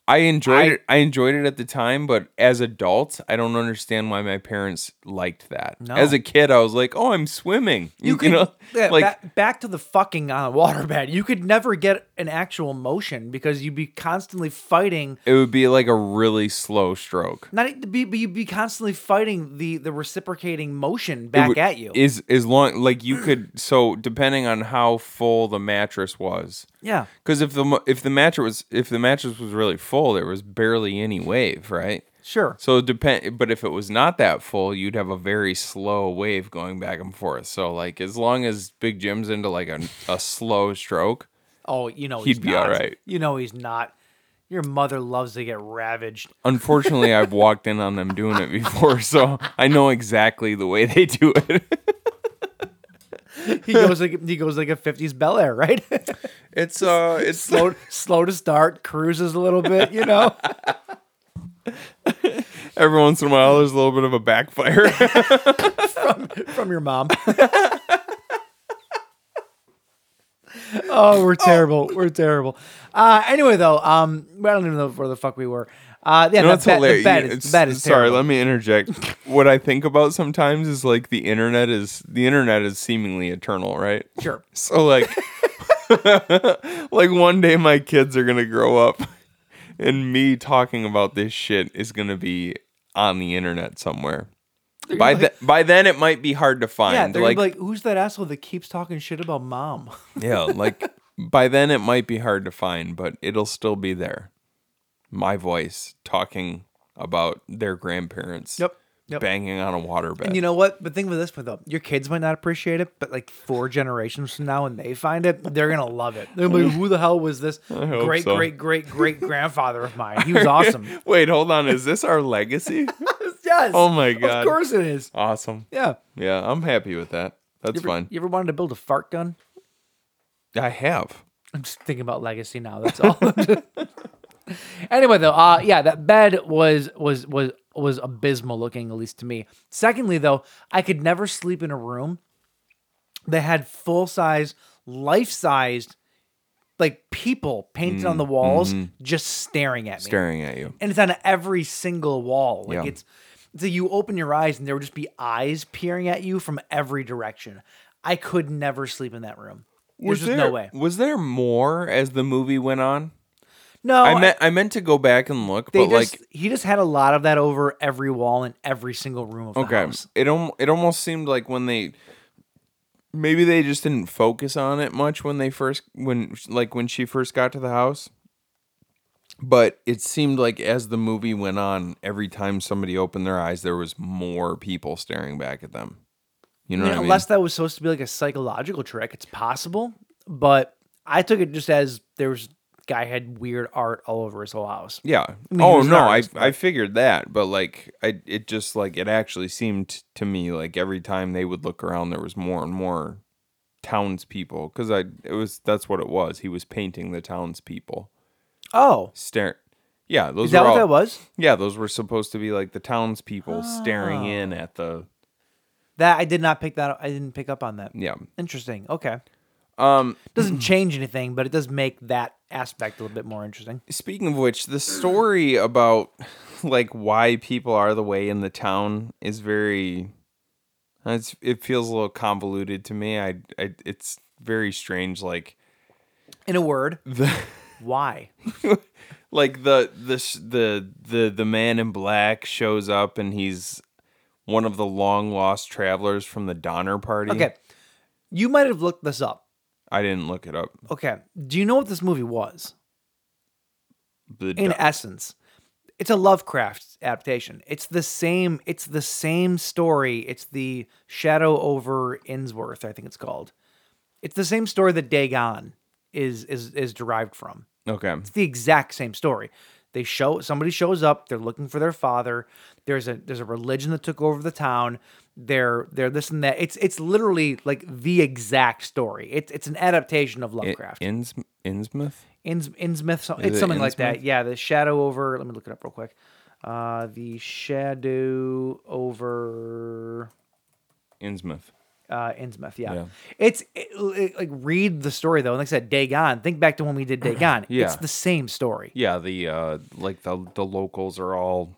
E: i enjoyed it i enjoyed it at the time but as adults i don't understand why my parents liked that
B: No.
E: as a kid i was like oh i'm swimming you, know
B: yeah,
E: like
B: ba- back to the fucking on a waterbed. You could never get an actual motion because you'd be constantly fighting
E: it would be like a really slow stroke
B: not e- be but you'd be constantly fighting the the reciprocating motion back
E: would-
B: at you.
E: is as long like you could so depending on how full the mattress was
B: yeah.
E: Because if the mo- if the mattress was if the mattress was really full, there was barely any wave, right?
B: Sure.
E: So it depend, but if it was not that full, you'd have a very slow wave going back and forth. So like as long as Big Jim's into like a, a slow stroke,
B: Oh, you know
E: He'd
B: he's
E: be
B: not.
E: alright.
B: You know he's not. Your mother loves to get ravaged.
E: unfortunately, I've walked in on them doing it before, so I know exactly the way they do it.
B: He goes like he goes like a fifties Bel Air, right?
E: It's uh, it's
B: slow slow to start, cruises a little bit, you know.
E: every once in a while there's a little bit of a backfire.
B: from your mom. oh, we're terrible. We're terrible. Uh, anyway, though, um, I don't even know where the fuck we were. Uh, yeah,
E: No,
B: the
E: it's
B: bed-
E: hilarious.
B: The bed
E: You-
B: is,
E: it's-
B: bed is
E: sorry,
B: terrible.
E: let me interject. what I think about sometimes is like the internet is the internet is seemingly eternal, right?
B: Sure.
E: So like like one day my kids are gonna grow up and me talking about this shit is gonna be on the internet somewhere. By the, by then it might be hard to find.
B: Yeah, they're
E: like,
B: like, like, who's that asshole that keeps talking shit about mom?
E: yeah, like by then it might be hard to find, but it'll still be there. My voice talking about their grandparents.
B: Yep, yep.
E: Banging on a waterbed.
B: And you know what? But think of it this way though, your kids might not appreciate it, but like four generations from now, when they find it, they're gonna love it. They're gonna be like, "Who the hell was this
E: hope
B: great,
E: so.
B: great, great, great grandfather of mine? He was awesome."
E: Wait, hold on. Is this our legacy?
B: yes.
E: Oh my God.
B: Of course it is.
E: awesome.
B: Yeah.
E: Yeah, I'm happy with that. That's
B: You ever,
E: fine.
B: You ever wanted to build a fart gun?
E: I have.
B: I'm just thinking about legacy now. That's all. anyway, though, uh, yeah, that bed was was was was abysmal looking, at least to me. Secondly, though, I could never sleep in a room that had full size, life sized, like people painted on the walls, just staring at me
E: Staring at you.
B: and it's on every single wall. Like
E: Yeah.
B: it's so you open your eyes and there would just be eyes peering at you from every direction. I could never sleep in that room. There's just
E: there,
B: no way.
E: Was there more as the movie went on?
B: No,
E: I meant I meant to go back and
B: Oh,
E: look,
B: they
E: but
B: just
E: like
B: he just had a lot of that over every wall in every single room of the
E: okay,
B: house.
E: it al- it almost seemed like when they maybe they just didn't focus on it much when they first when like when she first got to the house. But it seemed like as the movie went on, every time somebody opened their eyes, there was more people staring back at them. You know,
B: I mean,
E: what I mean?
B: unless that was supposed to be like a psychological trick, it's possible. But I took it just as there was guy had weird art all over his whole house.
E: Yeah.
B: mean, he
E: oh
B: was an
E: no, I
B: artist,
E: I figured that, but like I it just like it actually seemed to me like every time they would look around there was more and more townspeople cuz I it was that's what it was. He was painting the townspeople.
B: Oh,
E: Stare. Yeah, those
B: is that
E: were
B: what
E: all,
B: that was?
E: Yeah, those were supposed to be like the townspeople staring
B: Ah.
E: in at the
B: That I did not pick that. up. I didn't pick up on that.
E: yeah.
B: Interesting. Okay.
E: Um
B: doesn't change anything, but it does make that aspect a little bit more interesting.
E: Speaking of which, the story about like why people are the way in the town is very it's, it feels a little convoluted to me. I, I it's very strange like
B: In a word, why?
E: like the the sh- the the the man in black shows up and he's one of the long lost travelers from the Donner party.
B: Okay, you might have looked this up.
E: I didn't look it up.
B: Okay, do you know what this movie was?
E: The
B: In
E: Don-
B: essence, it's a Lovecraft adaptation. It's the same. It's the same story. It's the Shadow over Innsworth, I think it's called. It's the same story that Dagon is is is derived from.
E: okay.
B: the exact same story. They show somebody shows up, they're looking for their father. There's a there's a religion that took over the town. They're they're this and that. It's it's literally like the exact story. It's it's an adaptation of Lovecraft. In,
E: Inns Innsmouth?
B: Inns, Innsmith, so,
E: it
B: it's something like that.
E: Innsmouth?
B: Yeah, the shadow over. Let me look it up real quick. Uh, the shadow over
E: Innsmouth.
B: uh, Innsmouth. Yeah,
E: Yeah.
B: it's it, it- like read the story though. And like I said, Dagon. Think back to when we did Dagon.
E: Yeah.
B: it's the same story.
E: Yeah, the uh like the the locals are all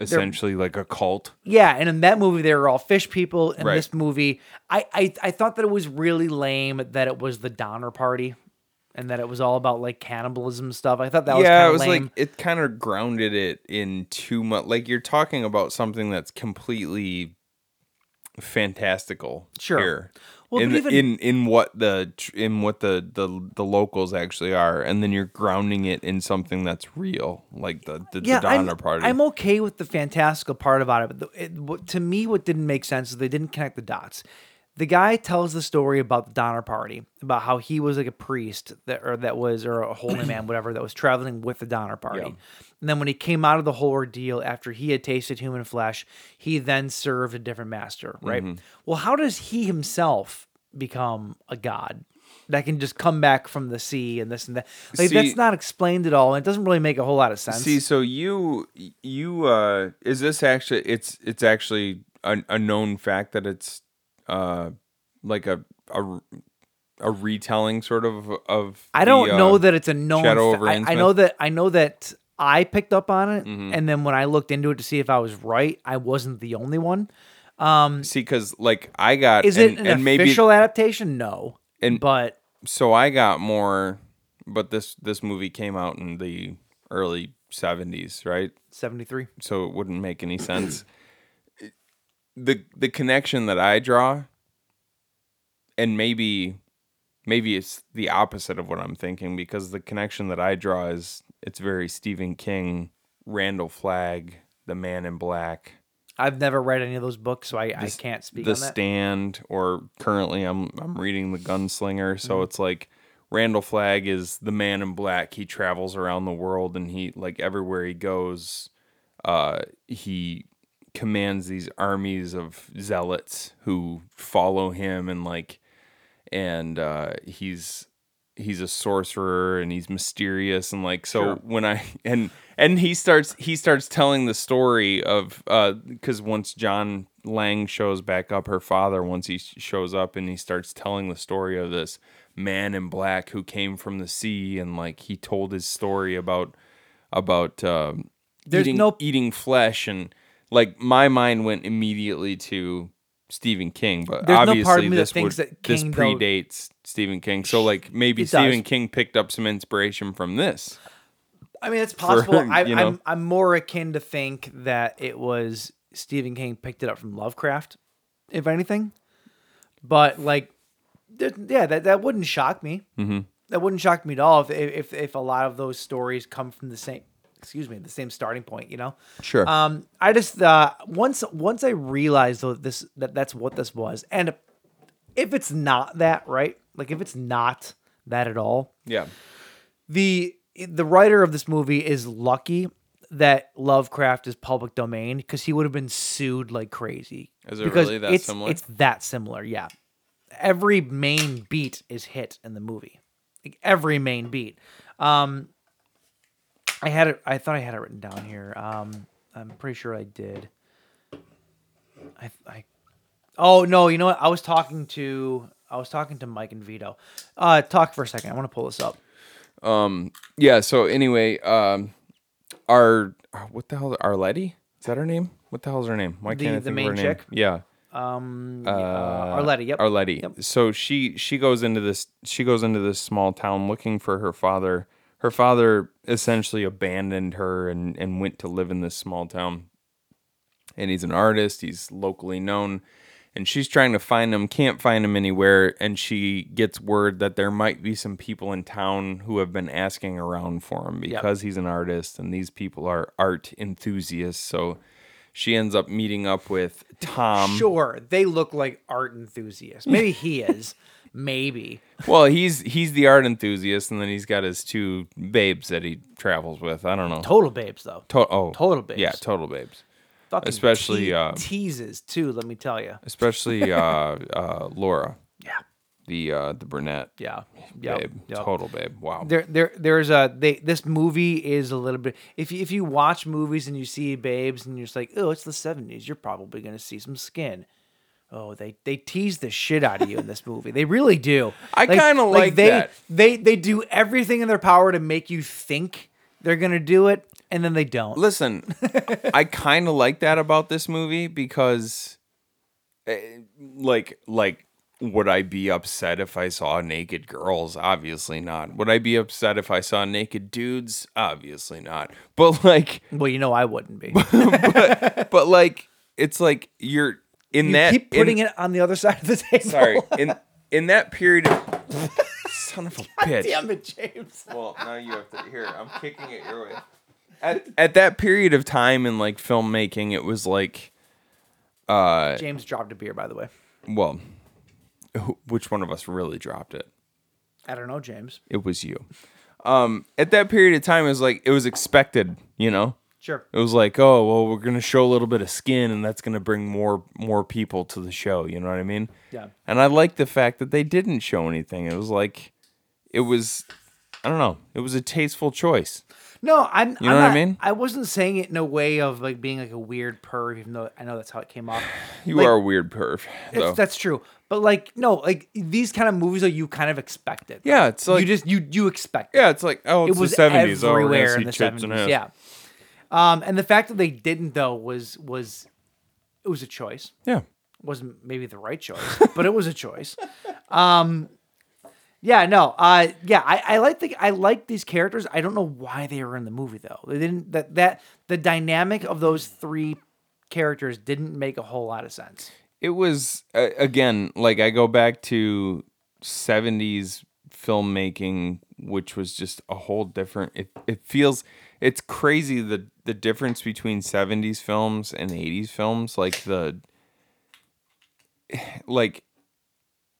E: essentially like a cult.
B: Yeah, and in that movie they were all fish people. In
E: Right.
B: this movie, I, I I thought that it was really lame that it was the Donner Party, and that it was all about like cannibalism stuff. I thought that
E: yeah, it
B: was
E: was
B: kind of lame.
E: like it kind of grounded it in too much. Like you're talking about something that's completely fantastical.
B: Sure.
E: Here.
B: Well,
E: in,
B: but even-
E: in in what the tr- in what the, the the locals actually are, and then you're grounding it in something that's real, like the the,
B: yeah,
E: the
B: I'm-
E: Donner Party.
B: I'm okay with the fantastical part about it, but the, it, what- to me, what didn't make sense is they didn't connect the dots. The guy tells the story about the Donner Party, about how he was like a priest that or that was or a holy man, whatever, that was traveling with the Donner Party. And then when he came out of the whole ordeal after he had tasted human flesh, he then served a different master, right?
E: Mm-hmm.
B: Well, how does he himself become a god? That can just come back from the sea and this and that. Like
E: See-
B: that's not explained at all, and it doesn't really make a whole lot of sense.
E: See, so you you uh is this actually it's it's actually a, a known fact that it's uh like a a, a retelling sort of of
B: I don't
E: the, uh,
B: know that it's a known.
E: Shadow
B: fa-
E: over
B: I, I
E: Innsmouth? Mm-hmm.
B: know that I know that I picked up on it, and then when I looked into it to see if I was right, I wasn't the only one.
E: See, because like I got
B: Is
E: and,
B: it an
E: and maybe
B: official adaptation? No,
E: and-
B: but
E: so I got more, but this this movie came out in the early '70s, right?
B: seventy three.
E: so it wouldn't make any sense. the the connection that I draw, and maybe maybe it's the opposite of what I'm thinking because the connection that I draw is it's very Stephen King, Randall Flagg, The Man in Black,
B: I've never read any of those books, so I, I can't speak
E: The
B: on that.
E: Stand, or currently I'm I'm reading The Gunslinger,
B: Mm-hmm.
E: so it's like. Randall Flagg is the man in black. He travels around the world and he like everywhere he goes, uh, he commands these armies of zealots who follow him and like and uh, he's he's a sorcerer and he's mysterious and like so when i and and he starts he starts telling the story of uh because once john lang shows back up her father once he sh- shows up and he starts telling the story of this man in black who came from the sea and like he told his story about about uh,
B: There's
E: eating,
B: no-
E: eating flesh and like my mind went immediately to Stephen King, but
B: There's no part of
E: obviously
B: me that
E: this
B: thinks
E: would,
B: that
E: this
B: King, though-
E: predates Stephen King. So like maybe
B: It does.
E: Stephen King picked up some inspiration from this.
B: I mean, it's possible. I,
E: you know.
B: I'm I'm more akin to think that it was Stephen King picked it up from Lovecraft, if anything. But like, th- yeah, that that wouldn't shock me. Mm-hmm. That wouldn't shock me at all if, if if a lot of those stories come from the same. Excuse me, the same starting point. You know.
E: Sure.
B: Um, I just uh, once once I realized though this that that's what this was, and if it's not that, right? Like if it's not that at all,
E: yeah.
B: the the writer of this movie is lucky that Lovecraft is public domain because he would have been sued like crazy.
E: Is it
B: because
E: really that
B: it's,
E: similar?
B: It's that similar, yeah. Every main beat is hit in the movie. Like every main beat. Um I had it I thought I had it written down here. Um I'm pretty sure I did. I I Oh no, you know what? I was talking to I was talking to Mike and Vito. Uh talk for a second. I want to pull this up.
E: Yeah. So anyway, um, our what the hell? Arletty is that her name? What the hell's her name? Why
B: The-
E: can't I
B: the
E: think of
B: main
E: her name?
B: chick?
E: Yeah.
B: uh, Arletty. Yep.
E: Arletty. So she she goes into this she goes into this small town looking for her father. Her father essentially abandoned her and and went to live in this small town. And he's an artist. He's locally known. And she's trying to find him, can't find him anywhere. And she gets word that there might be some people in town who have been asking around for him because he's an artist and these people are art enthusiasts. So she ends up meeting up with Tom.
B: Sure, they look like art enthusiasts. Maybe he is. Maybe.
E: Well, he's he's the art enthusiast, and then he's got his two babes that he travels with. I don't know.
B: Total babes though.
E: To- oh,
B: total babes.
E: Yeah, total babes.
B: Fucking
E: especially,
B: te-
E: uh,
B: teases too. Let me tell you.
E: Especially uh, uh, Laura,
B: Yeah.
E: the uh, the brunette.
B: Yeah. Yeah.
E: babe, total babe. Wow.
B: There, there, there's a they. This movie is a little bit. If you, if you watch movies and you see babes and you're just like, oh, it's the '70s, you're probably gonna see some skin. Oh, they they tease the shit out of you in this movie. They really do.
E: I kinda like
B: they
E: that.
B: they they do everything in their power to make you think they're gonna do it, and then they don't.
E: Listen, I kind of like that about this movie because, eh, like, like would I be upset if I saw naked girls? Obviously not. Would I be upset if I saw naked dudes? Obviously not. But like.
B: Well, you know I wouldn't be.
E: but like it's like you're in
B: You
E: that
B: keep putting
E: in,
B: it on the other side of the table.
E: sorry in in that period of son of a bitch
B: Damn it, James.
E: well now you have to here i'm kicking it your way at, at that period of time in like filmmaking it was like uh,
B: James dropped a beer, by the way.
E: well who- which one of us really dropped it
B: I don't know, James.
E: it was you um at that period of time it was like it was expected you know
B: Sure.
E: it was like oh well we're gonna show a little bit of skin and that's gonna bring more more people to the show you know what i mean
B: Yeah.
E: and i like the fact that they didn't show anything it was like it was i don't know it was a tasteful choice
B: No, I'm.
E: You know
B: I'm
E: what I
B: not-
E: mean?
B: I wasn't saying it in a way of like being like a weird perv, even though I know that's how it came off.
E: You
B: Like,
E: are a weird perv, though.
B: It's, that's true, but like no, like these kind of movies are you kind of expect it.
E: Yeah, it's like-
B: you just you you expect.
E: yeah, it's like oh,
B: it
E: it's
B: was
E: the seventies. Oh, we're gonna
B: everywhere
E: see
B: in the
E: tits and
B: seventies.
E: ass.
B: Yeah, um, and the fact that they didn't though was was it was a choice.
E: yeah.
B: wasn't maybe the right choice, but it was a choice. Um, yeah, no, uh, yeah, I, I like the I like these characters. I don't know why they were in the movie though. They didn't that that the dynamic of those three characters didn't make a whole lot of sense.
E: It was uh, again like I go back to seventies filmmaking, which was just a whole different. It it feels it's crazy the the difference between seventies films and eighties films, like the like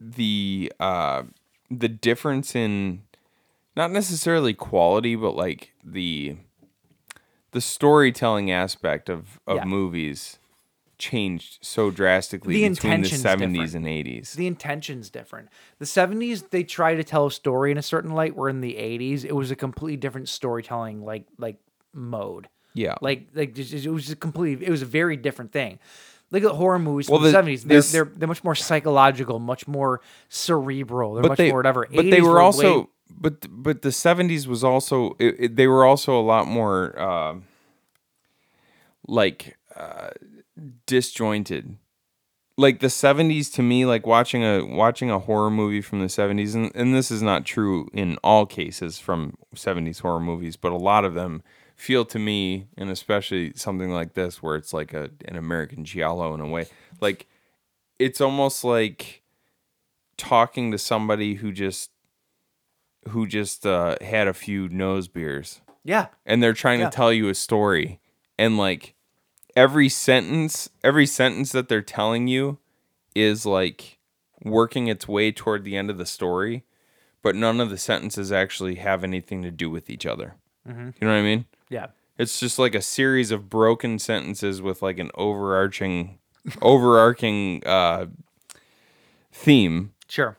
E: the uh the difference in not necessarily quality but like the the storytelling aspect of of
B: Yeah.
E: movies changed so drastically
B: The
E: between the
B: intention's
E: 70s
B: different.
E: and 80s
B: The intention's different. The seventies they try to tell a story in a certain light. Where in the eighties it was a completely different storytelling like like mode.
E: yeah
B: Like like just, it was just completely it was a very different thing. Look at horror movies from
E: Well,
B: the
E: the-
B: seventies. They're,
E: this-
B: they're they're much more psychological, much more cerebral. They're much more whatever.
E: But
B: 80s
E: they were also,
B: way-
E: but but the seventies was also it, it- they were also a lot more uh, like uh, disjointed. Like the seventies to me, like watching a watching a horror movie from the seventies, and, and this is not true in all cases from seventies horror movies, but a lot of them feel to me, and especially something like this where it's like a an American Giallo in a way, like it's almost like talking to somebody who just who just uh, had a few nose beers
B: yeah.
E: and they're trying
B: Yeah.
E: to tell you a story and like every sentence every sentence that they're telling you is like working its way toward the end of the story but none of the sentences actually have anything to do with each other you know what i mean
B: Yeah.
E: it's just like a series of broken sentences with like an overarching overarching uh theme
B: Sure.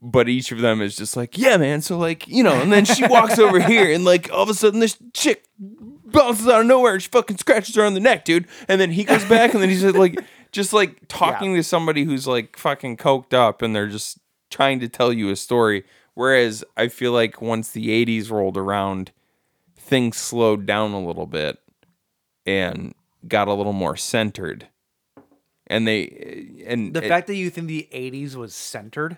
E: but each of them is just like, yeah, man. So like, you know, and then she walks over here, and like all of a sudden this chick bounces out of nowhere and she fucking scratches her on the neck, dude. And then he goes back, and then he's just like, just like talking to somebody who's like fucking coked up, and they're just trying to tell you a story. Whereas I feel like once the '80s rolled around, things slowed down a little bit and got a little more centered. And they eh, and
B: The
E: it-
B: fact that you think the eighties was centered.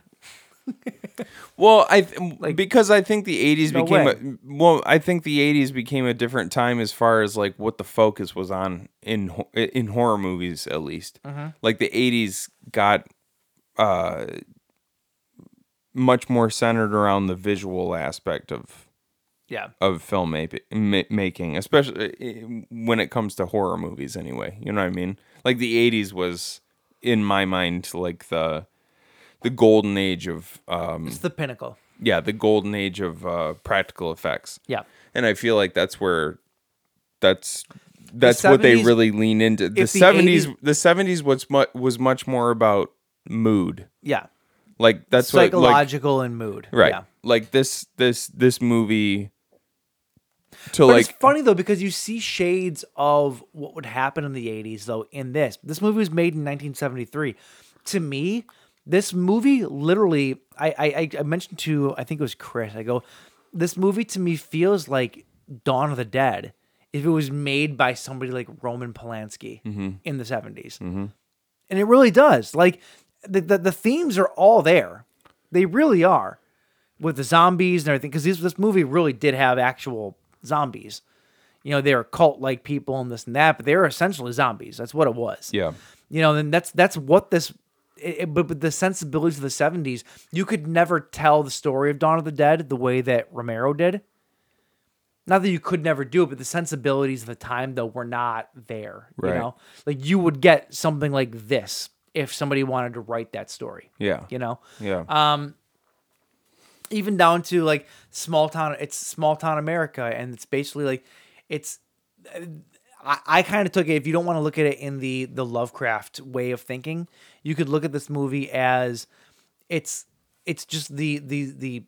E: Well, I th- because I think the eighties
B: No
E: became
B: way.
E: a, well, I think the eighties became a different time as far as like what the focus was on in ho- in horror movies at least.
B: Mm-hmm.
E: Like the eighties got uh, much more centered around the visual aspect of
B: Yeah.
E: of film ma- ma- making, especially uh, when it comes to horror movies. Anyway, you know what I mean. Like the '80s was, in my mind, like the the golden age of um,
B: It's the pinnacle.
E: yeah, the golden age of uh, practical effects.
B: Yeah.
E: and I feel like that's where that's that's what they
B: 70s
E: really lean into. The
B: if the
E: seventies,
B: 80s
E: the seventies was much was much more about mood.
B: Yeah.
E: Like that's what like,
B: Psychological and mood.
E: right?
B: Yeah.
E: Like this this this movie. To
B: But
E: like
B: it's funny though because you see shades of what would happen in the 80s though in this. This movie was made in 1973. To me, this movie literally I I I- I mentioned to I think it was Chris. I go this movie to me feels like Dawn of the Dead if it was made by somebody like Roman Polanski in the 70s. And it really does. Like the, the the themes are all there. They really are with the zombies and everything because this this movie really did have actual zombies. You know, they were cult like people and this and that, but they were essentially zombies. That's what it was.
E: Yeah.
B: You know, and that's that's what this. It, it- but, but the sensibilities of the '70s, you could never tell the story of Dawn of the Dead the way that Romero did. Not that you could never do it, but the sensibilities of the time though were not there.
E: Right.
B: You know, like you would get something like this if somebody wanted to write that story.
E: Yeah.
B: You know Um,
E: Yeah.
B: even down to like small town it's small town america and it's basically like it's uh, i, I kind of took it if you don't want to look at it in the the lovecraft way of thinking you could look at this movie as it's it's just the the the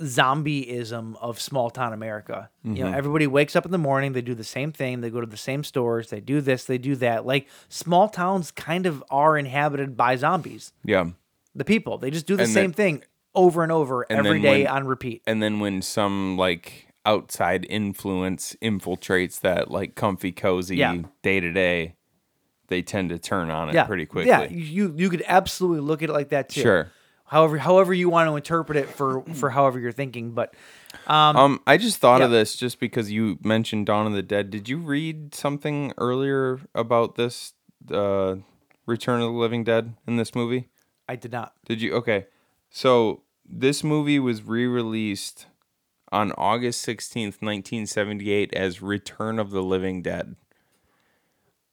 B: zombieism of small town America. You know, everybody wakes up in the morning, they do the same thing, they go to the same stores, they do this, they do that. Like small towns kind of are inhabited by zombies.
E: Yeah.
B: The people, they just do the
E: And
B: same
E: then-
B: thing over and over
E: and
B: every
E: then
B: day
E: when-
B: on repeat.
E: And then when some like outside influence infiltrates that like comfy cozy
B: Yeah.
E: day to day, they tend to turn on it pretty quickly.
B: Yeah, you you could absolutely look at it like that too.
E: Sure.
B: However, however you want to interpret it for for however you're thinking, but
E: Um, I just thought of
B: yeah.
E: this just because you mentioned Dawn of the Dead. Did you read something earlier about this uh, Return of the Living Dead in this movie?
B: I did not.
E: Did you? Okay. So this movie was re released on August 16th, 1978, as Return of the Living Dead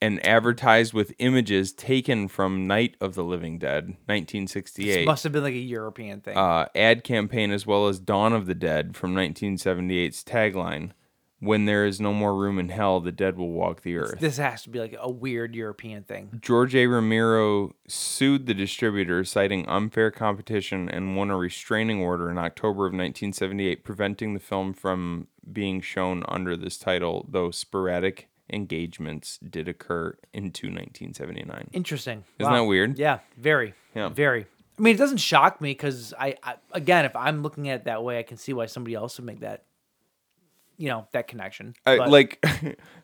E: and advertised with images taken from Night of the Living Dead, 1968.
B: It must have been like a European thing.
E: uh, ad campaign as well as Dawn of the Dead from 1978's tagline When there is no more room in hell, the dead will walk the earth.
B: this has to be like a weird European thing.
E: George A. Romero sued the distributor, citing unfair competition, and won a restraining order in October of 1978, preventing the film from being shown under this title, though sporadic engagements did occur into 1979.
B: Interesting.
E: Isn't that weird?
B: Yeah, very.
E: Yeah.
B: Very. I mean, it doesn't shock me because I, I, again, if I'm looking at it that way, I can see why somebody else would make that, you know, that connection.
E: I,
B: But
E: like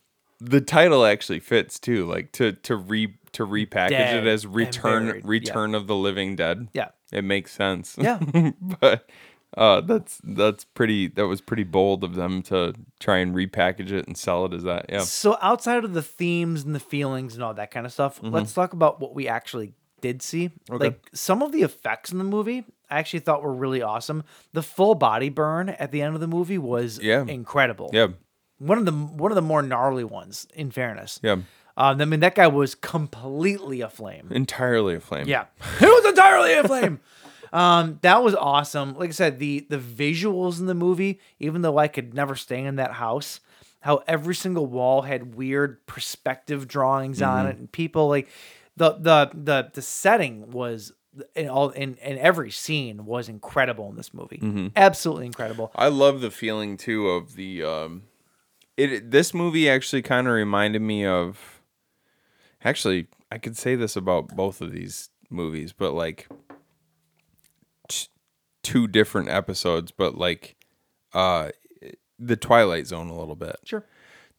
E: the title actually fits too like to to re to repackage
B: Dead
E: it as
B: and
E: return
B: buried, yeah.
E: return of the living dead
B: Yeah.
E: it makes sense
B: Yeah.
E: but uh that's that's pretty that was pretty bold of them to try and repackage it and sell it as that yeah
B: So outside of the themes and the feelings and all that kind of stuff,
E: Mm-hmm.
B: let's talk about what we actually did see. Like some of the effects in the movie, I actually thought were really awesome. The full body burn at the end of the movie was
E: Yeah.
B: incredible.
E: yeah
B: One of the one of the more gnarly ones, in fairness.
E: yeah
B: Um, I mean that guy was completely aflame.
E: entirely aflame
B: Yeah, it was entirely aflame. Um, that was awesome. Like I said, the the visuals in the movie, even though I could never stay in that house, how every single wall had weird perspective drawings on
E: Mm-hmm.
B: it, and people like the the the the setting was in all in in every scene was incredible in this movie.
E: Mm-hmm.
B: Absolutely incredible.
E: I love the feeling too of the um it this movie actually kind of reminded me of actually I could say this about both of these movies but like t- two different episodes but like uh the Twilight Zone a little bit.
B: Sure.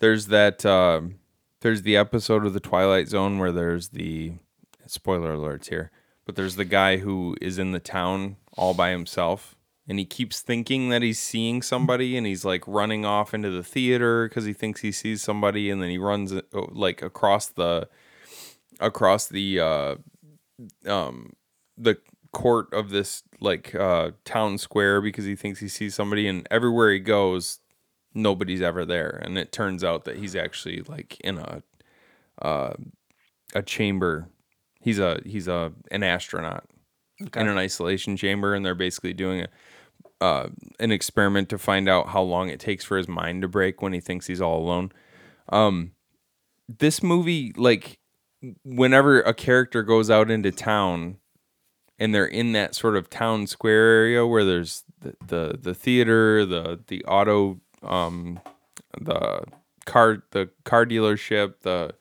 E: There's that um there's the episode of the Twilight Zone where there's the spoiler alerts here, but there's the guy who is in the town all by himself and he keeps thinking that he's seeing somebody and he's like running off into the theater cuz he thinks he sees somebody and then he runs uh, like across the across the uh um, the court of this like uh town square because he thinks he sees somebody and everywhere he goes nobody's ever there and it turns out that he's actually like in a uh a chamber he's a he's a an astronaut in an isolation chamber and they're basically doing a uh, an experiment to find out how long it takes for his mind to break when he thinks he's all alone. Um, this movie, like, whenever a character goes out into town, and they're in that sort of town square area where there's the the, the theater, the the auto, um, the car the car dealership, the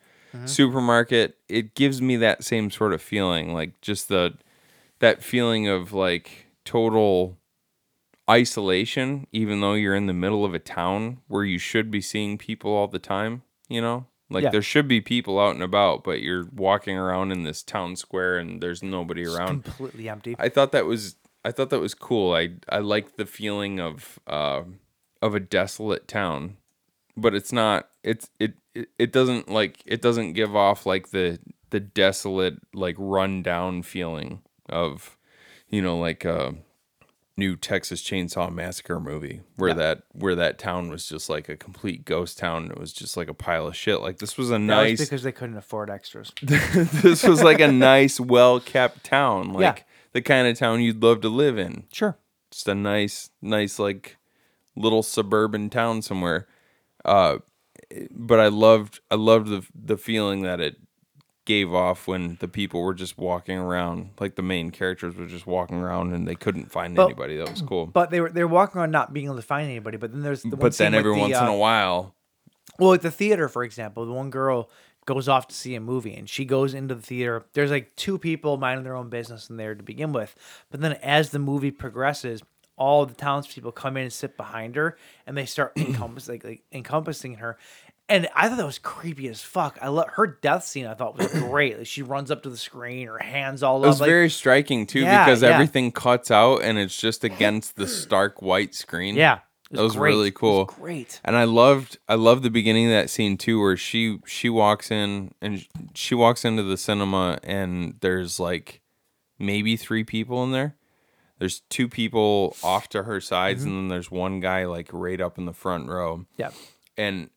E: supermarket. It gives me that same sort of feeling, like just the that feeling of like total isolation, even though you're in the middle of a town where you should be seeing people all the time. You know. Like
B: Yeah.
E: there should be people out and about, but you're walking around in this town square and there's nobody around.
B: Completely empty.
E: I thought that was I thought that was cool. I I liked the feeling of uh, of a desolate town, but it's not. It's it, it it doesn't like it doesn't give off like the the desolate like run down feeling of you know like a new Texas Chainsaw Massacre movie where that where that town was just like a complete ghost town. It was just like a pile of shit. Like this was a
B: That was
E: nice
B: because they couldn't afford extras.
E: this was like a nice, well kept town, like
B: Yeah.
E: the kind of town you'd love to live in.
B: Sure.
E: Just a nice, nice like little suburban town somewhere. Uh, but I loved, I loved the the feeling that it gave off when the people were just walking around, like the main characters were just walking around and they couldn't find
B: But-
E: anybody. That was cool. But,
B: But they were they were walking around not being able to find anybody. But then there's the one
E: then
B: scene with
E: every
B: the,
E: once in
B: uh,
E: a while,
B: Well, at the theater, for example, the one girl goes off to see a movie and she goes into the theater. There's like two people minding their own business in there to begin with. But then as the movie progresses, all the townspeople come in and sit behind her and they start encompass, like, like encompassing her. And I thought that was creepy as fuck. I love her death scene. I thought was great. Like she runs up to the screen, her hands all
E: it was
B: up. Like,
E: very striking too
B: Yeah,
E: because
B: yeah.
E: everything cuts out and it's just against the stark white screen.
B: yeah, it
E: that was
B: great.
E: really
B: It was
E: cool.
B: great.
E: And I loved I loved the beginning of that scene too where she she walks in and sh- she walks into the cinema and there's like maybe 3 people in there. There's two people off to her sides and then there's one guy like right up in the front row.
B: Yeah.
E: And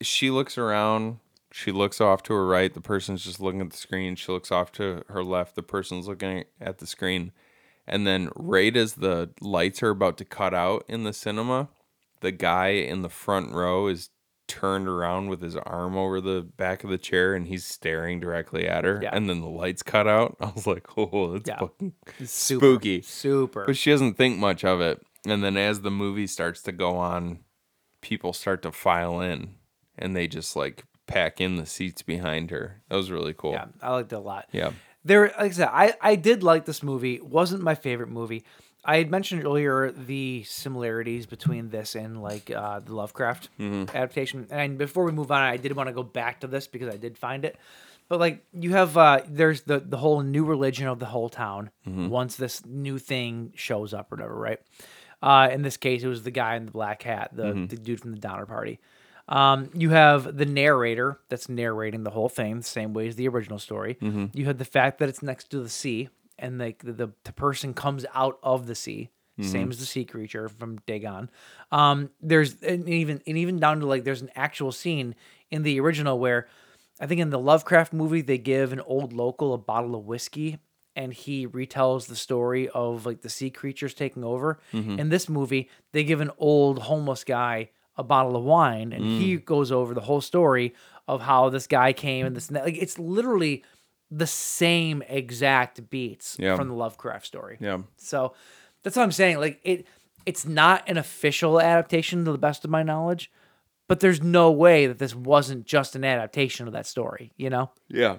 E: she looks around, she looks off to her right, the person's just looking at the screen, she looks off to her left, the person's looking at the screen. And then right as the lights are about to cut out in the cinema, the guy in the front row is turned around with his arm over the back of the chair and he's staring directly at her.
B: Yeah.
E: And then the lights cut out. I was like, oh, that's
B: Yeah.
E: fucking
B: Super,
E: spooky.
B: Super.
E: But she doesn't think much of it. And then as the movie starts to go on, people start to file in and they just like pack in the seats behind her. That was really cool.
B: Yeah, I liked it a lot.
E: Yeah.
B: There, like I said, I, I did like this movie. wasn't my favorite movie. I had mentioned earlier the similarities between this and like uh, the Lovecraft adaptation. And before we move on, I did want to go back to this because I did find it. But like you have, uh, there's the the whole new religion of the whole town. Once this new thing shows up or whatever, right? Uh, in this case, it was the guy in the black hat, the, the dude from the Donner Party. Um, you have the narrator that's narrating the whole thing the same way as the original story. You had the fact that it's next to the sea, and like the, the, the person comes out of the sea, same as the sea creature from Dagon. Um, there's and even and even down to like there's an actual scene in the original where I think in the Lovecraft movie they give an old local a bottle of whiskey and he retells the story of like the sea creatures taking over.
E: Mm-hmm.
B: In this movie, they give an old homeless guy a bottle of wine and he
E: Mm.
B: goes over the whole story of how this guy came and this and that. Like it's literally the same exact beats
E: Yeah.
B: from the Lovecraft story.
E: Yeah.
B: So that's what I'm saying. Like it it's not an official adaptation to the best of my knowledge, but there's no way that this wasn't just an adaptation of that story, you know?
E: Yeah.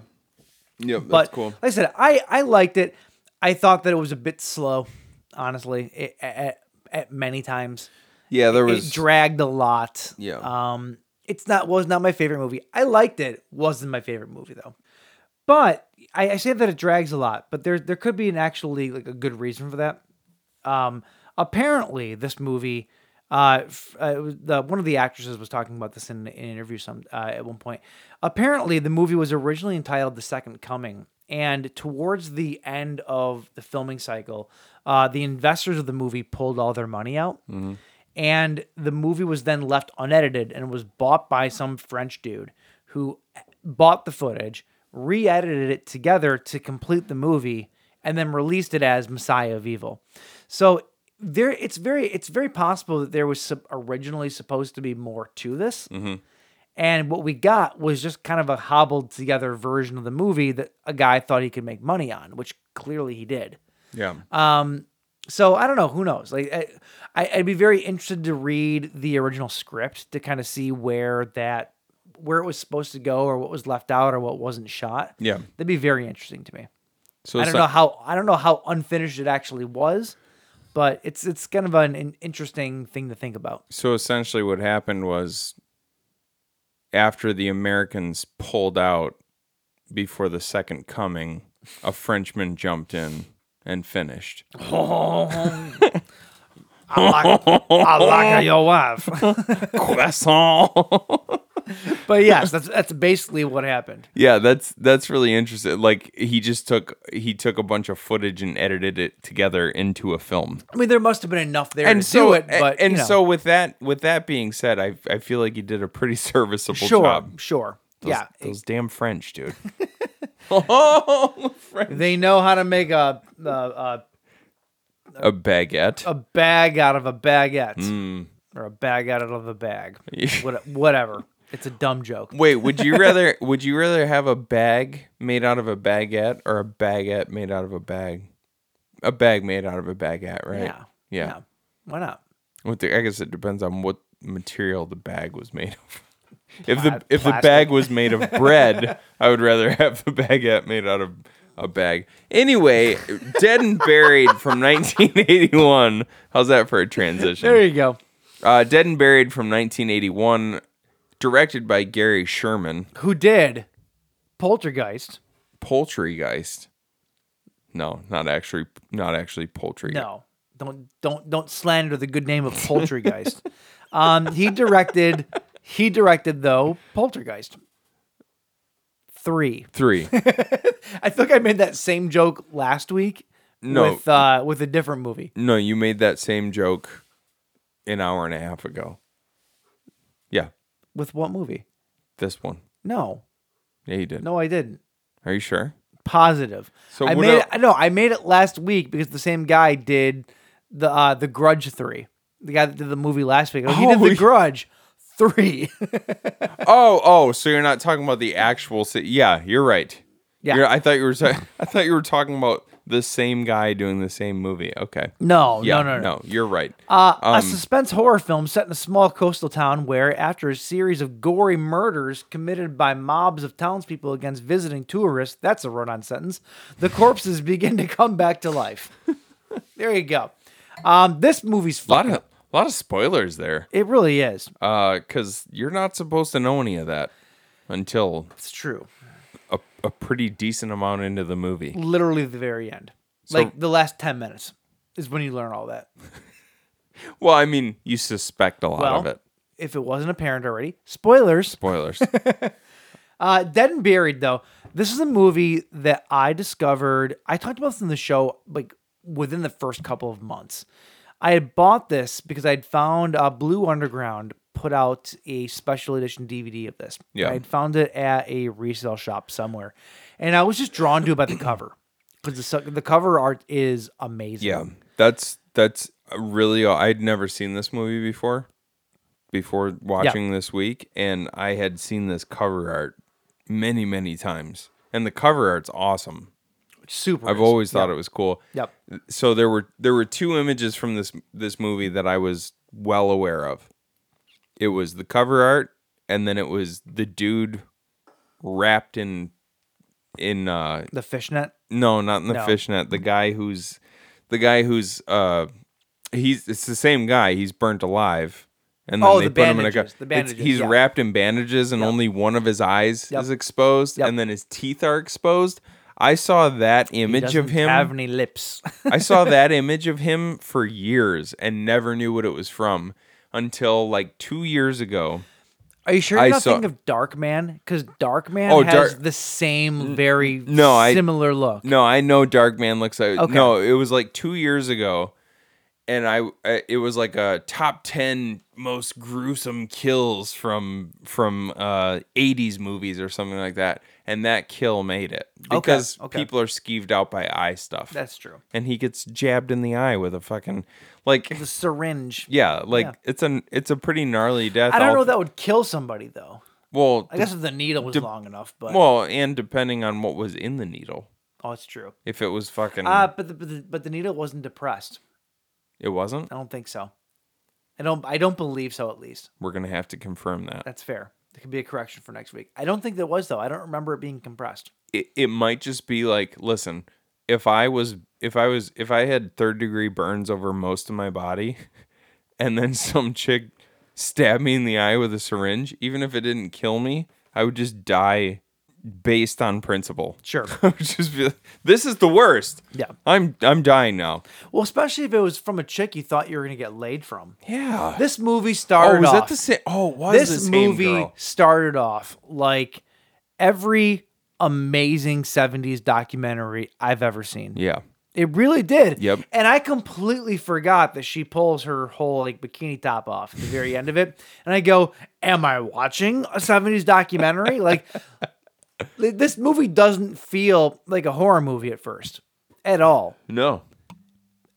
E: Yep.
B: but
E: That's cool.
B: like I said, I I liked it. I thought that it was a bit slow, honestly, it, at, at many times.
E: Yeah, there
B: It
E: was
B: dragged a lot.
E: Yeah.
B: Um it's not was not my favorite movie. I liked it. Wasn't my favorite movie though. But I, I say that it drags a lot, but there there could be an actually like a good reason for that. Um, apparently, this movie, uh, f- uh, it was the, one of the actresses was talking about this in, in an interview some uh, at one point. Apparently, the movie was originally entitled "The Second Coming," and towards the end of the filming cycle, uh, the investors of the movie pulled all their money out. And the movie was then left unedited and was bought by some French dude who bought the footage, re edited it together to complete the movie, and then released it as Messiah of Evil. So there, it's very, it's very possible that there was sup- originally supposed to be more to this, and what we got was just kind of a hobbled together version of the movie that a guy thought he could make money on, which clearly he did.
E: yeah.
B: So I don't know. Who knows? Like, I, I, I'd be very interested to read the original script to kind of see where that, where it was supposed to go, or what was left out, or what wasn't shot.
E: Yeah.
B: that'd be very interesting to me.
E: so
B: I
E: it's
B: don't
E: not-
B: know how I don't know how unfinished it actually was, but it's it's kind of an, an interesting thing to think about.
E: so essentially what happened was after the Americans pulled out before the second coming, a Frenchman jumped in and finished.
B: I
E: Oh.
B: like your wife,
E: Croissant.
B: but yes, that's that's basically what happened.
E: Yeah, that's that's really interesting. Like he just took he took a bunch of footage and edited it together into a film.
B: I mean, there must have been enough there to do it,
E: a-
B: but
E: and
B: you know,
E: so with that with that being said, I I feel like he did a pretty serviceable
B: sure,
E: job.
B: sure,
E: Those,
B: yeah,
E: those damn French dude. oh, French.
B: they know how to make a. a, a
E: A baguette.
B: a Hmm. bag out of a baguette or a bag out of a bag, what, whatever. It's a dumb joke.
E: Wait, would you rather would you rather have a bag made out of a baguette or a baguette made out of a bag? A bag made out of a baguette, right?
B: Yeah.
E: Yeah.
B: Why not?
E: With the, I guess it depends on what material the bag was made of. If the
B: Pla-
E: if the
B: plastic.
E: bag was made of bread, I would rather have the baguette made out of a bag. Anyway, Dead and Buried from 1981. How's that for a transition?
B: There you go.
E: Uh, Dead and Buried from 1981, directed by Gary Sherman.
B: Who did Poltergeist?
E: Poultrygeist. No, not actually, not actually poultry.
B: No, don't don't don't slander the good name of Poltergeist. um, he directed he directed though Poltergeist three.
E: Three.
B: I think I made that same joke last week.
E: No.
B: with uh, with a different movie.
E: no, you made that same joke an hour and a half ago. Yeah,
B: With what movie?
E: this one.
B: No,
E: Yeah, you did.
B: no, I didn't.
E: Are you sure?
B: Positive.
E: So
B: I
E: what
B: made
E: el-
B: it, I know I made it last week because the same guy did the uh, the Grudge three. The guy that did the movie last week. He did
E: Oh,
B: the
E: yeah.
B: Grudge three.
E: Oh, oh, so you're not talking about the actual city. Yeah, you're right.
B: Yeah.
E: You're- I thought you were ta- I thought you were talking about the same guy doing the same movie. Okay.
B: no,
E: Yeah,
B: no, no, no.
E: you're right.
B: Uh, a suspense horror film set in a small coastal town where, after a series of gory murders committed by mobs of townspeople against visiting tourists, that's a run on sentence, the corpses begin to come back to life. there you go. Um, this movie's
E: a lot
B: fun.
E: of a lot of spoilers there.
B: It really is.
E: Uh, cuz you're not supposed to know any of that until
B: It's true.
E: a, a pretty decent amount into the movie.
B: Literally the very end. like the last 10 minutes is when you learn all that.
E: Well, I mean, you suspect a lot
B: Well,
E: of it.
B: if it wasn't apparent already, spoilers.
E: Spoilers.
B: Uh, Dead and Buried, though, this is a movie that I discovered. I talked about this in the show, like within the first couple of months. I had bought this because I'd found uh, Blue Underground put out a special edition DVD of this.
E: Yeah.
B: I'd found it at a resale shop somewhere, and I was just drawn to it by the cover because the su- the cover art is amazing.
E: yeah. Um, That's that's really I'd never seen this movie before before watching this week and I had seen this cover art many many times. And the cover art's awesome.
B: super.
E: I've always thought it was cool.
B: Yep.
E: So there were there were two images from this this movie that I was well aware of. It was the cover art, and then it was the dude wrapped in in uh
B: the fishnet.
E: no, not in the
B: No.
E: fishnet. The guy who's the guy who's uh he's it's the same guy. He's burnt alive. And then
B: Oh,
E: they
B: the
E: put him in a
B: bandages,
E: gu-
B: the
E: it's-
B: bandages,
E: He's
B: yeah.
E: wrapped in bandages, and only one of his eyes
B: Yep.
E: is exposed,
B: Yep.
E: and then his teeth are exposed. I saw that image of
B: Doesn't
E: him.
B: have any lips.
E: I saw that image of him for years and never knew what it was from until like two years ago.
B: Are you sure
E: I
B: you're not
E: saw-
B: thinking of Dark Man? Because Dark Man
E: Oh,
B: has
E: Dark-
B: the same very
E: no, I-
B: similar look.
E: No, I know Dark Man looks like.
B: Okay.
E: No, it was like two years ago, and I, I it was like a top ten most gruesome kills from from uh '80s movies or something like that, and that kill made it because
B: okay.
E: people are skeeved out by eye stuff.
B: That's true.
E: and he gets jabbed in the eye with a fucking like.
B: The syringe.
E: Yeah, like
B: Yeah.
E: it's an it's a pretty gnarly death.
B: I don't know
E: all-
B: if that would kill somebody though.
E: Well,
B: I guess if the needle was
E: de-
B: long enough, but
E: well, and depending on what was in the needle,
B: oh, it's true.
E: if it was fucking,
B: Uh, but the, but the but the needle wasn't depressed.
E: it wasn't.
B: I don't think so. I don't I don't believe so. At least
E: We're gonna have to confirm that.
B: that's fair. It could be a correction for next week. I don't think there was though. I don't remember it being compressed.
E: It, it might just be like, listen, if I was, if I was, if I had third degree burns over most of my body, and then some chick stabbed me in the eye with a syringe, even if it didn't kill me, I would just die based on principle.
B: Sure.
E: I would just be like, this is the worst.
B: Yeah.
E: I'm I'm dying now.
B: Well, especially if it was from a chick you thought you were gonna get laid from.
E: Yeah.
B: This movie started
E: Oh, was
B: off.
E: that the same? Oh, it was
B: this
E: the same
B: movie
E: girl.
B: started off like every amazing 70s documentary I've ever seen.
E: Yeah,
B: It really did.
E: Yep.
B: And I completely forgot that she pulls her whole like bikini top off at the very end of it. And I go, Am I watching a 70s documentary? like th- this movie doesn't feel like a horror movie at first at all.
E: no,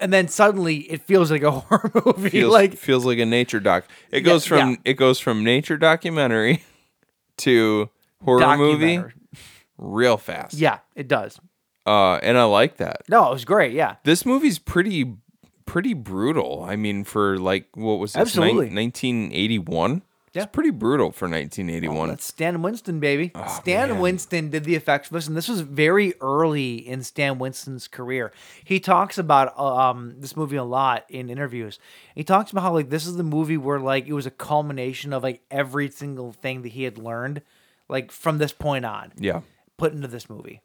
B: And then suddenly it feels like a horror movie.
E: feels
B: like
E: feels like a nature doc. It goes from
B: yeah.
E: it goes from nature documentary to horror movie
B: Documentary.
E: real fast.
B: Yeah, it does.
E: Uh, and I like that.
B: No, it was great. Yeah.
E: This movie's pretty pretty brutal. I mean, for like what was this?
B: Absolutely.
E: Nineteen eighty one.
B: Yeah. Oh,
E: It's pretty brutal for nineteen eighty one.
B: That's Stan Winston, baby. Stan Winston did the effects for this, and this was very early in Stan Winston's career. He talks about um, this movie a lot in interviews. He talks about how like this is the movie where like it was a culmination of like every single thing that he had learned, like from this point on.
E: Yeah.
B: put into this movie.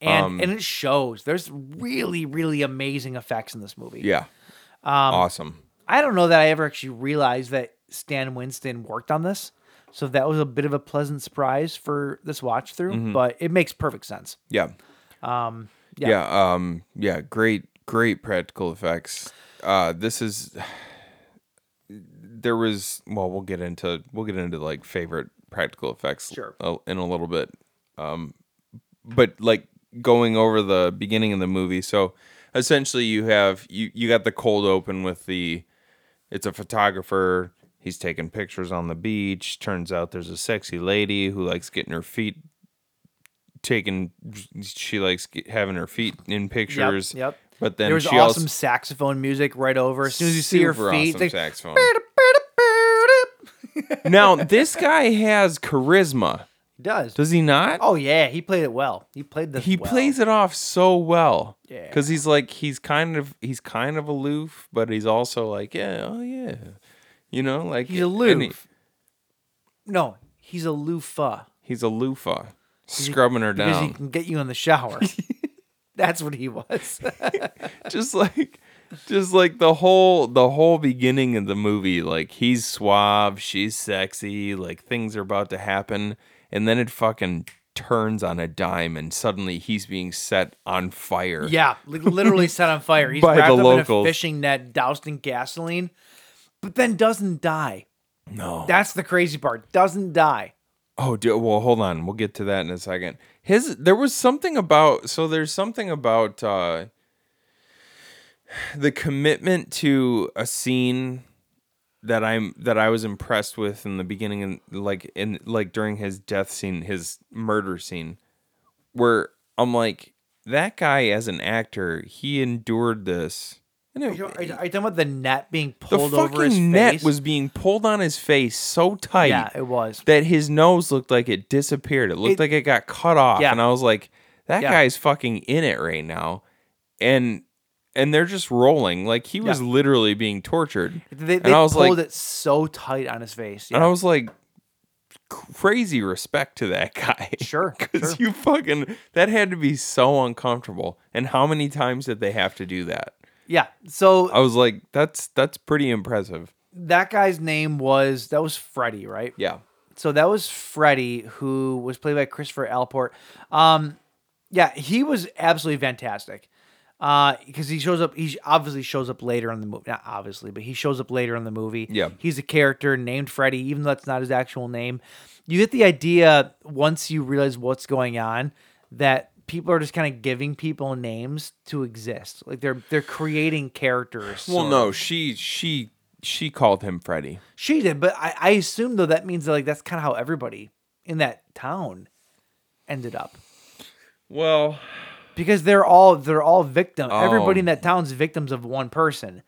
B: And, and it shows there's really, really amazing effects in this movie.
E: Yeah. awesome.
B: I don't know that I ever actually realized that Stan Winston worked on this. So that was a bit of a pleasant surprise for this watch through,
E: Mm-hmm.
B: but it makes perfect sense.
E: Yeah. Um yeah. um yeah, great great practical effects. Uh this is there was well, we'll get into we'll get into like favorite practical effects
B: Sure.
E: a- in a little bit. Um but like going over the beginning of the movie, so essentially you have you you got the cold open with the it's a photographer He's taking pictures on the beach. Turns out there's a sexy lady who likes getting her feet taking she likes get, having her feet in pictures.
B: yep.
E: But then
B: there was
E: she
B: awesome
E: also
B: saxophone music right over. As soon as you see her
E: Super
B: feet,
E: awesome
B: they-
E: saxophone. now this guy has charisma,
B: He does.
E: does he not?
B: Oh yeah, he played it well. He played this.
E: he
B: well.
E: plays it off so well. Yeah, because he's like he's kind of he's kind of aloof, but he's also like yeah, oh yeah, you know, like
B: He's
E: and he-
B: aloof. No, he's a loofah
E: he's a loofah, scrubbing her
B: because
E: down.
B: he can get you in the shower. That's what he was.
E: just like just like the whole the whole beginning of the movie like he's suave she's sexy like things are about to happen and then it fucking turns on a dime and suddenly he's being set on fire
B: Yeah, like literally set on fire. He's
E: By
B: wrapped
E: the
B: up
E: locals.
B: in a fishing net, doused in gasoline, but then doesn't die.
E: no
B: That's the crazy part. Doesn't die.
E: oh dude well hold on we'll get to that in a second his there was something about so there's something about uh the commitment to a scene that I'm that I was impressed with in the beginning and like in like during his death scene, his murder scene, where I'm like, that guy as an actor, he endured this. And it-
B: Are you, are you- are you talking about the net being
E: the
B: pulled over his
E: fucking net
B: face?
E: was being pulled on his face so tight.
B: Yeah, it was.
E: That his nose looked like it disappeared. It looked
B: It-
E: like it got cut off.
B: Yeah.
E: And I was like, that
B: Yeah.
E: guy's fucking in it right now. And and they're just rolling. Like he was literally being tortured.
B: they,
E: and
B: they
E: I was
B: pulled
E: like,
B: it so tight on his face.
E: and I
B: Yeah.
E: was like, crazy respect to that guy.
B: Sure,
E: Because
B: sure.
E: you fucking, that had to be so uncomfortable. And how many times did they have to do that?
B: yeah. So
E: I was like, that's that's pretty impressive.
B: that guy's name was that was Freddie, right?
E: Yeah.
B: so that was Freddie, who was played by Christopher Alport. Um, yeah, he was absolutely fantastic. Uh, because he shows up, he obviously shows up later in the movie. Not obviously, but he shows up later in the movie.
E: Yeah.
B: he's a character named Freddie, even though that's not his actual name. You get the idea once you realize what's going on that people are just kind of giving people names to exist. Like they're they're creating characters.
E: Well,
B: sort
E: no, she she she called him Freddy.
B: she did, but I, I assume though that means that like that's kind of how everybody in that town ended up
E: Well,
B: because they're all they're all victim. Everybody
E: Oh.
B: in that town's victims of one person,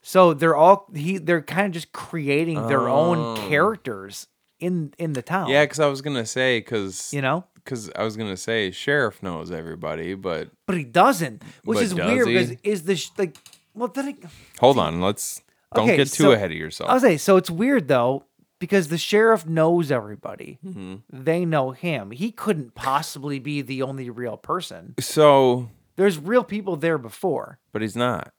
B: so they're all he they're kind of just creating their own characters in in the town.
E: Oh. yeah, because I was gonna say because
B: you know,
E: because I was gonna say sheriff knows everybody, but
B: but he doesn't, which
E: But
B: is
E: does
B: weird
E: he?
B: because is the sh- like well then it,
E: hold on, let's don't
B: Okay,
E: get too
B: so-
E: ahead of yourself.
B: I'll say so. It's weird though because the sheriff knows everybody.
E: Mm-hmm.
B: They know him. He couldn't possibly be the only real person.
E: so,
B: There's real people there before,
E: but he's not.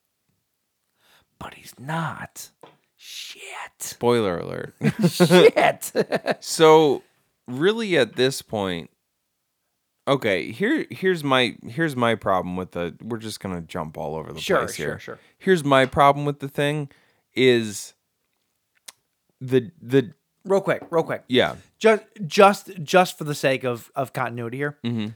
B: but he's not. Shit.
E: Spoiler alert.
B: Shit.
E: So really at this point okay, here here's my here's my problem with the we're just going to jump all over the
B: Sure,
E: place
B: sure,
E: here.
B: sure.
E: Here's my problem with the thing is the the
B: real quick, real quick.
E: yeah,
B: Just just just for the sake of of continuity here.
E: Mm-hmm.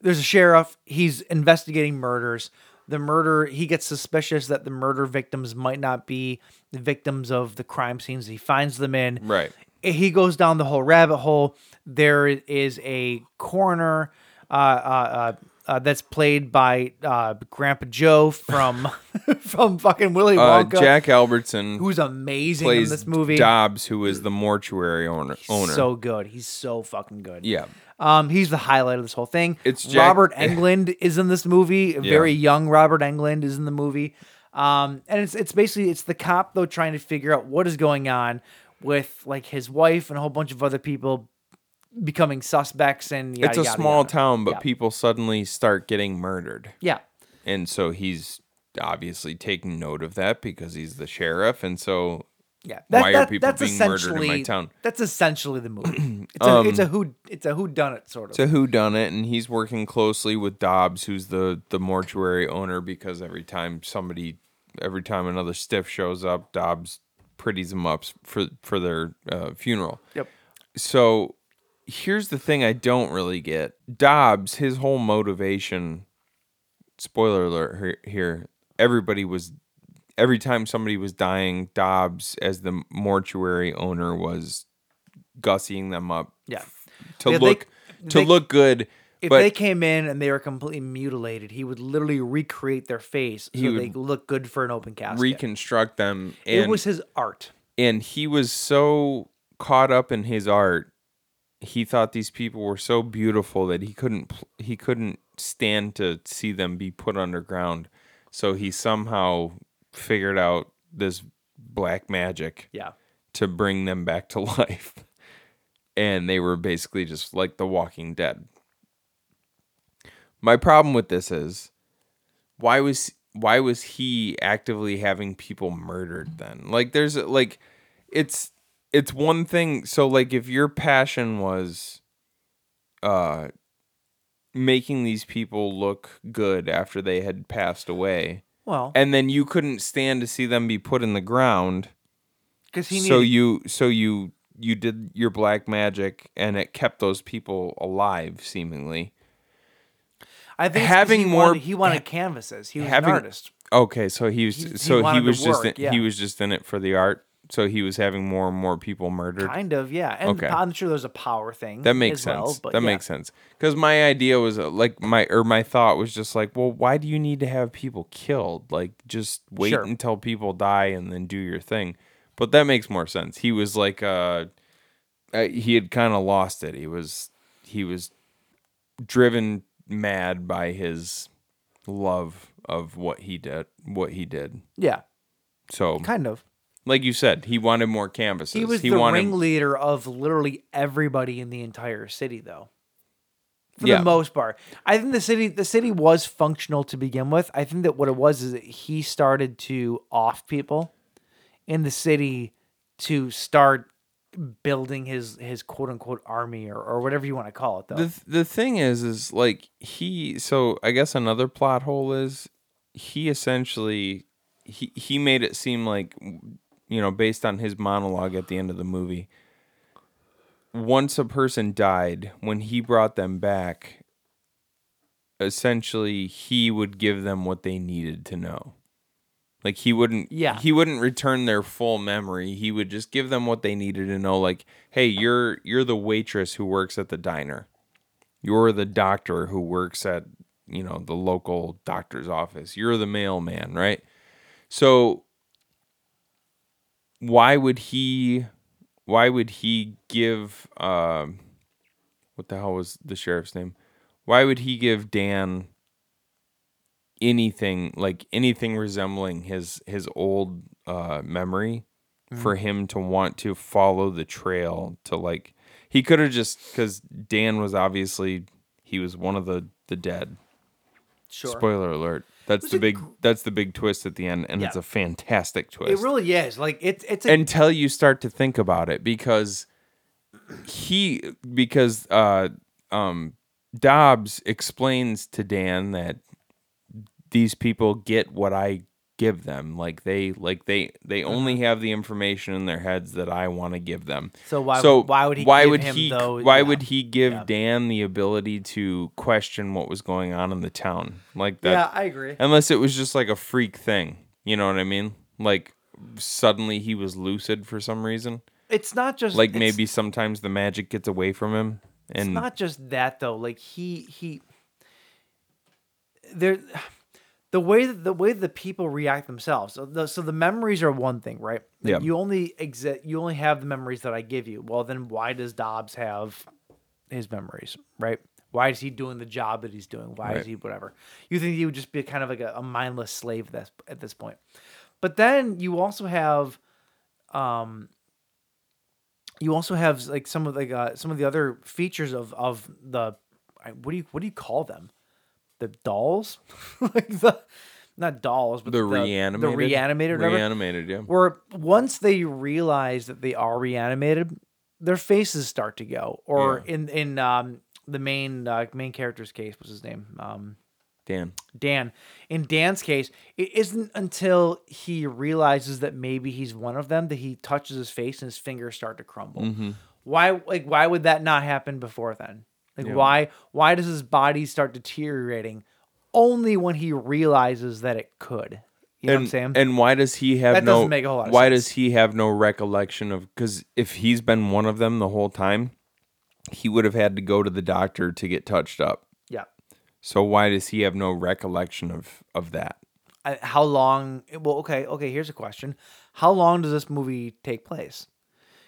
B: There's a sheriff, he's investigating murders. The murder, he gets suspicious that the murder victims might not be the victims of the crime scenes he finds them in.
E: right.
B: he goes down the whole rabbit hole. There is a coroner uh, uh, uh, uh, that's played by uh, Grandpa Joe from from fucking Willy
E: Uh,
B: Wonka,
E: Jack Albertson
B: who's amazing in
E: plays
B: this movie.
E: Dobbs, who is the mortuary owner. owner.
B: So good. He's so fucking good.
E: yeah,
B: Um, he's the highlight of this whole thing.
E: It's Jack-
B: Robert Englund is in this movie. Very young Robert Englund is in the movie. Um, and it's it's basically it's the cop though trying to figure out what is going on with like his wife and a whole bunch of other people becoming suspects and yada,
E: it's a
B: yada,
E: small
B: yada.
E: town, but
B: Yeah.
E: people suddenly start getting murdered,
B: Yeah.
E: and so he's obviously taking note of that because he's the sheriff, and so
B: Yeah.
E: Why are people
B: that's
E: being murdered in my
B: essentially-
E: town? Um,
B: That's essentially the movie. It's a it's a who it's a who done it sort of.
E: to who done it, and he's working closely with Dobbs, who's the the mortuary owner, because every time somebody, every time another stiff shows up, Dobbs pretties them up for for their uh, funeral.
B: Yep.
E: So here's the thing I don't really get. Dobbs, his whole motivation, spoiler alert her- here, everybody was every time somebody was dying, Dobbs as the mortuary owner was gussying them up.
B: Yeah.
E: To
B: Yeah, they-
E: look to
B: they-
E: look good.
B: If
E: but
B: they came in and they were completely mutilated, he would literally recreate their face so
E: would
B: they look good for an open casket.
E: reconstruct them and
B: it was his art.
E: and he was so caught up in his art he thought these people were so beautiful that he couldn't pl- he couldn't stand to see them be put underground so he somehow figured out this black magic
B: Yeah.
E: to bring them back to life and they were basically just like the walking dead my problem with this is why was why was he actively having people murdered then like there's a- like it's it's one thing so like if your passion was uh making these people look good after they had passed away
B: Well,
E: and then you couldn't stand to see them be put in the ground
B: because he
E: so
B: needed-
E: you so you you did your black magic and it kept those people alive seemingly
B: I think it's 'cause
E: having
B: he
E: more-
B: wanted, he wanted canvases. He was
E: having-
B: an artist.
E: okay so he was
B: He- he
E: so he
B: wanted to
E: was just
B: work,
E: in,
B: yeah.
E: he was just in it for the art so he was having more and more people murdered
B: Kind of, yeah. And
E: Okay.
B: I'm sure there's a power thing.
E: that makes
B: as
E: sense
B: well, but
E: that
B: yeah.
E: makes sense because my idea was uh, like my or my thought was just like well why do you need to have people killed like just wait
B: Sure.
E: until people die and then do your thing but that makes more sense he was like uh uh, he had kind of lost it. He was he was driven mad by his love of what he did what he did.
B: Yeah,
E: So
B: kind of.
E: like you said, he wanted more canvases.
B: He was the
E: wanted
B: ringleader of literally everybody in the entire city, though. For
E: Yeah.
B: the most part, I think the city the city was functional to begin with. I think that what it was is that he started to off people in the city to start building his his quote unquote army or, or whatever you want to call it though.
E: the th- the thing is is like he so I guess another plot hole is he essentially he he made it seem like you know based on his monologue at the end of the movie once a person died when he brought them back essentially he would give them what they needed to know like he wouldn't
B: Yeah.
E: he wouldn't return their full memory he would just give them what they needed to know like hey you're you're the waitress who works at the diner you're the doctor who works at you know the local doctor's office you're the mailman right so why would he why would he give um what the hell was the sheriff's name why would he give dan anything like anything resembling his his old uh memory
B: Mm-hmm.
E: for him to want to follow the trail to like he could have just because dan was obviously he was one of the the dead
B: sure.
E: spoiler alert that's the big that's the big twist at the end and it's
B: Yeah.
E: a fantastic twist
B: It really is. Like it's it's a,
E: until you start to think about it because he because uh um Dobbs explains to Dan that these people get what I give them like they like they they
B: Uh-huh.
E: only have the information in their heads that I want to give them
B: So why- why would he
E: why
B: give
E: would
B: him
E: he
B: those-
E: why
B: yeah.
E: would he give Dan the ability to question what was going on in the town like that
B: yeah. I agree.
E: unless it was just like a freak thing. You know what I mean? Like suddenly he was lucid for some reason.
B: it's not just
E: Like
B: it's-
E: maybe sometimes the magic gets away from him,
B: it's
E: and
B: not just that though. Like he he there the way that the way the people react themselves. So the so the memories are one thing, right? Like,
E: Yeah.
B: You only exist you only have the memories that I give you. Well then why does Dobbs have his memories, right? Why is he doing the job that he's doing? Why
E: Right.
B: is he whatever? You think he would just be kind of like a, a mindless slave this, at this point. But then you also have um, you also have like some of like uh, some of the other features of of the I- what do you what do you call them the dolls like the not dolls but
E: the reanimated,
B: the reanimated, or whatever,
E: reanimated, yeah.
B: where once they realize that they are reanimated their faces start to go or in in um the main uh, main character's case what's his name um
E: Dan,
B: Dan. In Dan's case, it isn't until he realizes that maybe he's one of them that he touches his face and his fingers start to crumble.
E: Mm-hmm.
B: Why like why would that not happen before then? Like why why does his body start deteriorating only when he realizes that it could? You know
E: and
B: what I'm saying?
E: and why does he have
B: That
E: no?
B: doesn't make a whole lot of
E: why
B: sense.
E: does he have no recollection of? Because if he's been one of them the whole time, he would have had to go to the doctor to get touched up.
B: yeah.
E: So why does he have no recollection of of that?
B: I, how long well okay okay here's a question how long does this movie take place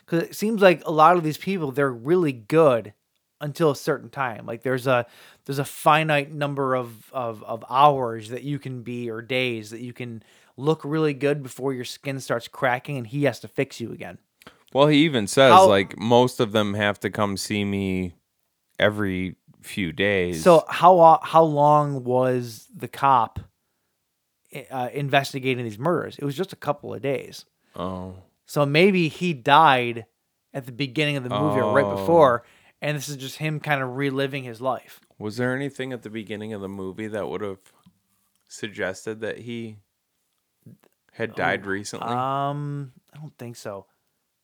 B: because it seems like a lot of these people they're really good until a certain time like there's a there's a finite number of of, of hours that you can be or days that you can look really good before your skin starts cracking and he has to fix you again
E: Well, he even says
B: How-
E: like most of them have to come see me every few days.
B: so how o- how long was the cop uh, investigating these murders it was just a couple of days
E: oh,
B: So maybe he died at the beginning of the movie or right
E: Oh.
B: before, and this is just him kind of reliving his life.
E: was there anything at the beginning of the movie that would have suggested that he had died recently?
B: Um, I don't think so,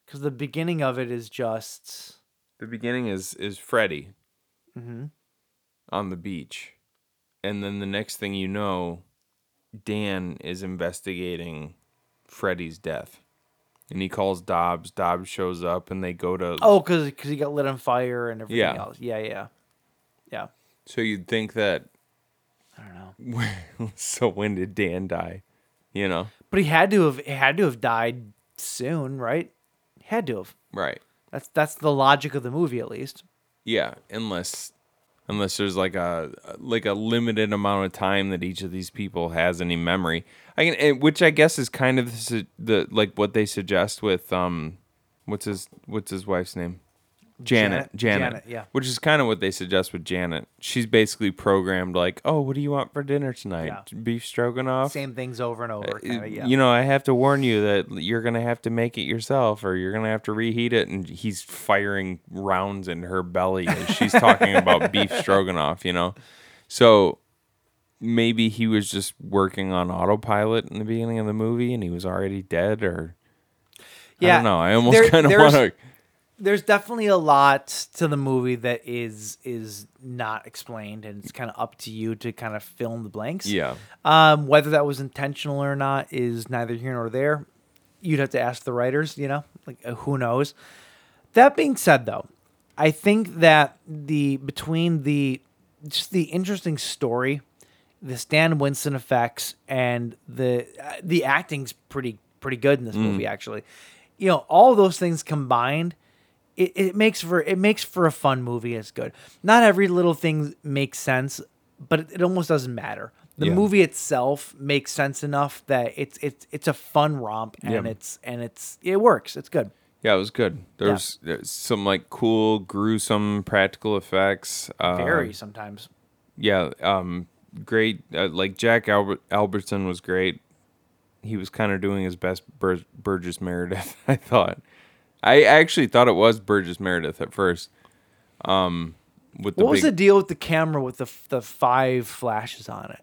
B: because the beginning of it is just
E: the beginning is is Freddy
B: Mm-hmm.
E: on the beach, and then the next thing you know, Dan is investigating Freddy's death, and he calls Dobbs. Dobbs shows up, and they go to
B: oh, because he got lit on fire and everything
E: Yeah.
B: else. Yeah, yeah, yeah.
E: So you'd think that.
B: I don't know,
E: so when did Dan die? You know,
B: but he had to have he had to have died soon, right? He had to have.
E: right?
B: That's that's the logic of the movie, at least.
E: Yeah, unless unless there's like a like a limited amount of time that each of these people has any memory. I can, and- which I guess is kind of the, su- the like what they suggest with um, what's his what's his wife's name. Janet,
B: Janet,
E: Janet,
B: Janet, yeah.
E: which is kind of what they suggest with Janet. She's basically programmed like, "Oh, what do you want for dinner tonight?
B: Yeah.
E: Beef stroganoff,
B: Same things over and over. Kinda, Uh, yeah.
E: Uh, you know, I have to warn you that you're gonna have to make it yourself, or you're gonna have to reheat it. And he's firing rounds in her belly as she's talking about beef stroganoff. You know, so maybe he was just working on autopilot in the beginning of the movie, and he was already dead, or I don't know. I almost
B: There-
E: kind of
B: there's-
E: want to.
B: there's definitely a lot to the movie that is is not explained and it's kind of up to you to kind of fill in the blanks
E: Yeah,
B: um whether that was intentional or not is neither here nor there you'd have to ask the writers you know like uh, who knows that being said though i think that the between the just the interesting story the stan winston effects and the uh, the acting's pretty pretty good in this
E: Mm.
B: movie actually you know all those things combined it, it makes for it makes for a fun movie. It's good. Not every little thing makes sense, but it, it almost doesn't matter. The
E: Yeah.
B: movie itself makes sense enough that it's it's it's a fun romp and
E: Yeah.
B: it's and it's it works. It's good.
E: yeah, it was good. There
B: Yeah.
E: was there's some like cool, gruesome practical effects. Uh,
B: Very sometimes.
E: yeah, um, great. Uh, like Jack Albert- Albertson was great. He was kind of doing his best Bur- Burgess Meredith. I thought. I actually thought it was Burgess Meredith at first. Um, with the
B: What was
E: big,
B: the deal with the camera with the f- the five flashes on it?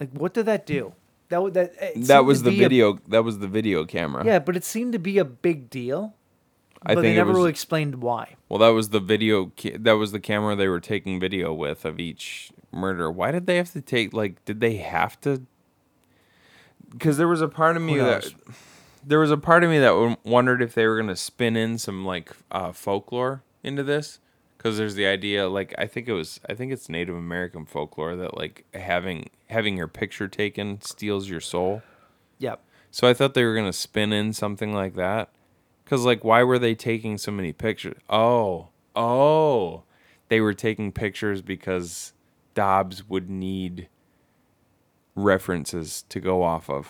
B: Like what did that do? That wa- that eh, it seemed to
E: that was the
B: be a-
E: video. that was the video camera.
B: yeah, but it seemed to be a big deal.
E: I
B: but
E: think
B: they
E: it
B: never
E: was.
B: really explained why.
E: well, that was the video. Ca- that was the camera they were taking video with of each murder. Why did they have to take? Like, did they have to? Because there was a part of me that
B: knows?
E: there was a part of me that w- wondered if they were gonna spin in some like uh, folklore into this, because there's the idea like I think it was I think it's Native American folklore that like having having your picture taken steals your soul.
B: Yep.
E: So I thought they were gonna spin in something like that, because like why were they taking so many pictures? Oh, oh, they were taking pictures because Dobbs would need references to go off of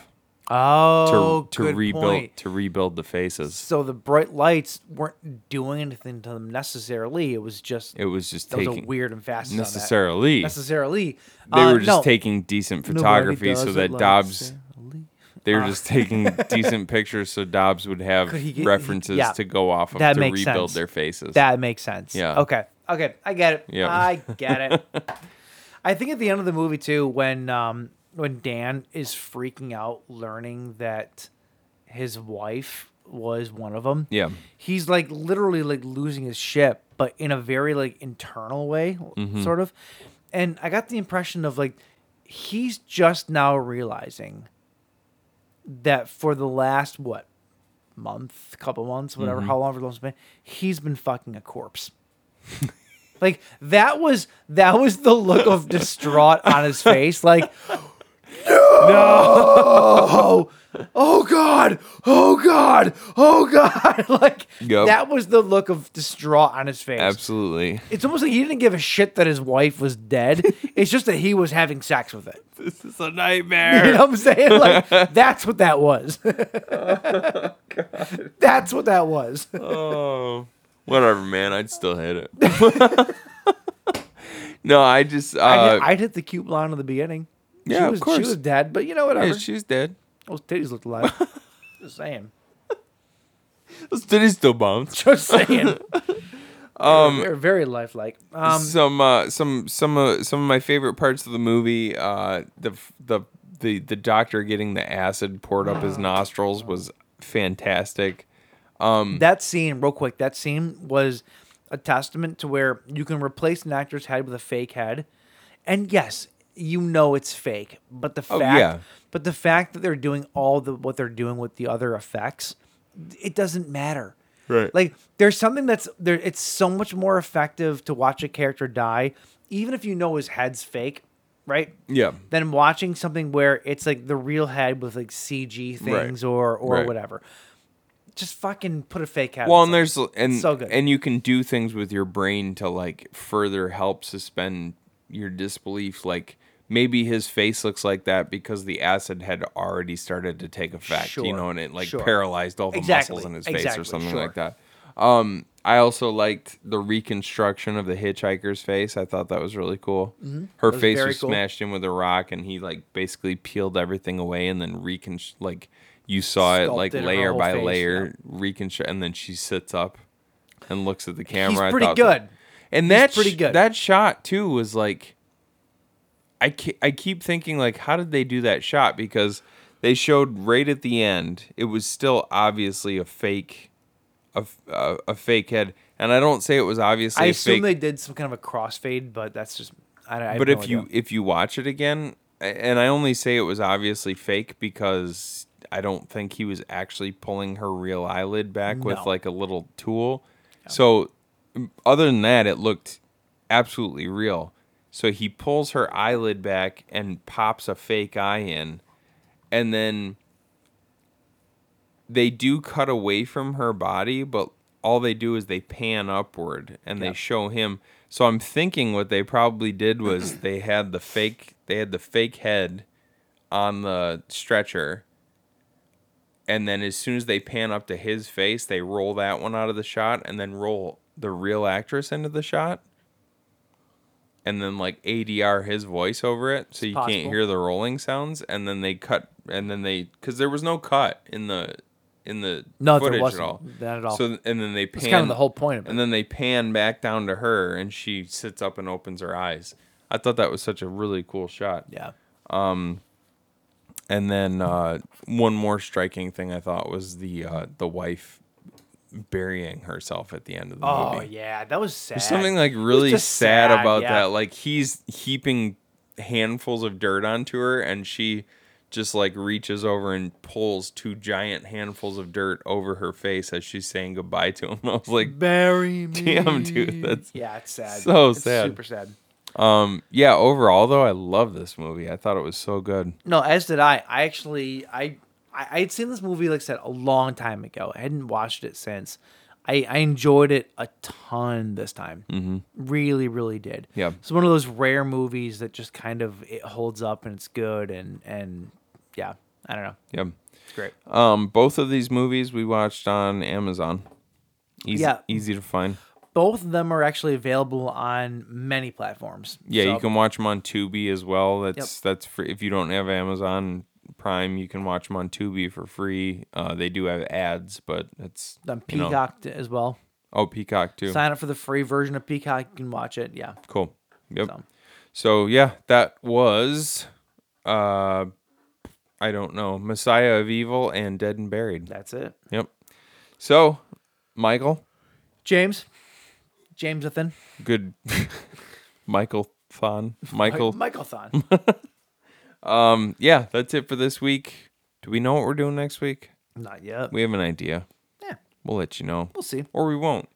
E: to,
B: Oh,
E: to
B: good
E: rebuild
B: point.
E: to rebuild the faces.
B: So the bright lights weren't doing anything to them necessarily. It was just
E: It was just
B: that was
E: taking
B: a weird and fast on that.
E: necessarily.
B: necessarily.
E: They
B: Uh,
E: were just
B: no.
E: taking decent
B: Nobody
E: photography
B: does
E: so
B: it
E: that
B: like
E: Dobbs.
B: Sally.
E: They were just taking decent pictures so Dobbs would have
B: Could he get-
E: references
B: yeah.
E: to go off of
B: That
E: to
B: makes
E: rebuild
B: sense.
E: their faces.
B: That makes sense.
E: Yeah.
B: Okay. Okay. I get it.
E: Yeah.
B: I get it. I think at the end of the movie too, when um when Dan is freaking out, learning that his wife was one of them.
E: Yeah.
B: He's like literally like losing his shit, but in a very like internal way, sort of. And I got the impression of like he's just now realizing that for the last what month, couple months, whatever, how long it's been, he's been fucking a corpse. like that was that was the look of distraught on his face. Like, no, oh god, oh god, oh god. like
E: Yep.
B: that was the look of distraught on his face.
E: Absolutely.
B: It's almost like he didn't give a shit that his wife was dead. it's just that he was having sex with it.
E: This is a
B: You
E: nightmare.
B: know what I'm saying? Like that's what that was.
E: Oh,
B: That's what that was.
E: Oh, whatever, man. I'd still hit it. no, I just. Uh,
B: I hit, I'd hit the cute blonde in the beginning.
E: Yeah,
B: she
E: of
B: was,
E: course.
B: She was dead, but you know whatever.
E: yeah, she's dead.
B: Those titties looked alive. Just saying.
E: Those titties still bounce.
B: Just saying. Um, they're very lifelike. Um,
E: some uh, some some uh, some of my favorite parts of the movie. Uh, the f- the the the doctor getting the acid poured up his nostrils was fantastic.
B: that scene, real quick, that scene was a testament to where you can replace an actor's head with a fake head, and yes, you know it's fake, but the fact,
E: Oh, yeah.
B: but the fact that they're doing all the what they're doing with the other effects, it doesn't matter.
E: Right.
B: Like there's something that's there. It's so much more effective to watch a character die, even if you know his head's fake, right?
E: Yeah.
B: Than watching something where it's like the real head with like CG
E: Right.
B: things or or
E: Right.
B: whatever just fucking put a fake hat.
E: Well,
B: on
E: and there's and
B: so good.
E: and you can do things with your brain to like further help suspend your disbelief. Like maybe his face looks like that because the acid had already started to take effect. You
B: Sure,
E: know, and it like
B: sure.
E: paralyzed all the
B: Exactly,
E: muscles in his face or
B: exactly,
E: something
B: sure.
E: like that. Um, I also liked the reconstruction of the hitchhiker's face. I thought that was really cool. Her
B: Mm-hmm. was
E: face
B: very
E: was
B: cool.
E: smashed in with a rock, and he like basically peeled everything away and then recon like you saw it like
B: Sculpted her
E: layer
B: whole
E: by
B: face,
E: layer reconstruct, and then she sits up and looks at the camera. I
B: pretty
E: thought
B: good.
E: that- and that
B: pretty
E: sh-
B: good.
E: That shot too was like, I ke- I keep thinking like, how did they do that shot? Because they showed right at the end, it was still obviously a fake, a f- a, a fake head. And I don't say it was obviously.
B: I
E: a
B: assume
E: fake,
B: they did some kind of a crossfade, but that's just I don't. I have
E: but
B: no
E: if you
B: idea.
E: if you watch it again a- and i only say it was obviously fake because i don't think he was actually pulling her real eyelid back with
B: No.
E: like a little tool so m- other than that it looked absolutely real so he pulls her eyelid back and pops a fake eye in and then they do cut away from her body, but all they do is they pan upward and they show him. So I'm thinking what they probably did was they had the fake they had the fake head on the stretcher. And then as soon as they pan up to his face, they roll that one out of the shot and then roll the real actress into the shot. And then like ADR his voice over it so you can't
B: possible.
E: hear the rolling sounds and then they cut and then they cuz there was no cut in the in the
B: No, there
E: footage
B: wasn't.
E: at all.
B: Not at all.
E: So and then they pan
B: That's kind of the whole point of it.
E: and then they pan back down to her, and she sits up and opens her eyes. I thought that was such a really cool shot.
B: yeah.
E: And then uh, one more striking thing I thought was the uh, the wife burying herself at the end of the
B: Oh
E: movie.
B: yeah, that was sad.
E: There's something like
B: It was
E: really sad,
B: just sad,
E: about
B: yeah.
E: that. Like he's heaping handfuls of dirt onto her, and she just like reaches over and pulls two giant handfuls of dirt over her face as she's saying goodbye to him. I was like,
B: Bury me.
E: damn, dude, that's
B: Yeah, it's sad.
E: So
B: It's
E: sad.
B: Super sad.
E: yeah. Overall, though, I love this movie. I thought it was so good.
B: No, as did I. I actually, I, I I had seen this movie like I said a long time ago. I hadn't watched it since. I, I enjoyed it a ton this time. Mm-hmm. Really, really did.
E: Yeah.
B: It's one of those rare movies that just kind of it holds up and it's good and and yeah. I don't know.
E: Yeah,
B: It's great.
E: um, both of these movies we watched on Amazon. Easy,
B: Yeah.
E: easy to find.
B: Both of them are actually available on many platforms.
E: Yeah,
B: So-
E: you can watch them on Tubi as well. That's that's free. If you don't have Amazon Prime, you can watch them on Tubi for free. Uh, they do have ads, but it's
B: on
E: you know-
B: Peacock t- as well.
E: oh, Peacock too.
B: Sign up for the free version of Peacock. You can watch it. Yeah.
E: cool. Yep.
B: So.
E: So. yeah, that was uh, I don't know, Messiah of Evil and Dead and Buried.
B: That's it.
E: Yep. So, Michael,
B: James. Jamesathan.
E: good Michael Thon, Michael.
B: Michael Thon.
E: yeah, that's it for this week. Do we know what we're doing next week?
B: Not yet.
E: We have an idea.
B: yeah.
E: We'll let you know.
B: We'll see.
E: Or we won't.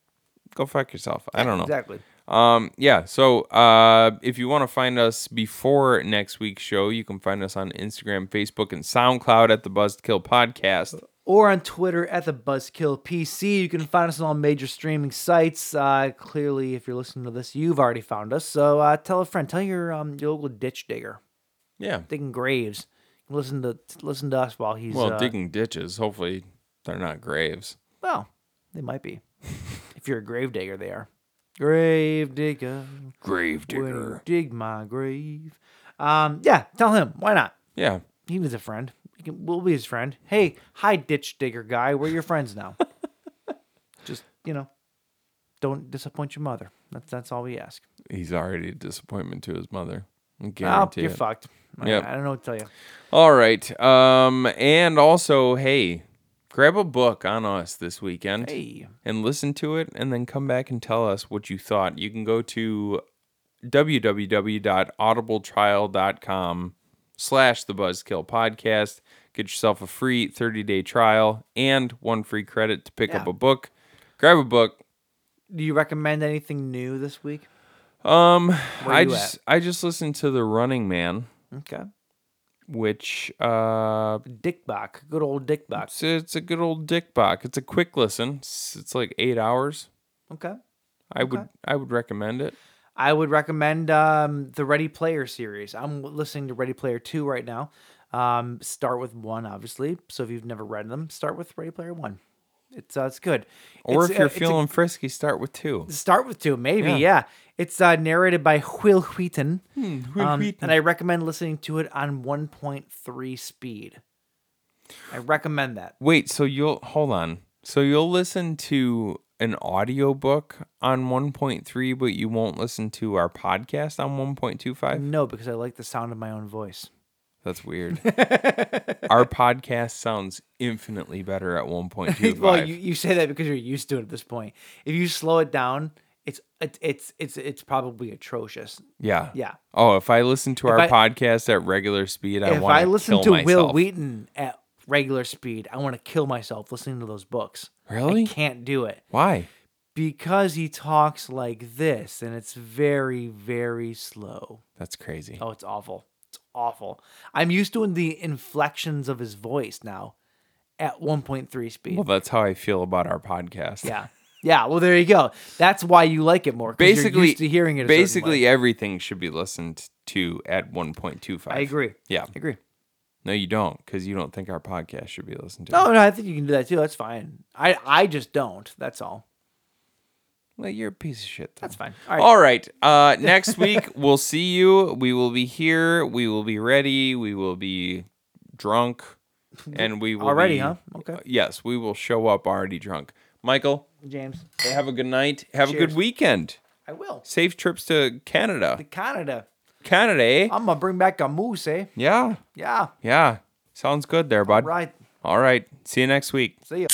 E: Go fuck yourself. I don't know.
B: Exactly.
E: Um, yeah. So uh, if you want to find us before next week's show, you can find us on Instagram, Facebook, and SoundCloud at the Buzzkill Podcast.
B: Or on Twitter at the Buzzkill PC. You can find us on all major streaming sites. Uh, clearly, if you're listening to this, you've already found us. So uh, tell a friend. Tell your um, your local ditch digger
E: Yeah.
B: digging graves. Listen to listen to us while he's
E: Well,
B: uh,
E: digging ditches. Hopefully, they're not graves.
B: Well, they might be. if you're a grave digger, they are. Grave digger,
E: Grave
B: when you dig my grave. Um, yeah, tell him. Why not?
E: Yeah.
B: He needs a friend. He can, we'll be his friend. Hey, hi, ditch digger guy. We're your friends now. Just you know, don't disappoint your mother. That's that's all we ask. Ah,
E: He's already a disappointment to his mother. I
B: Oh,
E: guarantee
B: you're
E: it.
B: fucked. I-
E: Yep.
B: I don't know what to tell you.
E: All right. Um, and also, hey, grab a book on us this weekend
B: Hey.
E: and listen to it, and then come back and tell us what you thought. You can go to www.audibletrial.com slash the buzzkill podcast get yourself a free 30-day trial and one free credit to pick up
B: Yeah.
E: a book grab a book
B: Do you recommend anything new this week?
E: um i
B: you
E: just i just listened to the running man
B: Okay.
E: which uh
B: Dick Bach. Good old Dick Bach.
E: It's a, it's a good old dick bock. It's a quick listen. It's, it's like eight hours.
B: Okay.
E: I would I would recommend it.
B: I would recommend um, the Ready Player series. I'm listening to Ready Player 2 right now. Um, start with one, obviously. So if you've never read them, start with Ready Player 1. It's, uh, it's good.
E: Or
B: It's,
E: if
B: uh,
E: you're
B: it's a-
E: feeling frisky, start with two.
B: start with two, maybe. Yeah.
E: Yeah.
B: It's uh, narrated by Will Wheaton.
E: Will
B: um,
E: Wheaton.
B: And I recommend listening to it on 1.3 speed. I recommend that.
E: Wait, so you'll hold on. So you'll listen to an audiobook on 1.3, but you won't listen to our podcast on 1.25?
B: No, because I like the sound of my own voice.
E: That's weird. our podcast sounds infinitely better at 1.25.
B: well, you, you say that because you're used to it at this point. If you slow it down, it's it's it's it's, it's probably atrocious.
E: yeah.
B: yeah.
E: Oh, if I listen to our
B: I-
E: podcast at regular speed, I
B: if
E: want
B: I
E: to
B: listen
E: kill
B: to Will
E: myself.
B: Wheaton at regular speed, I want to kill myself listening to those books. I
E: Really?
B: can't do it
E: Why?
B: because he talks like this, and it's very very slow.
E: That's crazy.
B: Oh, it's awful. It's awful. I'm used to the inflections of his voice now at 1.3 speed.
E: Well, that's how I feel about our podcast.
B: yeah. Yeah, well, there you go. That's why you like it more. 'cause you're
E: Basically,
B: used to hearing it. a certain way.
E: basically everything should be listened to at 1.25.
B: I agree.
E: Yeah.
B: I agree.
E: No, you don't, because you don't think our podcast should be listened to.
B: No, no, I think you can do that too. That's fine. I, I just don't. That's all.
E: Well, you're a piece of shit. Though.
B: That's fine. All
E: All
B: right.
E: right. Uh, next week we'll see you. We will be here. We will be ready. We will be drunk, and we will
B: Already,
E: be- Uh,
B: huh? Okay.
E: Yes, we will show up already drunk. Michael,
B: James,
E: have a good night. Have a
B: Cheers.
E: good weekend.
B: I will.
E: Safe trips to Canada.
B: Canada.
E: Canada. eh?
B: I'm going to bring back a moose, eh?
E: Yeah.
B: Yeah.
E: Yeah. Sounds good there, bud.
B: Right.
E: All right. See you next week.
B: See ya.